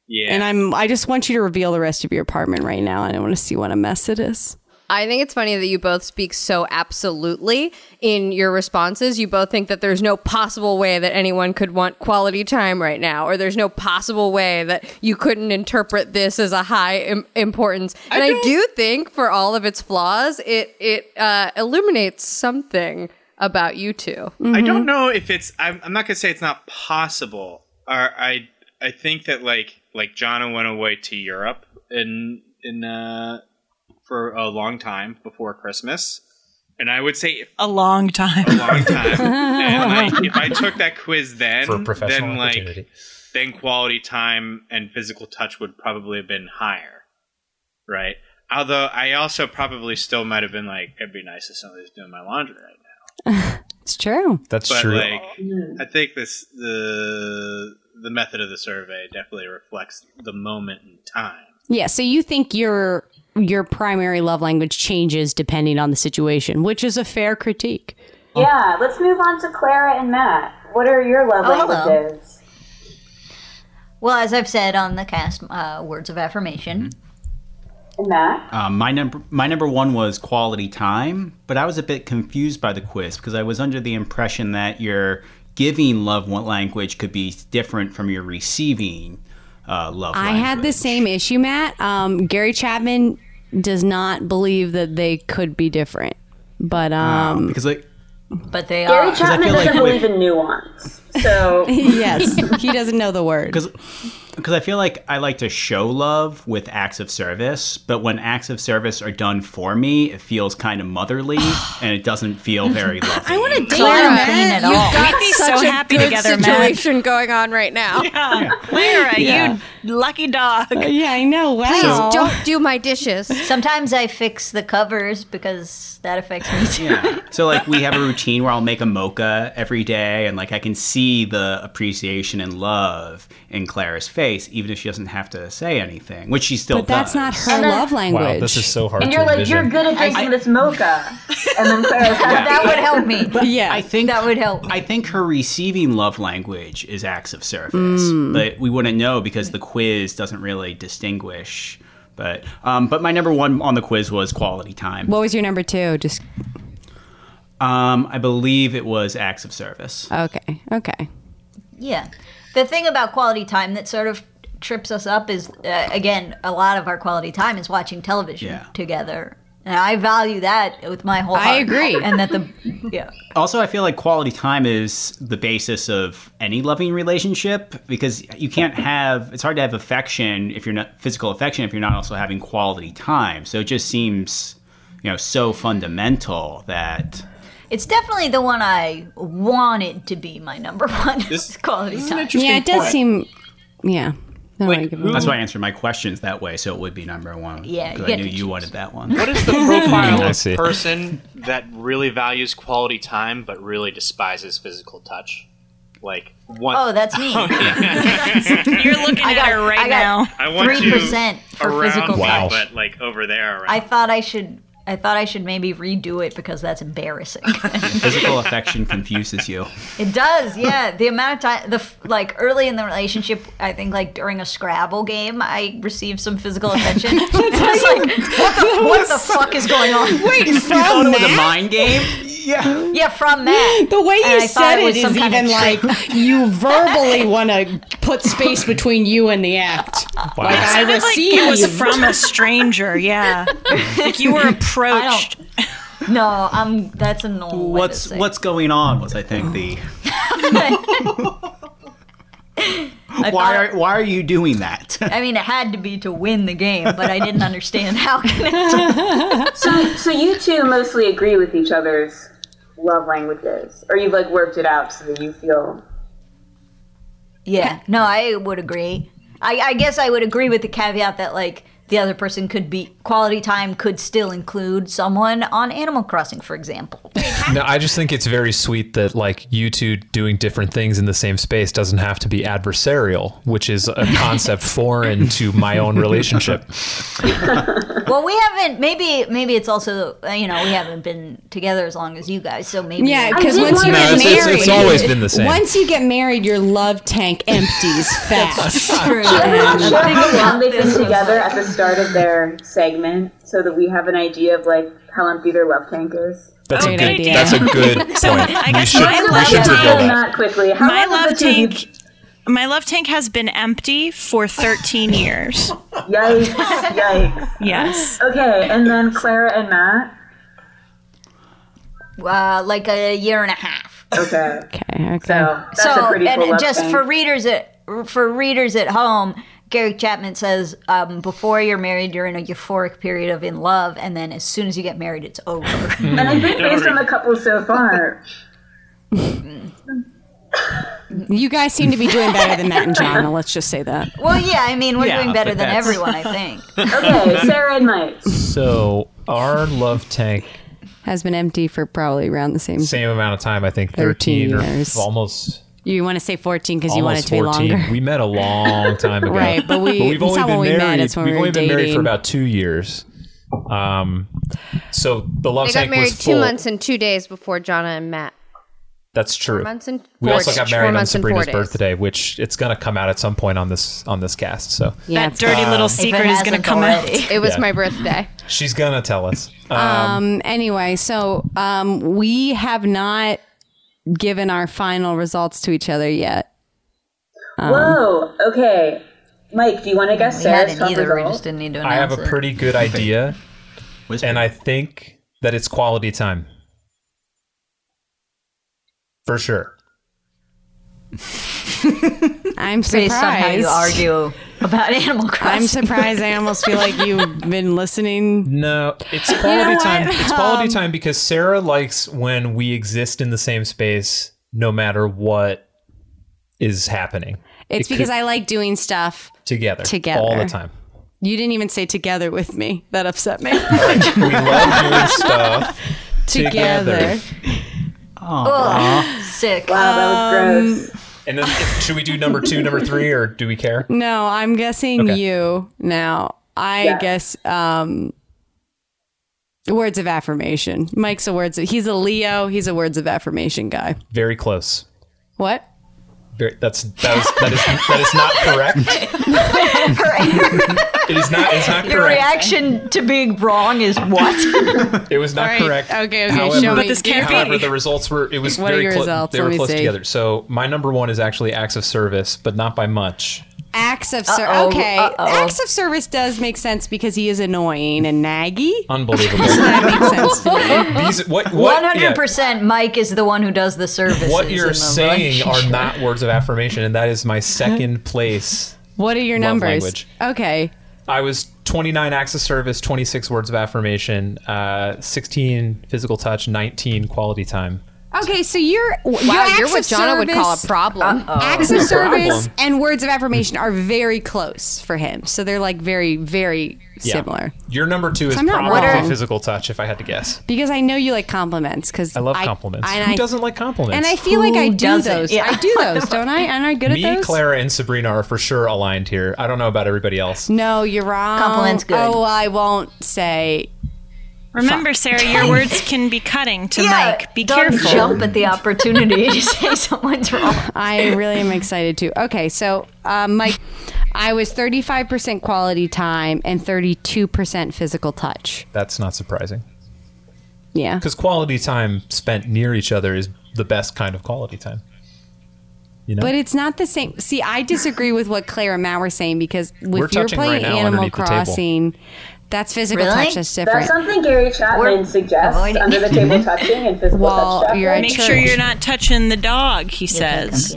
Speaker 14: Yeah.
Speaker 1: And I'm I just want you to reveal the rest of your apartment right now. I don't want to see what a mess it is.
Speaker 3: I think it's funny that you both speak so absolutely in your responses. You both think that there's no possible way that anyone could want quality time right now, or there's no possible way that you couldn't interpret this as a high Im- importance. And I, do think, for all of its flaws, it it uh, illuminates something about you
Speaker 14: I
Speaker 3: 2
Speaker 6: Mm-hmm.
Speaker 14: don't know if it's. I'm, I'm not gonna say it's not possible. Or I I think that like like Jonna went away to Europe in in uh, for a long time before Christmas, and I would say
Speaker 2: a long time,
Speaker 14: a long time. and like, if I took that quiz then,
Speaker 6: Oh For a professional
Speaker 14: then like
Speaker 6: opportunity.
Speaker 14: then quality time and physical touch would probably have been higher, right? Although I also probably still might have been like, it'd be nice if somebody's doing my laundry right now.
Speaker 1: It's true.
Speaker 14: But, Like, I think this the the method of the survey definitely reflects the moment in time.
Speaker 1: Yeah, so you think your your primary love language changes depending on the situation, which is a fair critique.
Speaker 5: Oh.
Speaker 4: Yeah, let's move on to Clara and Matt. What are your love
Speaker 5: Oh, hello.
Speaker 4: languages?
Speaker 5: Well, as I've said on the cast, uh, words of affirmation.
Speaker 4: And Matt?
Speaker 16: Um, my number my number one was quality time, but I was a bit confused by the quiz because I was under the impression that your giving love language could be different from your receiving uh, love.
Speaker 1: I
Speaker 16: language.
Speaker 1: had the same issue, Matt. Um, Gary Chapman does not believe that they could be different, but
Speaker 5: Ah,
Speaker 1: um,
Speaker 16: because like
Speaker 5: But they
Speaker 4: Gary
Speaker 5: are.
Speaker 4: Chapman
Speaker 16: feel like
Speaker 4: doesn't
Speaker 16: with-
Speaker 4: believe in nuance. So
Speaker 1: yes, he doesn't know the word.
Speaker 16: because I feel like I like to show love with acts of service, but when acts of service are done for me, it feels kind of motherly and it doesn't feel very loving.
Speaker 3: I want to
Speaker 5: date Clara, you, Matt. at
Speaker 3: You've
Speaker 5: all.
Speaker 3: got
Speaker 5: We'd be
Speaker 3: such
Speaker 5: so
Speaker 3: a
Speaker 5: happy
Speaker 3: good
Speaker 5: together, Matt.
Speaker 3: situation going on right now.
Speaker 5: Clara,
Speaker 3: Yeah.
Speaker 5: you lucky dog.
Speaker 1: yeah, I know. Wow.
Speaker 3: Please don't do my dishes.
Speaker 5: Sometimes I fix the covers because that affects me too.
Speaker 16: So like we have a routine where I'll make a mocha every day and like I can see the appreciation and love in Clara's face even if she doesn't have to say anything, which she still
Speaker 1: But that's
Speaker 16: does.
Speaker 1: not her love language.
Speaker 16: Wow, this is so hard
Speaker 4: and you're like, you're good at making this mocha. And then Clara's like,
Speaker 16: Yeah.
Speaker 4: that would help me.
Speaker 1: yeah.
Speaker 16: I think
Speaker 5: that would help.
Speaker 16: I think her receiving love language is acts of service,
Speaker 5: Mm.
Speaker 16: but we wouldn't know because the quiz doesn't really distinguish. But um, but my number one on the quiz was quality time.
Speaker 1: What was your number two? Just
Speaker 16: Um, I believe it was acts of service.
Speaker 1: okay, okay.
Speaker 5: Yeah. The thing about quality time that sort of trips us up is, uh, again, a lot of our quality time is watching television together. And I value that with my whole
Speaker 1: I
Speaker 5: heart.
Speaker 1: agree.
Speaker 5: And that the, yeah.
Speaker 16: Also, I feel like quality time is the basis of any loving relationship because you can't have it's hard to have affection if you're not physical affection if you're not also having quality time. So it just seems, you know, so fundamental that
Speaker 5: It's definitely the one I wanted to be my number one quality time.
Speaker 1: Yeah, it does seem. Yeah. No, I give it
Speaker 16: that's
Speaker 1: up.
Speaker 16: why I answered my questions that way. So it would be number one.
Speaker 5: Yeah, you
Speaker 16: because I
Speaker 5: get
Speaker 16: knew
Speaker 5: to
Speaker 16: you wanted that one.
Speaker 14: What is the profile
Speaker 16: I
Speaker 14: of
Speaker 16: see.
Speaker 14: person that really values quality time but really despises physical touch? Like one
Speaker 5: Oh, that's me.
Speaker 2: You're looking
Speaker 5: I
Speaker 2: at
Speaker 5: got-
Speaker 2: her right
Speaker 5: I got
Speaker 2: now.
Speaker 14: I want
Speaker 5: three percent
Speaker 14: you
Speaker 5: for
Speaker 14: around
Speaker 5: physical
Speaker 14: me,
Speaker 5: touch.
Speaker 14: but like over there. Around.
Speaker 5: I thought I should. I thought I should maybe redo it because that's embarrassing.
Speaker 16: Physical affection confuses you.
Speaker 5: It does, yeah. The amount of time, the f- like early in the relationship, I think like during a Scrabble game, I received some physical attention. I was like, what the, what the fuck is going on?
Speaker 1: Wait,
Speaker 16: You thought it was a mind game? Yeah.
Speaker 5: Yeah, from Matt.
Speaker 1: The way
Speaker 5: And
Speaker 1: you
Speaker 5: I thought
Speaker 1: said it
Speaker 5: was
Speaker 1: is
Speaker 5: some kind of
Speaker 1: even like
Speaker 5: trick.
Speaker 1: you verbally want to put space between you and the act. Like I
Speaker 2: Sounded like
Speaker 1: received.
Speaker 2: it was from a stranger. Yeah, like you were approached.
Speaker 5: No, I'm. That's a normal. way to
Speaker 16: What's
Speaker 5: say it.
Speaker 16: what's going on? Was I think the
Speaker 5: thought-
Speaker 16: why are why are you doing that?
Speaker 5: I mean, it had to be to win the game, but I didn't understand how. Can it
Speaker 4: so, so you two mostly agree with each other's love languages, or you've like worked it out so that you feel
Speaker 5: Yeah, no, I would agree. I, I guess I would agree with the caveat that like the other person could be quality time could still include someone on Animal Crossing, for example.
Speaker 15: no, I just think it's very sweet that like you two doing different things in the same space doesn't have to be adversarial, which is a concept foreign to my own relationship.
Speaker 5: well, we haven't. Maybe, maybe it's also uh, you know we haven't been together as long as you guys. So maybe
Speaker 1: Yeah, because once you
Speaker 15: No,
Speaker 1: get
Speaker 15: it's-
Speaker 1: married,
Speaker 15: it's- it's always been the same.
Speaker 1: Once you get married, your love tank empties fast.
Speaker 4: Show how long they've been together at the start of their segment, so that we have an idea of like how empty their love tank is.
Speaker 15: That's a
Speaker 4: Great
Speaker 15: good.
Speaker 4: idea.
Speaker 15: That's a good
Speaker 4: So,
Speaker 15: point.
Speaker 4: I
Speaker 15: We
Speaker 4: guess
Speaker 15: should,
Speaker 4: my
Speaker 15: we
Speaker 4: love
Speaker 15: should
Speaker 4: tank-
Speaker 15: reveal that.
Speaker 4: Not quickly. How
Speaker 2: my
Speaker 4: long
Speaker 2: love
Speaker 4: have the two of you-
Speaker 2: tank. My love tank has been empty for 13 years.
Speaker 4: Yikes! Yikes!
Speaker 2: Yes.
Speaker 4: Okay, and then Clara and Matt.
Speaker 5: uh, like a year and a half.
Speaker 4: Okay.
Speaker 1: okay. Okay.
Speaker 4: So that's
Speaker 5: so,
Speaker 4: a pretty
Speaker 5: and
Speaker 4: full love
Speaker 5: just
Speaker 4: tank.
Speaker 5: for readers at for readers at home, Gary Chapman says um, before you're married, you're in a euphoric period of in love, and then as soon as you get married, it's over.
Speaker 4: and I think based on the couple so far,
Speaker 1: You guys seem to be doing better than Matt and John. Let's just say that.
Speaker 5: well, yeah, I mean we're
Speaker 1: Yeah,
Speaker 5: doing better
Speaker 1: but
Speaker 5: than
Speaker 1: that's-
Speaker 5: everyone, I think.
Speaker 4: okay, Sarah and Mike.
Speaker 15: So our love tank
Speaker 1: Has been empty for probably around the same.
Speaker 15: same amount of time. I think
Speaker 1: 13
Speaker 15: thirteen,
Speaker 1: years.
Speaker 15: or f- almost.
Speaker 1: You want to say fourteen because you want it
Speaker 15: almost
Speaker 1: to be
Speaker 15: 14.
Speaker 1: longer.
Speaker 15: We met a long time ago.
Speaker 1: Right, but we-
Speaker 15: we've
Speaker 1: it's
Speaker 15: only
Speaker 1: not
Speaker 15: been
Speaker 1: when we
Speaker 15: married.
Speaker 1: met, it's when we
Speaker 15: have
Speaker 1: were
Speaker 15: only been married
Speaker 1: dating.
Speaker 15: for about two years. Um, so the love
Speaker 3: They got
Speaker 15: tank
Speaker 3: married
Speaker 15: was full.
Speaker 3: two months and two days before Jonna and Matt.
Speaker 15: That's true.
Speaker 3: months and
Speaker 15: we
Speaker 3: four
Speaker 15: also
Speaker 3: days.
Speaker 15: got
Speaker 3: Four
Speaker 15: married on
Speaker 3: months and four
Speaker 15: Sabrina's
Speaker 3: days.
Speaker 15: birthday, which it's going to come out at some point on this on this cast. So
Speaker 1: Yeah,
Speaker 2: that dirty little secret is going to come out.
Speaker 3: It was
Speaker 15: Yeah.
Speaker 3: my birthday.
Speaker 15: she's going to tell us. Um,
Speaker 1: Um, anyway, so um, we have not given our final results to each other yet. Um,
Speaker 4: Whoa. Okay, Mike. Do you want to guess
Speaker 5: We
Speaker 4: Sarah's
Speaker 5: hadn't
Speaker 4: top
Speaker 5: either. We
Speaker 4: result?
Speaker 5: just didn't need to
Speaker 15: I have
Speaker 5: announce
Speaker 15: a
Speaker 5: it.
Speaker 15: pretty good idea, and I think that it's quality time for sure.
Speaker 1: I'm surprised.
Speaker 5: Based on how you argue about Animal Crossing.
Speaker 1: I'm surprised. I almost feel like you've been listening.
Speaker 15: No, it's
Speaker 1: You know
Speaker 15: quality
Speaker 1: what?
Speaker 15: time. It's quality
Speaker 1: Um,
Speaker 15: time because Sarah likes when we exist in the same space, no matter what is happening.
Speaker 1: It's
Speaker 15: It could-
Speaker 1: because I like doing stuff.
Speaker 15: together,
Speaker 1: together.
Speaker 15: all the time.
Speaker 1: You didn't even say together with me. That upset me.
Speaker 15: We love doing stuff together.
Speaker 1: Together.
Speaker 5: Ugh, sick.
Speaker 4: Wow, Oh, that
Speaker 1: Um,
Speaker 4: was gross.
Speaker 15: And then should we do number two, number three, or do we care?
Speaker 1: No, I'm guessing
Speaker 15: Okay.
Speaker 1: you now. I
Speaker 15: Yeah.
Speaker 1: guess um words of affirmation. Mike's a words of, he's a Leo, he's a words of affirmation guy.
Speaker 15: Very close.
Speaker 1: What?
Speaker 15: Very, that's that is that is that is not correct. It is not. It's not
Speaker 5: Your
Speaker 15: correct.
Speaker 5: reaction to being wrong is what?
Speaker 15: It was not
Speaker 1: All right,
Speaker 15: correct.
Speaker 1: okay, okay,
Speaker 15: However,
Speaker 1: show But me- this can't
Speaker 15: however,
Speaker 1: be.
Speaker 15: the results were. It was
Speaker 1: What are
Speaker 15: very
Speaker 1: your
Speaker 15: close.
Speaker 1: results?
Speaker 15: They
Speaker 1: Let
Speaker 15: were
Speaker 1: me
Speaker 15: close
Speaker 1: see.
Speaker 15: together. So my number one is actually acts of service, but not by much.
Speaker 1: Acts of service.
Speaker 5: Uh-oh,
Speaker 1: Okay.
Speaker 5: uh-oh.
Speaker 1: Acts of service does make sense because he is annoying and naggy.
Speaker 15: Unbelievable.
Speaker 1: That makes sense to me.
Speaker 15: These what what
Speaker 5: One
Speaker 15: yeah,
Speaker 5: hundred percent. Mike is the one who does the services.
Speaker 15: what
Speaker 5: in
Speaker 15: you're
Speaker 5: the
Speaker 15: saying are
Speaker 5: relationship.
Speaker 15: not words of affirmation, and that is my second place.
Speaker 1: What are your
Speaker 15: Love
Speaker 1: numbers?
Speaker 15: language.
Speaker 1: Okay.
Speaker 15: I was 29 acts of service, 26 words of affirmation, uh, 16 physical touch, 19 quality time.
Speaker 1: Okay, so you're your
Speaker 3: Wow,
Speaker 1: acts
Speaker 3: you're what
Speaker 1: of
Speaker 3: Jonna would call a
Speaker 1: service-
Speaker 3: problem.
Speaker 1: Acts of
Speaker 15: No problem.
Speaker 1: service and words of affirmation are very close for him. So they're like very, very
Speaker 15: Yeah.
Speaker 1: similar.
Speaker 15: Your number two is
Speaker 1: So I'm not
Speaker 15: probably
Speaker 1: wrong.
Speaker 15: physical touch, if I had to guess.
Speaker 1: Because I know you like compliments. Because
Speaker 15: I love compliments.
Speaker 1: and
Speaker 15: Who
Speaker 1: I-
Speaker 15: doesn't like compliments?
Speaker 1: And I feel like I
Speaker 5: Who
Speaker 1: do
Speaker 5: doesn't?
Speaker 1: those.
Speaker 5: Yeah.
Speaker 1: I do those, don't I? Am I good
Speaker 15: Me,
Speaker 1: at those?
Speaker 15: Clara, and Sabrina are for sure aligned here. I don't know about everybody else.
Speaker 1: No, you're wrong.
Speaker 5: Compliments good.
Speaker 1: Oh, I won't say.
Speaker 2: Remember, Sarah, your words can be cutting to Mike. Be
Speaker 5: don't
Speaker 2: careful.
Speaker 5: Jump at the opportunity to say someone's wrong.
Speaker 1: I really am excited too. Okay, so um, Mike, I was 35% quality time and 32% physical touch.
Speaker 15: That's not surprising.
Speaker 1: Yeah.
Speaker 15: Because quality time spent near each other is the best kind of quality time. You know?
Speaker 1: But it's not the same. See, I disagree with what Claire and Matt were saying because
Speaker 15: We're
Speaker 1: if you're
Speaker 15: touching right
Speaker 1: playing
Speaker 15: now
Speaker 1: Animal
Speaker 15: underneath the table.
Speaker 1: Crossing, that's physical
Speaker 5: Really?
Speaker 1: touch. That's
Speaker 4: That's
Speaker 1: different.
Speaker 4: something Gary Chapman suggests
Speaker 5: avoiding-
Speaker 4: under the table touching and physical
Speaker 1: Well,
Speaker 4: touch.
Speaker 1: you're at
Speaker 2: Make
Speaker 1: church.
Speaker 2: sure you're not touching the dog, he says.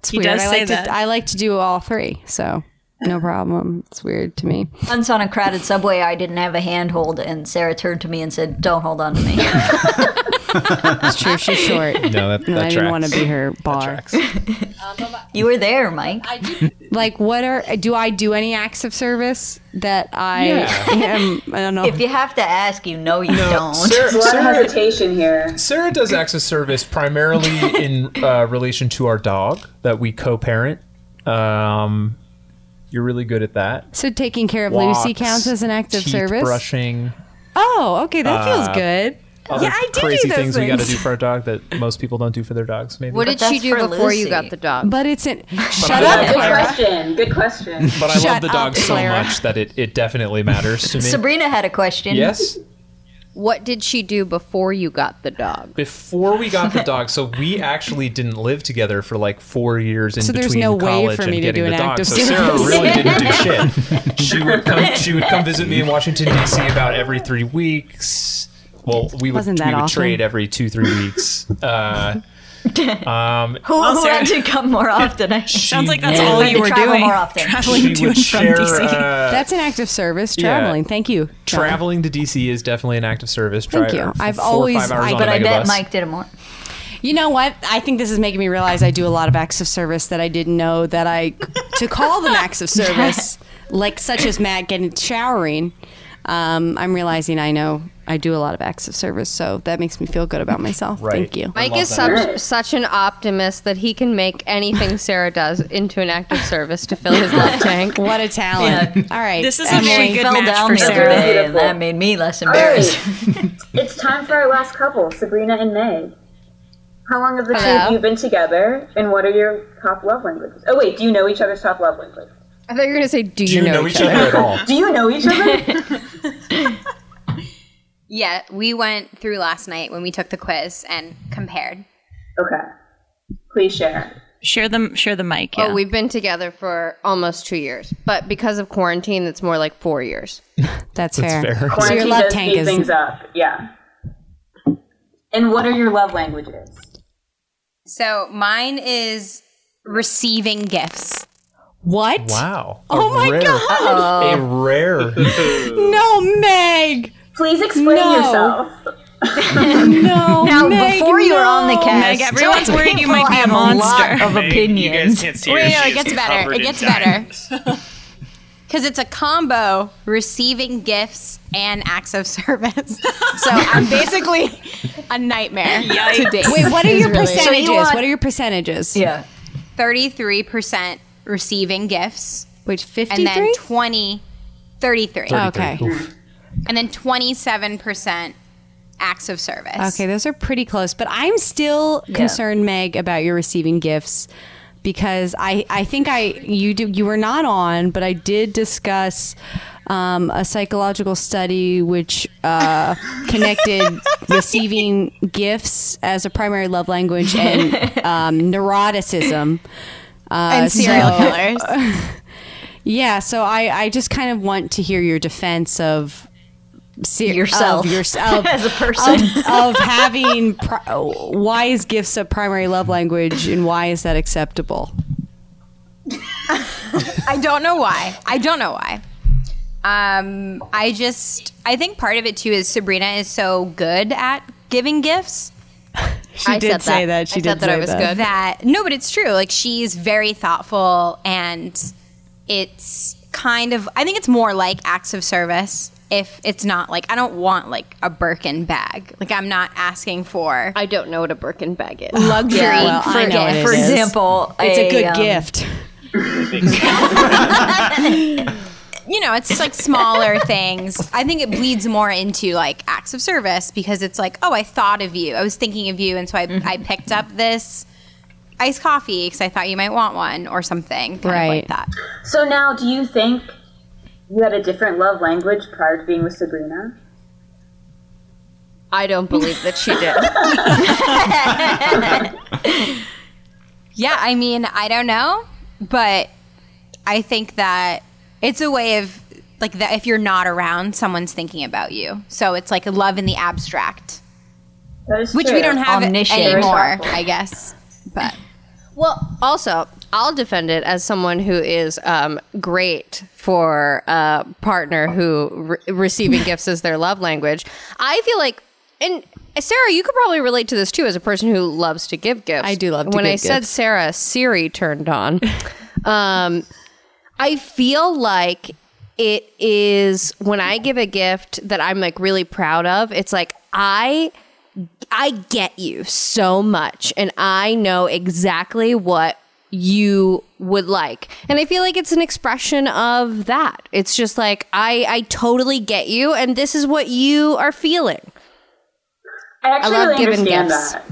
Speaker 1: It's
Speaker 2: He
Speaker 1: weird.
Speaker 2: does
Speaker 1: I
Speaker 2: say
Speaker 1: like
Speaker 2: that.
Speaker 1: to. I like to do all three. So No problem. It's weird to me.
Speaker 5: Once on a crowded subway, I didn't have a handhold, and Sarah turned to me and said, "Don't hold on to me."
Speaker 1: It's true. She's short.
Speaker 5: No, that-
Speaker 1: And
Speaker 5: that
Speaker 1: I didn't
Speaker 5: tracks.
Speaker 1: want to be her bar.
Speaker 5: you were there, Mike.
Speaker 1: like, what are do I do any acts of service that I
Speaker 5: Yeah.
Speaker 1: am? uh, I don't know.
Speaker 5: If you have to ask, you know you don't.
Speaker 1: Sarah- There's a lot of Sarah-
Speaker 4: hesitation here.
Speaker 15: Sarah does acts of service primarily in uh, relation to our dog that we co-parent. Um, you're really good at that.
Speaker 1: So taking care of Lucy
Speaker 15: Walks,
Speaker 1: counts as an act of
Speaker 15: teeth
Speaker 1: service.
Speaker 15: brushing.
Speaker 1: Oh, okay, that feels
Speaker 15: uh,
Speaker 1: good.
Speaker 15: Other
Speaker 1: yeah, I do
Speaker 15: crazy
Speaker 1: do those
Speaker 15: things, we got to do
Speaker 1: things.
Speaker 15: for our dog that most people don't do for their dogs. Maybe.
Speaker 3: What did she do before you got the dog?
Speaker 1: But it's an
Speaker 15: Shut up,
Speaker 4: Good
Speaker 15: Clara.
Speaker 4: question. Good question.
Speaker 15: But I love the dog so
Speaker 3: Clara.
Speaker 15: much that it, it definitely matters to me.
Speaker 3: Sabrina had a question.
Speaker 15: Yes.
Speaker 3: What did she do before you got the dog?
Speaker 15: Before we got the dog, so we actually didn't live together for like four years in
Speaker 3: So there's
Speaker 15: between
Speaker 3: no way
Speaker 15: college
Speaker 3: for
Speaker 15: and
Speaker 3: me to
Speaker 15: getting
Speaker 3: do
Speaker 15: the
Speaker 3: an
Speaker 15: dog.
Speaker 3: act of
Speaker 15: so Sarah
Speaker 3: service.
Speaker 15: really didn't do shit. She would come. She would come visit me in Washington D.C. about every three weeks. Well, we would
Speaker 5: Wasn't that
Speaker 15: we would
Speaker 5: often?
Speaker 15: trade every two three weeks. Uh, um,
Speaker 5: Who,
Speaker 15: well,
Speaker 5: who
Speaker 15: Sarah-
Speaker 5: had to come more often?
Speaker 15: Sounds like that's all you were
Speaker 5: travel
Speaker 15: doing.
Speaker 5: More often.
Speaker 15: Traveling She to would and from share, DC. uh,
Speaker 1: That's an act of service.
Speaker 15: yeah.
Speaker 1: Traveling. Thank you. John.
Speaker 15: Traveling to D.C. is definitely an act of service.
Speaker 1: Thank
Speaker 15: Drive-
Speaker 1: you. I've
Speaker 15: four or
Speaker 1: always-
Speaker 15: five hours
Speaker 1: I-
Speaker 15: on
Speaker 1: but
Speaker 15: a
Speaker 1: I bet
Speaker 15: megabus.
Speaker 1: Mike
Speaker 5: did it more.
Speaker 1: You know what? I think this is making me realize I do a lot of acts of service that I didn't know that I to call them acts of service, like such as Matt getting showering. Um, I'm realizing I know I do a lot of acts of service, so that makes me feel good about myself. Thank you.
Speaker 3: Mike is such, such an optimist that he can make anything Sarah does into an act of service to fill his love tank.
Speaker 1: What a talent. All right.
Speaker 5: This is a very good match for Sarah. and that made me less embarrassed.
Speaker 4: It's time for our last couple, Sabrina and May. How long have the two
Speaker 3: Hello.
Speaker 4: of you been together, and what are your top love languages? Oh, wait, do you know each other's top love language?
Speaker 3: I thought you were going to say, Do you, know, each
Speaker 4: other
Speaker 15: at all?
Speaker 4: Do you know each other?
Speaker 6: Yeah, we went through last night when we took the quiz and compared.
Speaker 4: Okay. Please share.
Speaker 2: Share them. Share the mic.
Speaker 3: Oh, we've been together for almost two years, but because of quarantine, it's more like four years.
Speaker 1: That's,
Speaker 4: fair.
Speaker 3: fair.
Speaker 4: Quarantine does speed things up, yeah. And what are your love languages?
Speaker 6: So mine is receiving gifts.
Speaker 1: What?
Speaker 15: Wow.
Speaker 6: Oh
Speaker 15: A
Speaker 6: my
Speaker 15: rare-
Speaker 6: God.
Speaker 15: A rare.
Speaker 1: No, Meg.
Speaker 4: Please explain yourself.
Speaker 1: no.
Speaker 5: Now,
Speaker 4: Meg,
Speaker 5: before you were on the
Speaker 4: no.
Speaker 5: cast,
Speaker 4: Meg, everyone's worried you might be a
Speaker 5: people have
Speaker 4: monster.
Speaker 5: A lot of
Speaker 4: Meg,
Speaker 5: opinions.
Speaker 4: you guys can't see her. Wait, no, it She's
Speaker 6: gets better.
Speaker 4: covered
Speaker 6: It
Speaker 4: in
Speaker 6: gets better. Because it's a combo receiving gifts and acts of service. So I'm basically a nightmare to date.
Speaker 1: Wait, what are
Speaker 6: Is
Speaker 1: your
Speaker 6: really-
Speaker 1: percentages? what are your percentages?
Speaker 5: Yeah.
Speaker 6: 33% receiving gifts.
Speaker 1: Which 53?
Speaker 6: And then 20, 33.
Speaker 1: Okay. Oof.
Speaker 6: And then 27% acts of service.
Speaker 1: Okay, those are pretty close, but I'm still
Speaker 6: Yeah.
Speaker 1: concerned, Meg, about your receiving gifts because I, I think I you do you were not on, but I did discuss um, a psychological study which uh, connected receiving gifts as a primary love language and um, neuroticism uh,
Speaker 6: And serial
Speaker 1: so-
Speaker 6: killers.
Speaker 1: yeah, so I, I just kind of want to hear your defense of se-
Speaker 5: Yourself.
Speaker 1: of yourself
Speaker 5: As a person.
Speaker 1: of, of having pri- why is gifts a primary love language and why is that acceptable?
Speaker 6: I don't know why. I don't know why. Um, I just, I think part of it too is Sabrina is so good at giving gifts.
Speaker 1: She did
Speaker 6: said
Speaker 1: say that. She
Speaker 6: I
Speaker 1: did
Speaker 6: thought that I
Speaker 1: say
Speaker 6: was
Speaker 1: that.
Speaker 6: good. That no, but it's true. Like she's very thoughtful, and it's kind of. I think it's more like acts of service. If it's not like I don't want like a Birkin bag. Like I'm not asking for. I don't know what a Birkin bag is. Luxury
Speaker 5: Yeah, well,
Speaker 6: for
Speaker 5: I know what it
Speaker 6: gift.
Speaker 5: For is. example, It's a a, good um,
Speaker 1: gift.
Speaker 6: you know, it's like smaller things. I think it bleeds more into like acts of service because it's like, oh, I thought of you. I was thinking of you. And so I, I picked up this iced coffee because I thought you might want one or something. Kind Of like that.
Speaker 4: So now, do you think you had a different love language prior to being with Sabrina?
Speaker 3: I don't believe that she did.
Speaker 6: Yeah. I mean, I don't know, but I think that it's a way of like that if you're not around, someone's thinking about you. So it's like love in the abstract,
Speaker 4: That is
Speaker 6: which
Speaker 4: true.
Speaker 6: we don't have
Speaker 4: Omniscient.
Speaker 6: anymore, I guess. But
Speaker 3: Well, also, I'll defend it as someone who is um, great for a partner who re- receiving gifts is their love language. I feel like, and Sarah, you could probably relate to this too as a person who loves to give gifts. I do love
Speaker 1: to
Speaker 3: when
Speaker 1: give
Speaker 3: I said
Speaker 1: gifts.
Speaker 3: Sarah, Siri turned on. um, I feel like it is when I give a gift that I'm like really proud of. It's like I I get you so much and I know exactly what you would like. And I feel like it's an expression of that. It's just like I I totally get you and this is what you are feeling.
Speaker 4: I actually
Speaker 3: I love
Speaker 4: really
Speaker 3: giving
Speaker 4: understand
Speaker 3: gifts.
Speaker 4: that.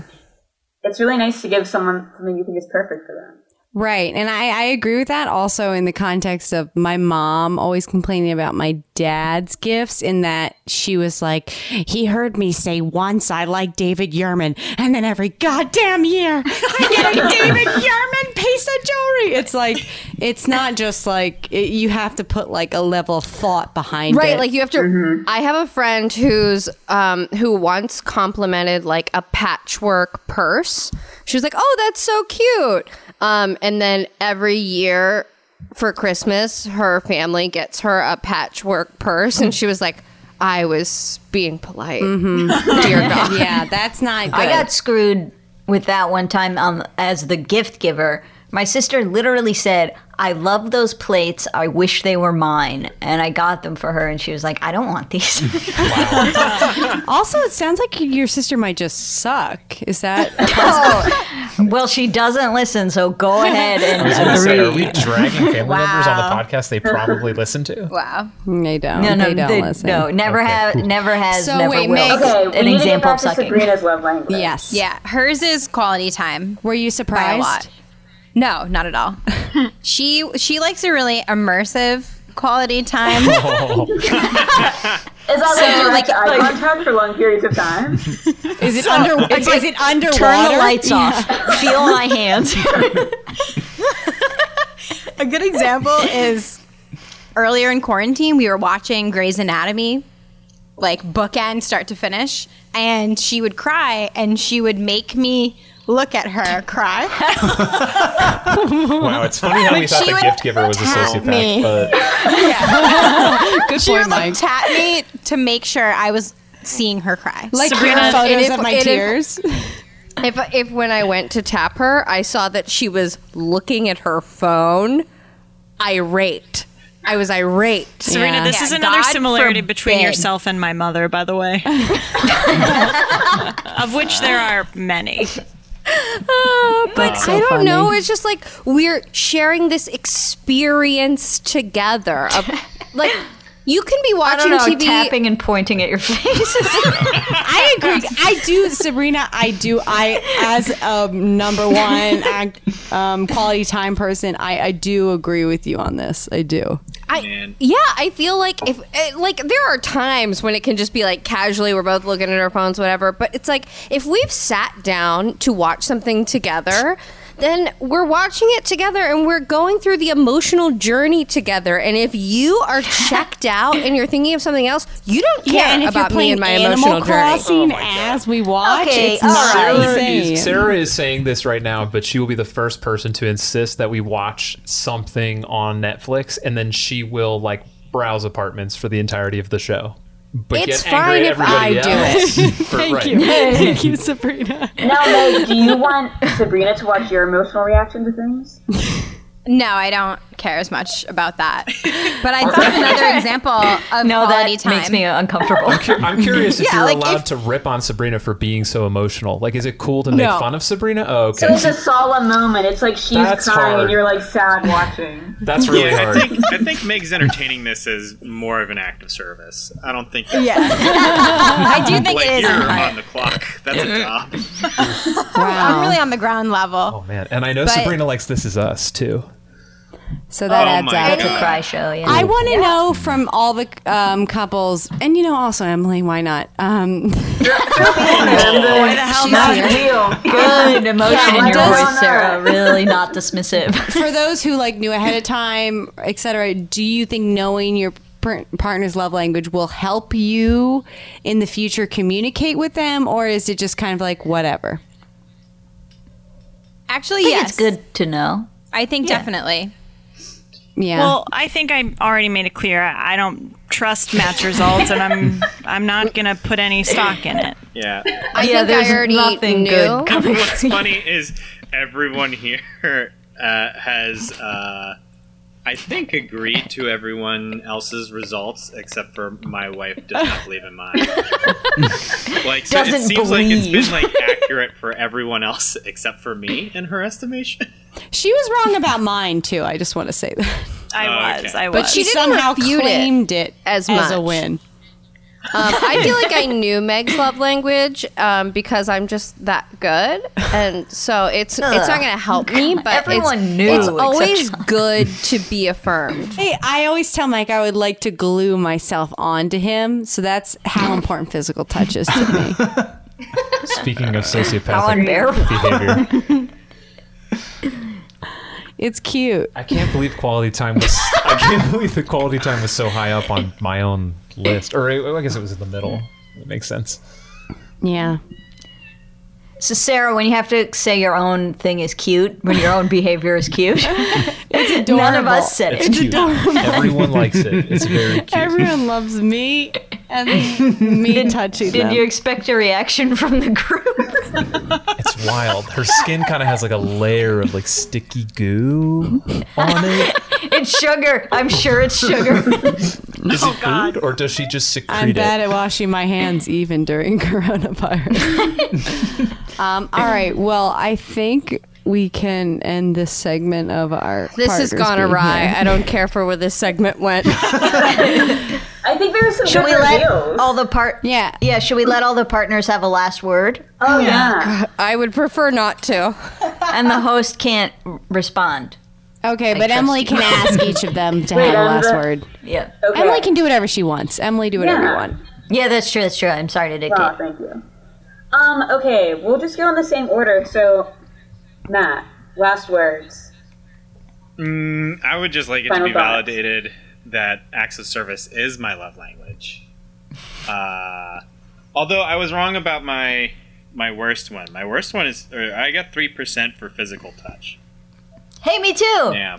Speaker 4: It's really nice to give someone something you think is perfect for them.
Speaker 1: Right. And I, I agree with that also in the context of my mom always complaining about my dad's gifts, in that she was like, he heard me say once I like David Yerman, and then every goddamn year I get a David Yerman piece of jewelry. It's like, it's not just like, it, you have to put like a level of thought behind it.
Speaker 3: right like you have to i have a friend who's um who once complimented like a patchwork purse she was like oh that's so cute um and then every year for christmas her family gets her a patchwork purse and she was like i was being polite dear god
Speaker 1: yeah that's not
Speaker 5: I got screwed with that one time um, as the gift giver. My sister literally said, I love those plates. I wish they were mine. And I got them for her, and she was like, I don't want these.
Speaker 1: also, it sounds like your sister might just suck. Is that
Speaker 5: Oh. well, she doesn't listen, so go ahead
Speaker 15: I was going
Speaker 5: and
Speaker 15: to say, are
Speaker 5: agree.
Speaker 15: we dragging family members on the
Speaker 5: Wow.
Speaker 15: podcast they probably listen to?
Speaker 5: Wow.
Speaker 1: They don't.
Speaker 5: No, no,
Speaker 1: they don't
Speaker 5: they-
Speaker 1: listen.
Speaker 5: no, never Okay, have- cool. never has,
Speaker 1: So
Speaker 5: never
Speaker 1: wait,
Speaker 5: will.
Speaker 1: Meg,
Speaker 5: Okay, we An need to get example back of to sucking. Sabrina's love language.
Speaker 1: Yes.
Speaker 6: Yeah, hers is quality time.
Speaker 1: Were you surprised?
Speaker 6: By a lot. No, not at all. she she likes a really immersive quality time.
Speaker 4: Is that
Speaker 6: So,
Speaker 4: like, direct
Speaker 6: like-
Speaker 4: eye
Speaker 6: like-
Speaker 4: contact for long periods of time?
Speaker 1: Is it
Speaker 4: So,
Speaker 1: under? Is,
Speaker 4: it's like,
Speaker 1: it underwater?
Speaker 4: turn the lights off.
Speaker 5: Feel my hands.
Speaker 6: a good example is earlier in quarantine, we were watching Grey's Anatomy, like bookend start to finish, and she would cry and she would make me look at her cry.
Speaker 15: Wow, it's funny how we
Speaker 6: But
Speaker 15: thought
Speaker 6: she
Speaker 15: the
Speaker 6: would
Speaker 15: gift giver was a
Speaker 6: tap
Speaker 15: sociopath,
Speaker 6: me.
Speaker 15: but
Speaker 1: Good
Speaker 6: she
Speaker 1: point,
Speaker 6: would like
Speaker 1: Mike.
Speaker 6: tap me to make sure I was seeing her cry.
Speaker 3: Like Sabrina, your photos it- of my it- tears? if if when i went to tap her i saw that she was looking at her phone irate i was irate
Speaker 2: Serena, this is
Speaker 3: Yeah,
Speaker 2: another
Speaker 3: God
Speaker 2: similarity between
Speaker 3: forbid.
Speaker 2: yourself and my mother, by the way. of which there are many.
Speaker 3: Oh, but
Speaker 2: That's so
Speaker 3: I don't
Speaker 2: funny.
Speaker 3: know. It's just like we're sharing this experience together. Of, like you can be
Speaker 5: I don't
Speaker 3: watching
Speaker 5: know,
Speaker 3: TV.
Speaker 5: tapping and pointing at your face.
Speaker 1: I agree. I do, Sabrina. I do. I, as a number one act, um, quality time person, I, I do agree with you on this. I do.
Speaker 3: I, yeah, I feel like if eh, like there are times when it can just be like casually we're both looking at our phones, whatever. But it's like if we've sat down to watch something together. Then we're watching it together and we're going through the emotional journey together. And if you are checked out and you're thinking of something else, you don't care
Speaker 1: and if
Speaker 3: about
Speaker 1: you're
Speaker 3: me
Speaker 1: playing
Speaker 3: and my
Speaker 1: Animal
Speaker 3: emotional journey.
Speaker 1: Crossing as we watch,
Speaker 3: Okay, oh,
Speaker 1: it's not the
Speaker 15: Sarah
Speaker 1: same.
Speaker 15: is, Sarah is saying this right now, but she will be the first person to insist that we watch something on Netflix, and then she will like browse apartments for the entirety of the show. But
Speaker 4: It's
Speaker 15: get angry at
Speaker 4: fine if I
Speaker 15: everybody
Speaker 4: do
Speaker 15: else for-
Speaker 4: Thank
Speaker 15: right.
Speaker 4: you. Thank
Speaker 1: you, Sabrina.
Speaker 4: Now, Meg, do you want Sabrina to watch your emotional reaction to things?
Speaker 6: No, I don't care as much about that. But I thought of another example of
Speaker 5: No, that
Speaker 6: quality time.
Speaker 5: makes me uncomfortable.
Speaker 15: I'm, cu- I'm curious if
Speaker 6: Yeah,
Speaker 15: you're
Speaker 6: like,
Speaker 15: allowed to rip on Sabrina for being so emotional. Like, is it cool to make
Speaker 4: No.
Speaker 15: fun of Sabrina? Oh, okay.
Speaker 4: So it's a solemn moment. It's like she's
Speaker 15: That's
Speaker 4: crying
Speaker 15: hard.
Speaker 4: and you're like sad watching.
Speaker 15: That's really
Speaker 4: Yeah, I
Speaker 15: hard.
Speaker 4: think-
Speaker 14: I think Meg's entertaining this as more of an act of service. I don't think.
Speaker 4: Yeah.
Speaker 6: I do think
Speaker 14: like,
Speaker 6: it is
Speaker 14: You're
Speaker 6: on
Speaker 14: on,
Speaker 6: my-
Speaker 14: the clock. That's a job.
Speaker 6: I'm really on the ground level.
Speaker 15: Oh, Man, and I know
Speaker 6: But-
Speaker 15: Sabrina likes This Is Us too.
Speaker 1: So that
Speaker 15: Oh
Speaker 1: adds
Speaker 15: my
Speaker 1: up.
Speaker 15: It's a God. cry
Speaker 5: show. Yeah.
Speaker 1: I want to know from all the um, couples, and you know, also Emily, why not? Um,
Speaker 5: Why the
Speaker 1: hell
Speaker 5: not?
Speaker 1: here.
Speaker 5: Good emotion in your
Speaker 1: does-
Speaker 5: voice, Sarah. Really not dismissive.
Speaker 1: for those who like knew ahead of time, etc., do you think knowing your par- partner's love language will help you in the future communicate with them, or is it just kind of like whatever?
Speaker 6: Actually,
Speaker 5: think
Speaker 6: yes.
Speaker 5: it's good to know.
Speaker 6: I think definitely.
Speaker 1: Yeah.
Speaker 2: Well, I think I already made it clear. I I don't trust match results, and I'm I'm not gonna put any stock in it.
Speaker 14: Yeah.
Speaker 3: I Yeah, think I there's already nothing knew. good coming.
Speaker 14: What's funny is everyone here uh, has, uh, I think, agreed to everyone else's results except for my wife does not believe in mine. like, so it
Speaker 7: Doesn't
Speaker 14: seems like it's
Speaker 7: believe.
Speaker 14: been like accurate for everyone else except for me in her estimation.
Speaker 1: She was wrong about mine too. I just want to say that.
Speaker 14: I
Speaker 2: was, I
Speaker 1: But she somehow claimed it, as, a
Speaker 3: much.
Speaker 1: win.
Speaker 3: Um, I feel like I knew Meg's love language um, because I'm just that good, and so it's it's not
Speaker 1: Ugh.
Speaker 3: going to help me. But it's-
Speaker 1: Everyone knew,
Speaker 3: It's
Speaker 1: except
Speaker 3: always good to be affirmed.
Speaker 1: Hey, I always tell Mike I would like to glue myself onto him. So that's how important physical touch is to me.
Speaker 15: Speaking of
Speaker 1: How
Speaker 15: sociopathic
Speaker 1: unbearable.
Speaker 15: behavior,
Speaker 1: It's cute.
Speaker 15: I can't believe quality time was. I can't believe the quality time was so high up on my own list, or I I guess it was in the middle. That makes sense.
Speaker 1: Yeah.
Speaker 5: So Sarah, when you have to say your own thing is cute, when your own behavior is cute, it's
Speaker 1: adorable.
Speaker 5: None of us said it.
Speaker 1: It's cute.
Speaker 15: Everyone likes it. It's very cute.
Speaker 1: Everyone loves me and me touching
Speaker 5: Did
Speaker 1: them.
Speaker 5: you expect a reaction from the group?
Speaker 15: It's wild. Her skin kind of has like a layer of like sticky goo on it.
Speaker 5: it's sugar. I'm sure it's sugar.
Speaker 15: Is it food, or does she just secrete
Speaker 1: I'm
Speaker 15: it?
Speaker 1: bad at washing my hands even during coronavirus. um, all right. Well, I think we can end this segment of our.
Speaker 3: This has
Speaker 1: partners
Speaker 3: gone
Speaker 1: being
Speaker 3: awry.
Speaker 1: here.
Speaker 3: I don't care for where this segment went.
Speaker 5: I think there was
Speaker 3: some
Speaker 5: Should
Speaker 3: good
Speaker 5: we let
Speaker 3: reviews.
Speaker 5: all the part?
Speaker 3: Yeah.
Speaker 5: Yeah. Should we let all the partners have a last word?
Speaker 3: Oh, Yeah. yeah. I would prefer not to.
Speaker 5: and the host can't r- respond.
Speaker 1: Okay,
Speaker 5: I
Speaker 1: but
Speaker 5: trust
Speaker 1: Emily
Speaker 5: you.
Speaker 1: can ask each of them to
Speaker 5: Wait,
Speaker 1: have a
Speaker 5: I'm
Speaker 1: last
Speaker 5: the-
Speaker 1: word.
Speaker 5: Yeah.
Speaker 1: Emily can do whatever she wants. Emily, do whatever you
Speaker 5: Yeah.
Speaker 1: want.
Speaker 5: Yeah, that's true. That's true. I'm sorry to dictate.
Speaker 4: Oh, thank you. Um, okay, we'll just go in the same order. So, Matt, last words.
Speaker 14: Mm, I would just like it
Speaker 4: Final
Speaker 14: to be
Speaker 4: thoughts.
Speaker 14: validated that acts of service is my love language. Uh, although I was wrong about my my worst one. My worst one is or I got three percent for physical touch.
Speaker 5: Hey, me too.
Speaker 14: Yeah.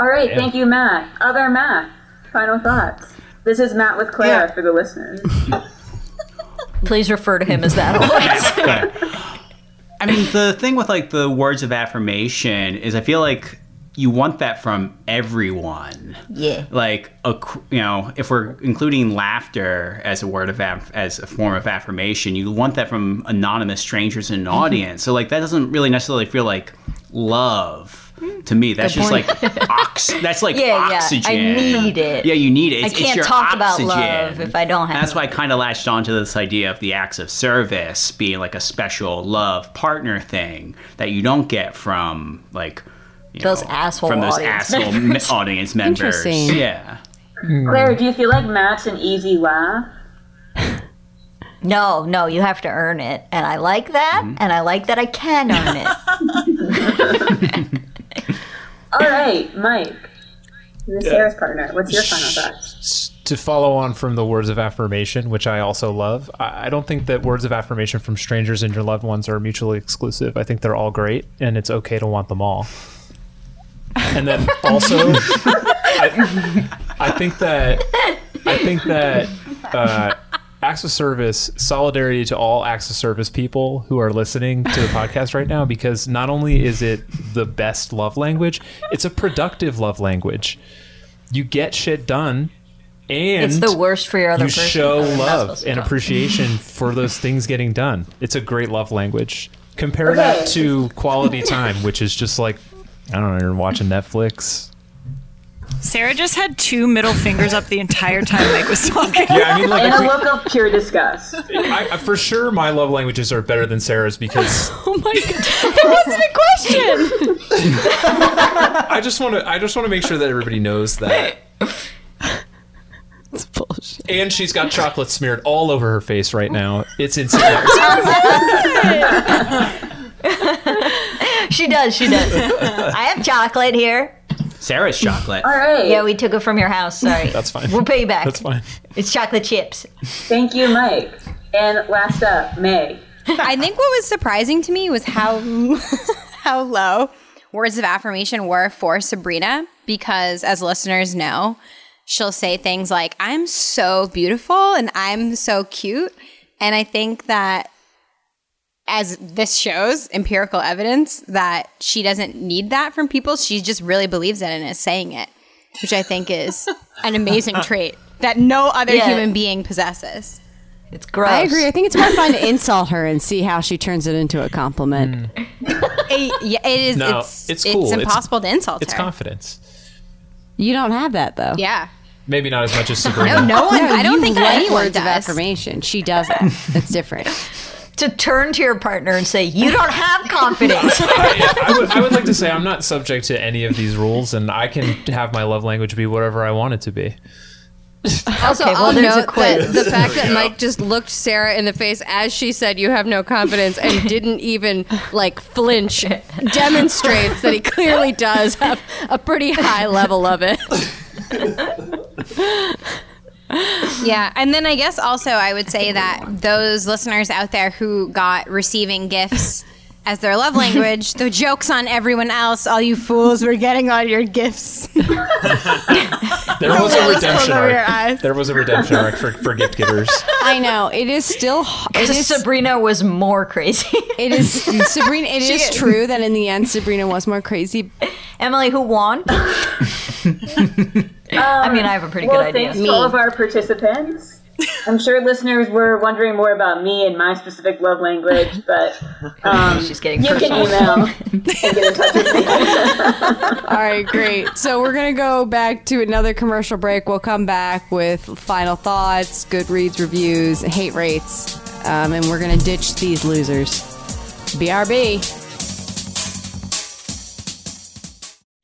Speaker 4: All right,
Speaker 14: Yeah.
Speaker 4: thank you, Matt. Other Matt, final thoughts. This is Matt with Clara for the listeners.
Speaker 5: Please refer to him as that.
Speaker 16: I mean, the thing with like the words of affirmation is I feel like you want that from everyone.
Speaker 5: Yeah.
Speaker 16: Like a cr- you know, if we're including laughter as a word of aff- as a form of affirmation, you want that from anonymous strangers
Speaker 5: Mm-hmm.
Speaker 16: in an audience. So like that doesn't really necessarily feel like love to me. That's
Speaker 5: Good
Speaker 16: just
Speaker 5: point.
Speaker 16: like ox- that's like
Speaker 5: yeah,
Speaker 16: oxygen.
Speaker 5: yeah. I need it.
Speaker 16: Yeah, you need it.
Speaker 5: I
Speaker 16: It's- it's
Speaker 5: can't
Speaker 16: your
Speaker 5: talk
Speaker 16: oxygen.
Speaker 5: about love if I don't have.
Speaker 16: That's why I kind of latched onto this idea of the acts of service being like a special love partner thing that you don't get from like you
Speaker 5: Those
Speaker 16: know,
Speaker 5: asshole
Speaker 16: from those
Speaker 5: audience
Speaker 16: asshole me-
Speaker 5: members.
Speaker 16: audience members.
Speaker 5: Interesting.
Speaker 16: Yeah,
Speaker 4: Clara, do you feel like Matt's an easy laugh?
Speaker 5: No, no, you have to earn it, and I like that,
Speaker 16: Mm-hmm.
Speaker 5: and I like that I can earn it.
Speaker 4: All right, Mike, you're
Speaker 15: Yeah.
Speaker 4: Sarah's partner. What's your final thoughts?
Speaker 15: to follow on from the words of affirmation, which I also love, I I don't think that words of affirmation from strangers and your loved ones are mutually exclusive. I think they're all great, and it's okay to want them all. And then also, I, I think that I think that uh, acts of service, solidarity to all acts of service people who are listening to the podcast right now, because not only is it the best love language, it's a productive love language. You get shit done, and
Speaker 5: it's the worst for your other
Speaker 15: you
Speaker 5: person.
Speaker 15: show
Speaker 5: You're not
Speaker 15: love
Speaker 5: supposed to
Speaker 15: and
Speaker 5: talk.
Speaker 15: appreciation for those things getting done. It's a great love language. Compare that
Speaker 5: Okay.
Speaker 15: to quality time, which is just like I don't know, you're watching Netflix.
Speaker 2: Sarah just had two middle fingers up the entire time Mike was talking.
Speaker 15: Yeah, I mean, like,
Speaker 4: and
Speaker 15: if
Speaker 4: a
Speaker 15: we-
Speaker 4: look of pure disgust.
Speaker 15: I, I, for sure, my love languages are better than Sarah's because
Speaker 1: Oh my god, it wasn't a question.
Speaker 15: I just want to. I just want to make sure that everybody knows that. It's
Speaker 1: bullshit.
Speaker 15: And she's got chocolate smeared all over her face right now. It's insane.
Speaker 5: she does. She does. I have chocolate here.
Speaker 16: Sarah's chocolate.
Speaker 5: All right. Yeah, we took it from your house. Sorry.
Speaker 16: That's fine.
Speaker 5: We'll pay you back.
Speaker 16: That's fine.
Speaker 5: It's chocolate chips.
Speaker 4: Thank you, Mike. And last up, May.
Speaker 6: I think what was surprising to me was how how low words of affirmation were for Sabrina because, as listeners know, she'll say things like, I'm so beautiful and I'm so cute. And I think that, as this shows, empirical evidence that she doesn't need that from people. She just really believes it and is saying it, which I think is an amazing trait that no other
Speaker 1: Yeah.
Speaker 6: human being possesses.
Speaker 5: It's
Speaker 1: I agree. I think it's more fun to insult her and see how she turns it into a compliment.
Speaker 6: It- yeah, it is.
Speaker 15: No,
Speaker 6: it's,
Speaker 15: it's
Speaker 6: it's,
Speaker 15: cool. It's-
Speaker 6: impossible to insult
Speaker 15: It's
Speaker 6: her.
Speaker 15: confidence.
Speaker 1: You don't have that though.
Speaker 6: Yeah.
Speaker 15: Maybe not as much as Sabrina.
Speaker 6: one- I don't
Speaker 1: you
Speaker 6: think that
Speaker 1: like
Speaker 6: anyone
Speaker 1: words of
Speaker 6: does.
Speaker 1: affirmation. She doesn't. It's different.
Speaker 5: to turn to your partner and say, You don't have confidence.
Speaker 15: I would, I would like to say I'm not subject to any of these rules, and I can have my love language be whatever I want it to be.
Speaker 3: Also,
Speaker 15: Okay, well,
Speaker 3: I'll
Speaker 15: there's a
Speaker 3: note that
Speaker 15: quiz.
Speaker 3: the fact
Speaker 15: There we
Speaker 3: that
Speaker 15: go.
Speaker 3: Mike just looked Sarah in the face as she said, "You have no confidence," and didn't even like flinch, demonstrates that he clearly does have a pretty high level of it.
Speaker 6: yeah and then i guess also i would say that those listeners out there who got receiving gifts as their love language the jokes on everyone else all you fools were getting all your gifts
Speaker 15: There was a
Speaker 6: Those
Speaker 15: redemption
Speaker 6: over your
Speaker 15: arc.
Speaker 6: eyes.
Speaker 15: There was a redemption arc for, for gift givers.
Speaker 1: I know it is still. It is,
Speaker 5: Sabrina was more crazy.
Speaker 1: it is Sabrina. It
Speaker 5: She
Speaker 1: is
Speaker 5: is.
Speaker 1: true that in the end, Sabrina was more crazy.
Speaker 5: Emily, who won? I mean, I have a pretty
Speaker 4: Um, well,
Speaker 5: good idea.
Speaker 4: Thanks to all of our participants. I'm sure listeners were wondering more about me and my specific love language, but um,
Speaker 5: She's getting
Speaker 4: you can
Speaker 5: personal.
Speaker 4: email.
Speaker 1: All right, great. So we're gonna go back to another commercial break. We'll come back with final thoughts, Goodreads reviews, hate rates, um, and we're gonna ditch these losers. BRB.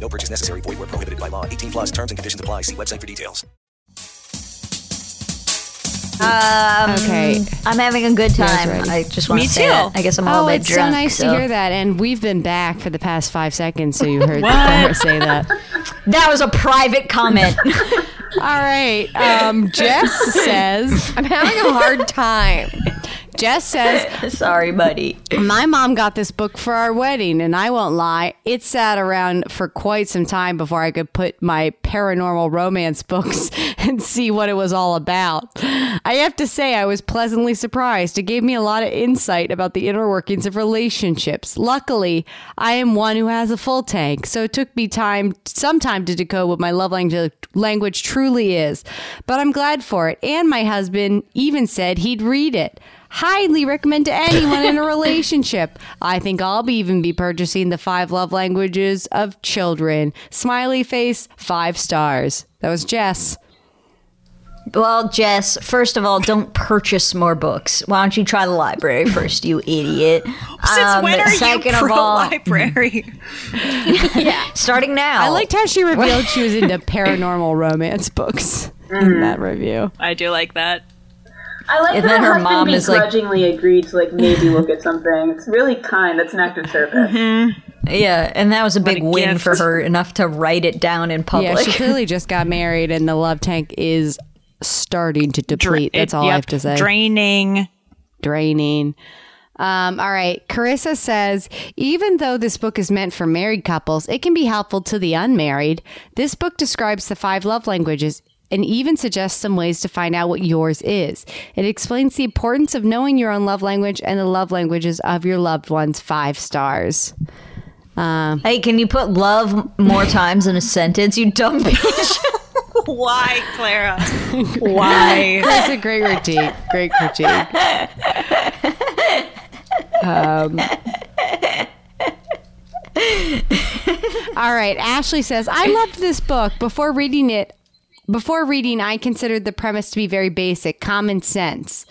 Speaker 17: No purchase necessary. Void where prohibited by law. 18 plus terms and conditions apply. See website for details.
Speaker 5: Um,
Speaker 1: Okay.
Speaker 5: I'm having a good
Speaker 1: Sarah's
Speaker 5: time.
Speaker 1: ready.
Speaker 5: I just want to say that. I guess I'm a little
Speaker 1: oh,
Speaker 5: bit
Speaker 1: it's
Speaker 5: drunk.
Speaker 1: so nice
Speaker 5: so-
Speaker 1: to hear that. And we've been back for the past five seconds, so you heard
Speaker 5: What?
Speaker 1: her say that.
Speaker 5: That was a private comment.
Speaker 1: All right. Um, Jess says, I'm having a hard time. Jess says,
Speaker 5: Sorry, buddy.
Speaker 1: My mom got this book for our wedding, and I won't lie, it sat around for quite some time before I could put my paranormal romance books and see what it was all about. I have to say, I was pleasantly surprised. It gave me a lot of insight about the inner workings of relationships. Luckily, I am one who has a full tank, so it took me time, some time to decode what my love language, language truly is. But I'm glad for it. And my husband even said he'd read it. Highly recommend to anyone in a relationship. I think I'll be even be purchasing the five love languages of children. Smiley face, five stars. That was Jess.
Speaker 5: Well, Jess, first of all, don't purchase more books. Why don't you try the library first, you idiot?
Speaker 2: Since
Speaker 5: Um,
Speaker 2: when are you
Speaker 5: second of
Speaker 2: pro
Speaker 5: all-
Speaker 2: library?
Speaker 5: starting now.
Speaker 1: I liked how she revealed she was into paranormal romance books
Speaker 5: Mm.
Speaker 1: in that review.
Speaker 2: I do like that.
Speaker 4: I like
Speaker 1: And
Speaker 4: that
Speaker 1: then her
Speaker 4: her husband
Speaker 1: mom is like-
Speaker 4: begrudgingly agreed to like maybe look at something. It's really kind. That's an act of service.
Speaker 5: Mm-hmm. Yeah, and that was a big win for her, enough to write it down in public.
Speaker 1: Yeah, she clearly just got married, and the love tank is starting to deplete. That's all I
Speaker 2: Yep.
Speaker 1: have to say.
Speaker 2: Draining.
Speaker 1: Draining. Um, all right. Carissa says, even though this book is meant for married couples, it can be helpful to the unmarried. This book describes the five love languages and even suggests some ways to find out what yours is. It explains the importance of knowing your own love language and the love languages of your loved ones. Five stars. Um,
Speaker 5: hey, can you put love more times in a sentence, you dumb bitch?
Speaker 2: Why, Clara? Why?
Speaker 1: That's a great critique. Great critique. Um, all right. Ashley says, I loved this book. Before reading it, before reading, I considered the premise to be very basic, common sense.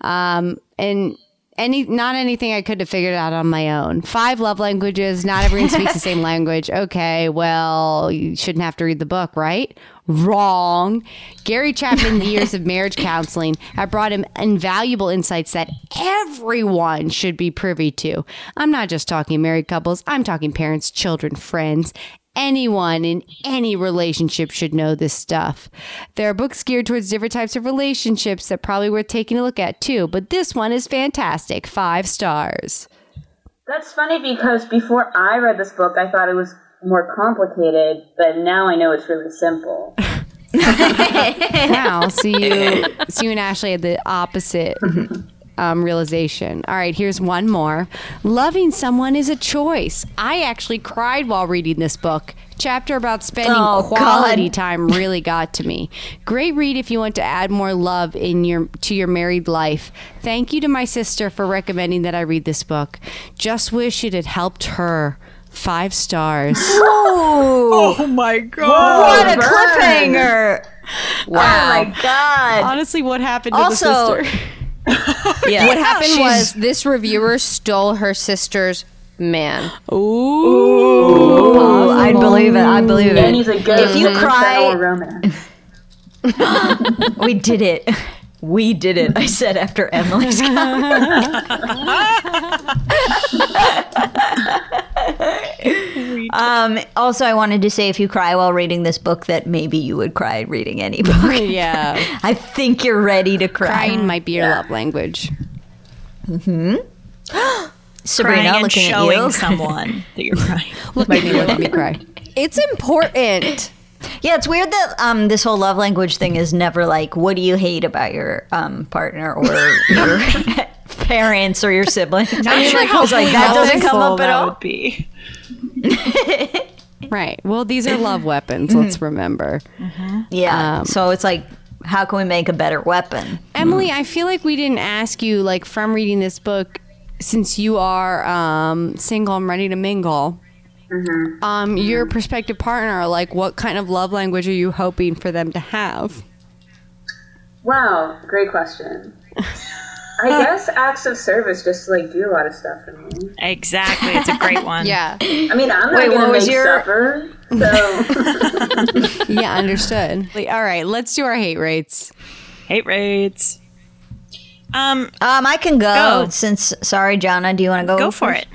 Speaker 1: Um, and any not anything I could have figured out on my own. Five love languages. Not everyone speaks the same language. Okay, well you shouldn't have to read the book, right? Wrong. Gary Chapman, the years of marriage counseling, have brought him invaluable insights that everyone should be privy to. I'm not just talking married couples. I'm talking parents, children, friends, Anyone in any relationship should know this stuff. There are books geared towards different types of relationships that probably worth taking a look at too, but this one is fantastic. Five stars.
Speaker 4: That's funny because before I read this book, I thought it was more complicated, but now I know it's really simple.
Speaker 1: Wow, so you, so you and Ashley had the opposite um, realization. All right, here's one more. Loving someone is a choice. I actually cried while reading this book. Chapter about spending
Speaker 5: Oh,
Speaker 1: quality
Speaker 5: God.
Speaker 1: time really got to me. Great read if you want to add more love in your to your married life. Thank you to my sister for recommending that I read this book. Just wish it had helped her. Five stars.
Speaker 13: oh my god!
Speaker 5: What a cliffhanger!
Speaker 1: Wow.
Speaker 5: Oh my god!
Speaker 1: Honestly, what happened
Speaker 5: to the Also- sister? Yeah.
Speaker 3: What happened
Speaker 5: She's-
Speaker 3: was this reviewer stole her sister's man.
Speaker 5: Ooh, I believe it. I believe it.
Speaker 4: And he's a ghost
Speaker 5: If you
Speaker 4: in
Speaker 5: cry,
Speaker 4: Paranormal romance.
Speaker 5: we did it. We did it. I said after Emily's comment. um, also, I wanted to say if you cry while reading this book, that maybe you would cry reading any book.
Speaker 1: yeah.
Speaker 5: I think you're ready to cry.
Speaker 1: Crying might be your love language.
Speaker 5: hmm Sabrina,
Speaker 2: crying and
Speaker 5: looking at
Speaker 2: showing
Speaker 5: you.
Speaker 2: someone that you're crying.
Speaker 1: Look at me, let me cry.
Speaker 3: It's important.
Speaker 5: Yeah, it's weird that um, this whole love language thing is never like, what do you hate about your um, partner or your parents or your siblings?
Speaker 2: Not
Speaker 5: I mean,
Speaker 2: sure
Speaker 5: like,
Speaker 2: how
Speaker 5: I was like, that doesn't come
Speaker 2: helpful
Speaker 5: up at
Speaker 2: that
Speaker 5: all.
Speaker 2: Would be.
Speaker 1: Right. Well, these are love weapons. Let's um, remember.
Speaker 5: Mm-hmm. Yeah. so it's like, how can we make a better weapon?
Speaker 1: Emily, I feel like we didn't ask you, like, from reading this book, since you are um, single and ready to mingle,
Speaker 5: Mm-hmm.
Speaker 1: um, your prospective partner, like, what kind of love language are you hoping for them to have?
Speaker 4: Wow, great question. I guess acts of service just like do a lot of stuff for me.
Speaker 2: Exactly. It's a great one.
Speaker 3: yeah.
Speaker 4: I mean, I'm not
Speaker 5: Wait,
Speaker 4: gonna
Speaker 5: what was
Speaker 4: make
Speaker 5: your-
Speaker 4: suffer. So
Speaker 1: yeah, understood. Like, All right, let's do our hate rates.
Speaker 2: Hate rates. Um,
Speaker 5: Um, I can go,
Speaker 2: Go.
Speaker 5: since, sorry, Jana, do you want to go?
Speaker 2: go for
Speaker 5: first?
Speaker 2: it.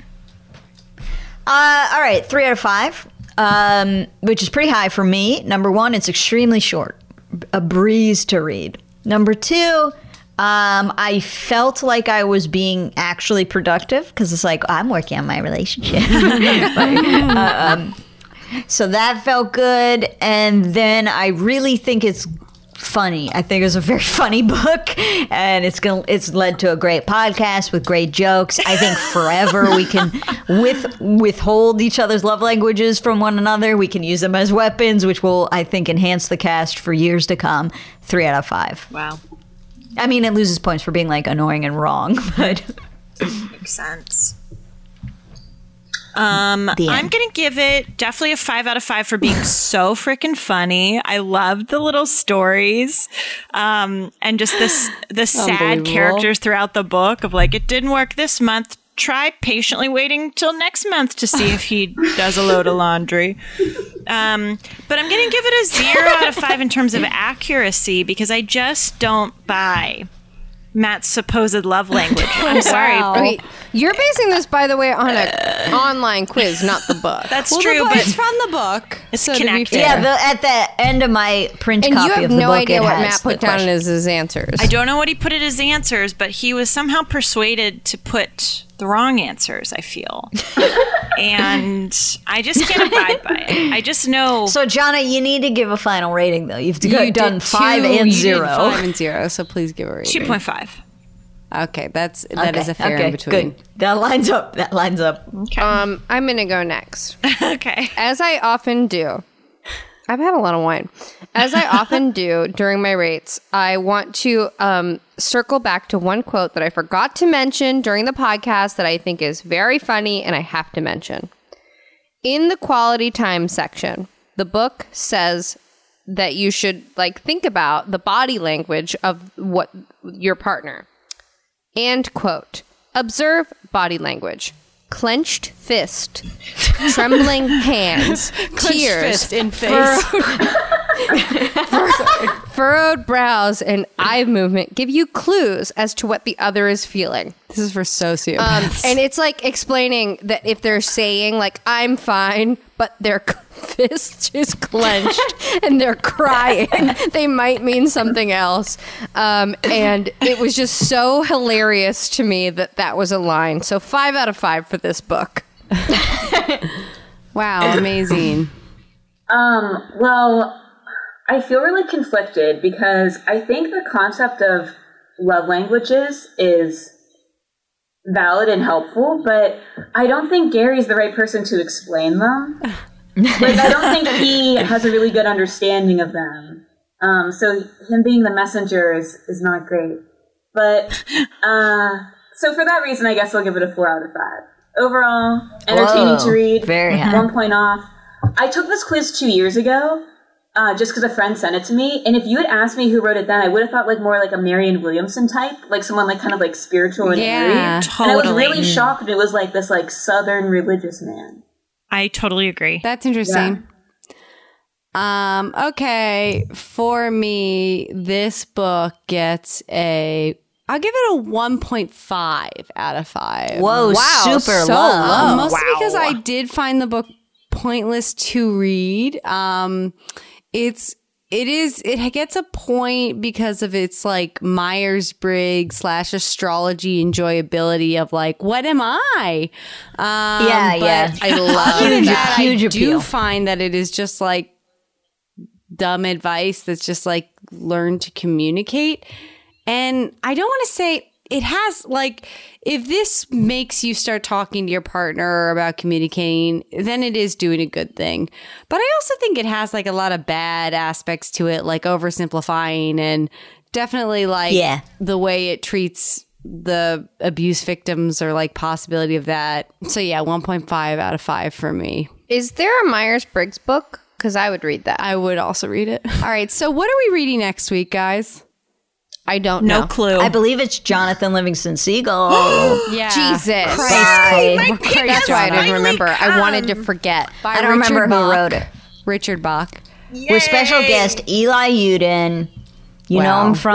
Speaker 5: Uh, all right, three out of five, um, which is pretty high for me. Number one, it's extremely short, a breeze to read. Number two, um, I felt like I was being actually productive because it's like "Oh, I'm working on my relationship. Uh, um, So that felt good. And then I really think it's funny. I think it was a very funny book and it's going to it's led to a great podcast with great jokes. I think forever we can with withhold each other's love languages from one another. We can use them as weapons which will I think enhance the cast for years to come. 3 out of 5.
Speaker 2: Wow.
Speaker 5: I mean it loses points for being like annoying and wrong, but
Speaker 2: Makes sense. Um, I'm gonna give it definitely a five out of five for being so freaking funny. I loved the little stories, um, and just this the sad
Speaker 1: Unbelievable.
Speaker 2: characters throughout the book of like it didn't work this month. Try patiently waiting till next month to see if he does a load of laundry. Um, but I'm gonna give it a zero out of five in terms of accuracy because I just don't buy Matt's supposed love language. I'm sorry,
Speaker 3: Wait, you're basing this, by the way, on an online quiz, not the book.
Speaker 2: That's
Speaker 1: Well,
Speaker 2: true,
Speaker 1: the book
Speaker 2: but
Speaker 1: is from the book.
Speaker 2: It's
Speaker 1: so to be
Speaker 2: connected.
Speaker 1: fair-
Speaker 5: yeah, the, at the end of my print
Speaker 3: and
Speaker 5: copy
Speaker 3: you have
Speaker 5: of the
Speaker 3: no
Speaker 5: book,
Speaker 3: idea
Speaker 5: it
Speaker 3: what
Speaker 5: has
Speaker 3: Matt
Speaker 5: the
Speaker 3: put down
Speaker 5: question.
Speaker 3: as his answers.
Speaker 2: I don't know what he put in his answers, but he was somehow persuaded to put the wrong answers, I feel. and I just can't abide by it. I just know
Speaker 5: So, Jana, you need to give a final rating, though. You've
Speaker 1: You
Speaker 5: go-
Speaker 1: did
Speaker 5: done five
Speaker 1: two-
Speaker 5: and
Speaker 1: you did
Speaker 5: zero.
Speaker 1: five and zero. So please give a rating.
Speaker 2: 2.5.
Speaker 1: Okay, that's that is
Speaker 5: Okay,
Speaker 1: a fair
Speaker 5: okay,
Speaker 1: in between.
Speaker 5: Good. That lines up. That lines up.
Speaker 3: Um, I'm gonna go next,
Speaker 2: Okay.
Speaker 3: as I often do. I've had a lot of wine, as I often do during my rates. I want to um, circle back to one quote that I forgot to mention during the podcast that I think is very funny, and I have to mention. in the quality time section, the book says that you should like think about the body language of what your partner. And quote, Observe body language. Clenched fist, trembling hands,
Speaker 1: Clenched
Speaker 3: tears,
Speaker 1: fist in face.
Speaker 3: Furrowed brows and eye movement give you clues as to what the other is feeling.
Speaker 1: This is for
Speaker 3: Um,
Speaker 1: sociopaths.
Speaker 3: and it's like explaining that if they're saying like "I'm fine," but their fist is clenched and they're crying, they might mean something else. Um, and it was just so hilarious to me that that was a line. So five out of five for this book.
Speaker 1: wow, amazing.
Speaker 4: Um, well, I feel really conflicted because I think the concept of love languages is valid and helpful, but I don't think Gary's the right person to explain them. like, I don't think he has a really good understanding of them. Um, so him being the messenger is, is not great. But, uh, so for that reason, I guess I'll give it a four out of five. Overall, entertaining
Speaker 5: Whoa,
Speaker 4: to read.
Speaker 5: very high.
Speaker 4: One point off. I took this quiz two years ago, uh, just because a friend sent it to me. And if you had asked me who wrote it then, I would have thought like more like a Marion Williamson type, like someone like kind of like spiritual and
Speaker 2: Yeah,
Speaker 4: airy. And I was
Speaker 2: totally.
Speaker 4: really shocked. It was like this like Southern religious man.
Speaker 2: I totally agree.
Speaker 1: That's interesting. Um, okay, for me, this book gets a I'll give it a 1.5 out of 5.
Speaker 5: Whoa, Wow, super
Speaker 1: so uh,
Speaker 5: low.
Speaker 1: Mostly
Speaker 5: Wow.
Speaker 1: because I did find the book pointless to read. Um it's it is it gets a point because of its like Myers Briggs slash astrology enjoyability of like what am I? Um,
Speaker 5: Yeah,
Speaker 1: but
Speaker 5: yeah.
Speaker 1: I love
Speaker 5: Huge-
Speaker 1: that.
Speaker 5: huge
Speaker 1: I do
Speaker 5: appeal.
Speaker 1: find that it is just like dumb advice that's just like learn to communicate. And I don't want to say it has like if this makes you start talking to your partner about communicating, then it is doing a good thing. But I also think it has like a lot of bad aspects to it, like oversimplifying and definitely like
Speaker 5: Yeah.
Speaker 1: the way it treats the abuse victims or like possibility of that. So yeah, 1.5 out of 5 for me.
Speaker 3: Is there a Myers Briggs book? Because I would read that.
Speaker 1: I would also read it. All right, so what are we reading next week, guys?
Speaker 3: I don't
Speaker 1: No
Speaker 3: know.
Speaker 1: clue.
Speaker 5: I believe it's Jonathan Livingston Siegel.
Speaker 1: Yeah.
Speaker 3: Jesus.
Speaker 5: Bye.
Speaker 3: That's why I didn't remember. I wanted to forget.
Speaker 5: I don't
Speaker 1: Richard
Speaker 5: remember who
Speaker 1: Bach.
Speaker 5: wrote it.
Speaker 1: Richard Bach.
Speaker 5: With special guest Eli Uden. You
Speaker 1: Wow.
Speaker 5: know him from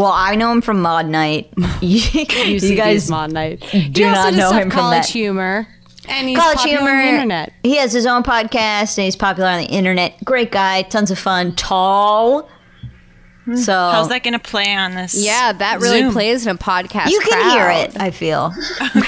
Speaker 5: well, I know him from Mod Night. you,
Speaker 1: UCB's
Speaker 5: guys
Speaker 1: Mod Night.
Speaker 5: do
Speaker 1: he also
Speaker 5: not
Speaker 1: does
Speaker 5: know
Speaker 1: have
Speaker 5: him from
Speaker 1: college
Speaker 5: that.
Speaker 1: humor. And he's
Speaker 5: College
Speaker 1: popular
Speaker 5: humor.
Speaker 1: on the internet.
Speaker 5: He has his own podcast and he's popular on the internet. Great guy, tons of fun, tall. So
Speaker 2: How's that going to play on this?
Speaker 3: Yeah, that really
Speaker 2: Zoom?
Speaker 3: plays in a podcast.
Speaker 5: you can hear
Speaker 3: crowd.
Speaker 5: it, I feel.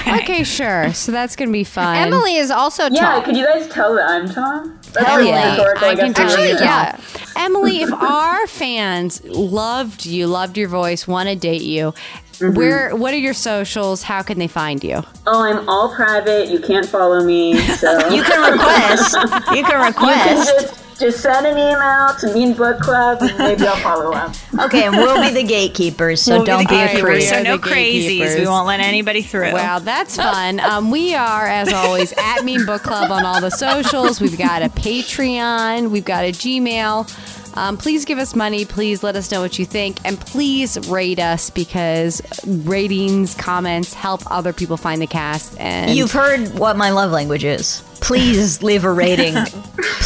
Speaker 1: Okay. sure. So that's going to be fun.
Speaker 3: Emily is also
Speaker 4: Yeah,
Speaker 3: tall.
Speaker 4: could you guys tell that I'm Tom? That's
Speaker 3: Hell
Speaker 4: really
Speaker 3: yeah.
Speaker 4: rhetorical,
Speaker 3: I can
Speaker 4: guess, to
Speaker 3: tell
Speaker 4: really
Speaker 3: you
Speaker 4: tell.
Speaker 3: yeah.
Speaker 1: Emily, if our fans loved you, loved your voice, want to date you,
Speaker 5: Mm-hmm.
Speaker 1: where what are your socials? How can they find you?
Speaker 4: Oh, I'm all private. You can't follow me. So
Speaker 5: You can request. you can request.
Speaker 4: just, just send an email to Mean Book Club and maybe I'll follow up.
Speaker 5: Okay, and we'll be the gatekeepers, so
Speaker 2: We'll
Speaker 5: don't
Speaker 2: the
Speaker 5: be, a
Speaker 2: gatekeepers,
Speaker 5: creep.
Speaker 2: So no
Speaker 1: the
Speaker 2: crazies. We
Speaker 1: gatekeepers.
Speaker 2: won't let anybody through.
Speaker 1: Wow, that's fun. Um, we are, as always, at Mean Book Club on all the socials. We've got a Patreon, we've got a Gmail. Um, please give us money. Please let us know what you think. And please rate us because ratings, comments help other people find the cast. And
Speaker 5: You've heard what my love language is. Please leave a rating.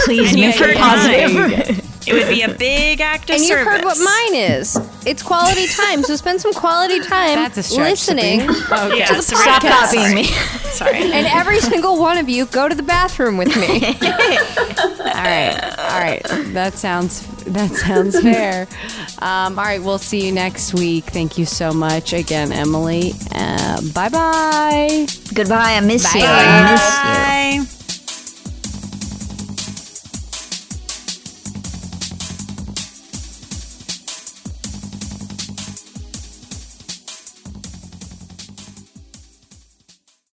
Speaker 5: Please
Speaker 2: And
Speaker 5: make
Speaker 2: you've heard
Speaker 5: it positive.
Speaker 2: It would be a big act of
Speaker 3: And you've
Speaker 2: service.
Speaker 3: heard what mine is. It's quality time. So spend some quality time
Speaker 1: That's a stretch,
Speaker 3: listening.
Speaker 1: Sabrina. Okay.
Speaker 2: Oh, Yeah,
Speaker 3: to the
Speaker 2: Sabrina,
Speaker 3: podcast.
Speaker 5: Copying me.
Speaker 2: Sorry.
Speaker 3: And every single one of you go to the bathroom with me.
Speaker 1: All right. All right. That sounds that sounds fair. Um, all right. We'll see you next week. Thank you so much again, Emily. Uh, bye bye.
Speaker 5: Goodbye. I miss you.
Speaker 1: Bye.
Speaker 5: I miss you.
Speaker 2: Bye.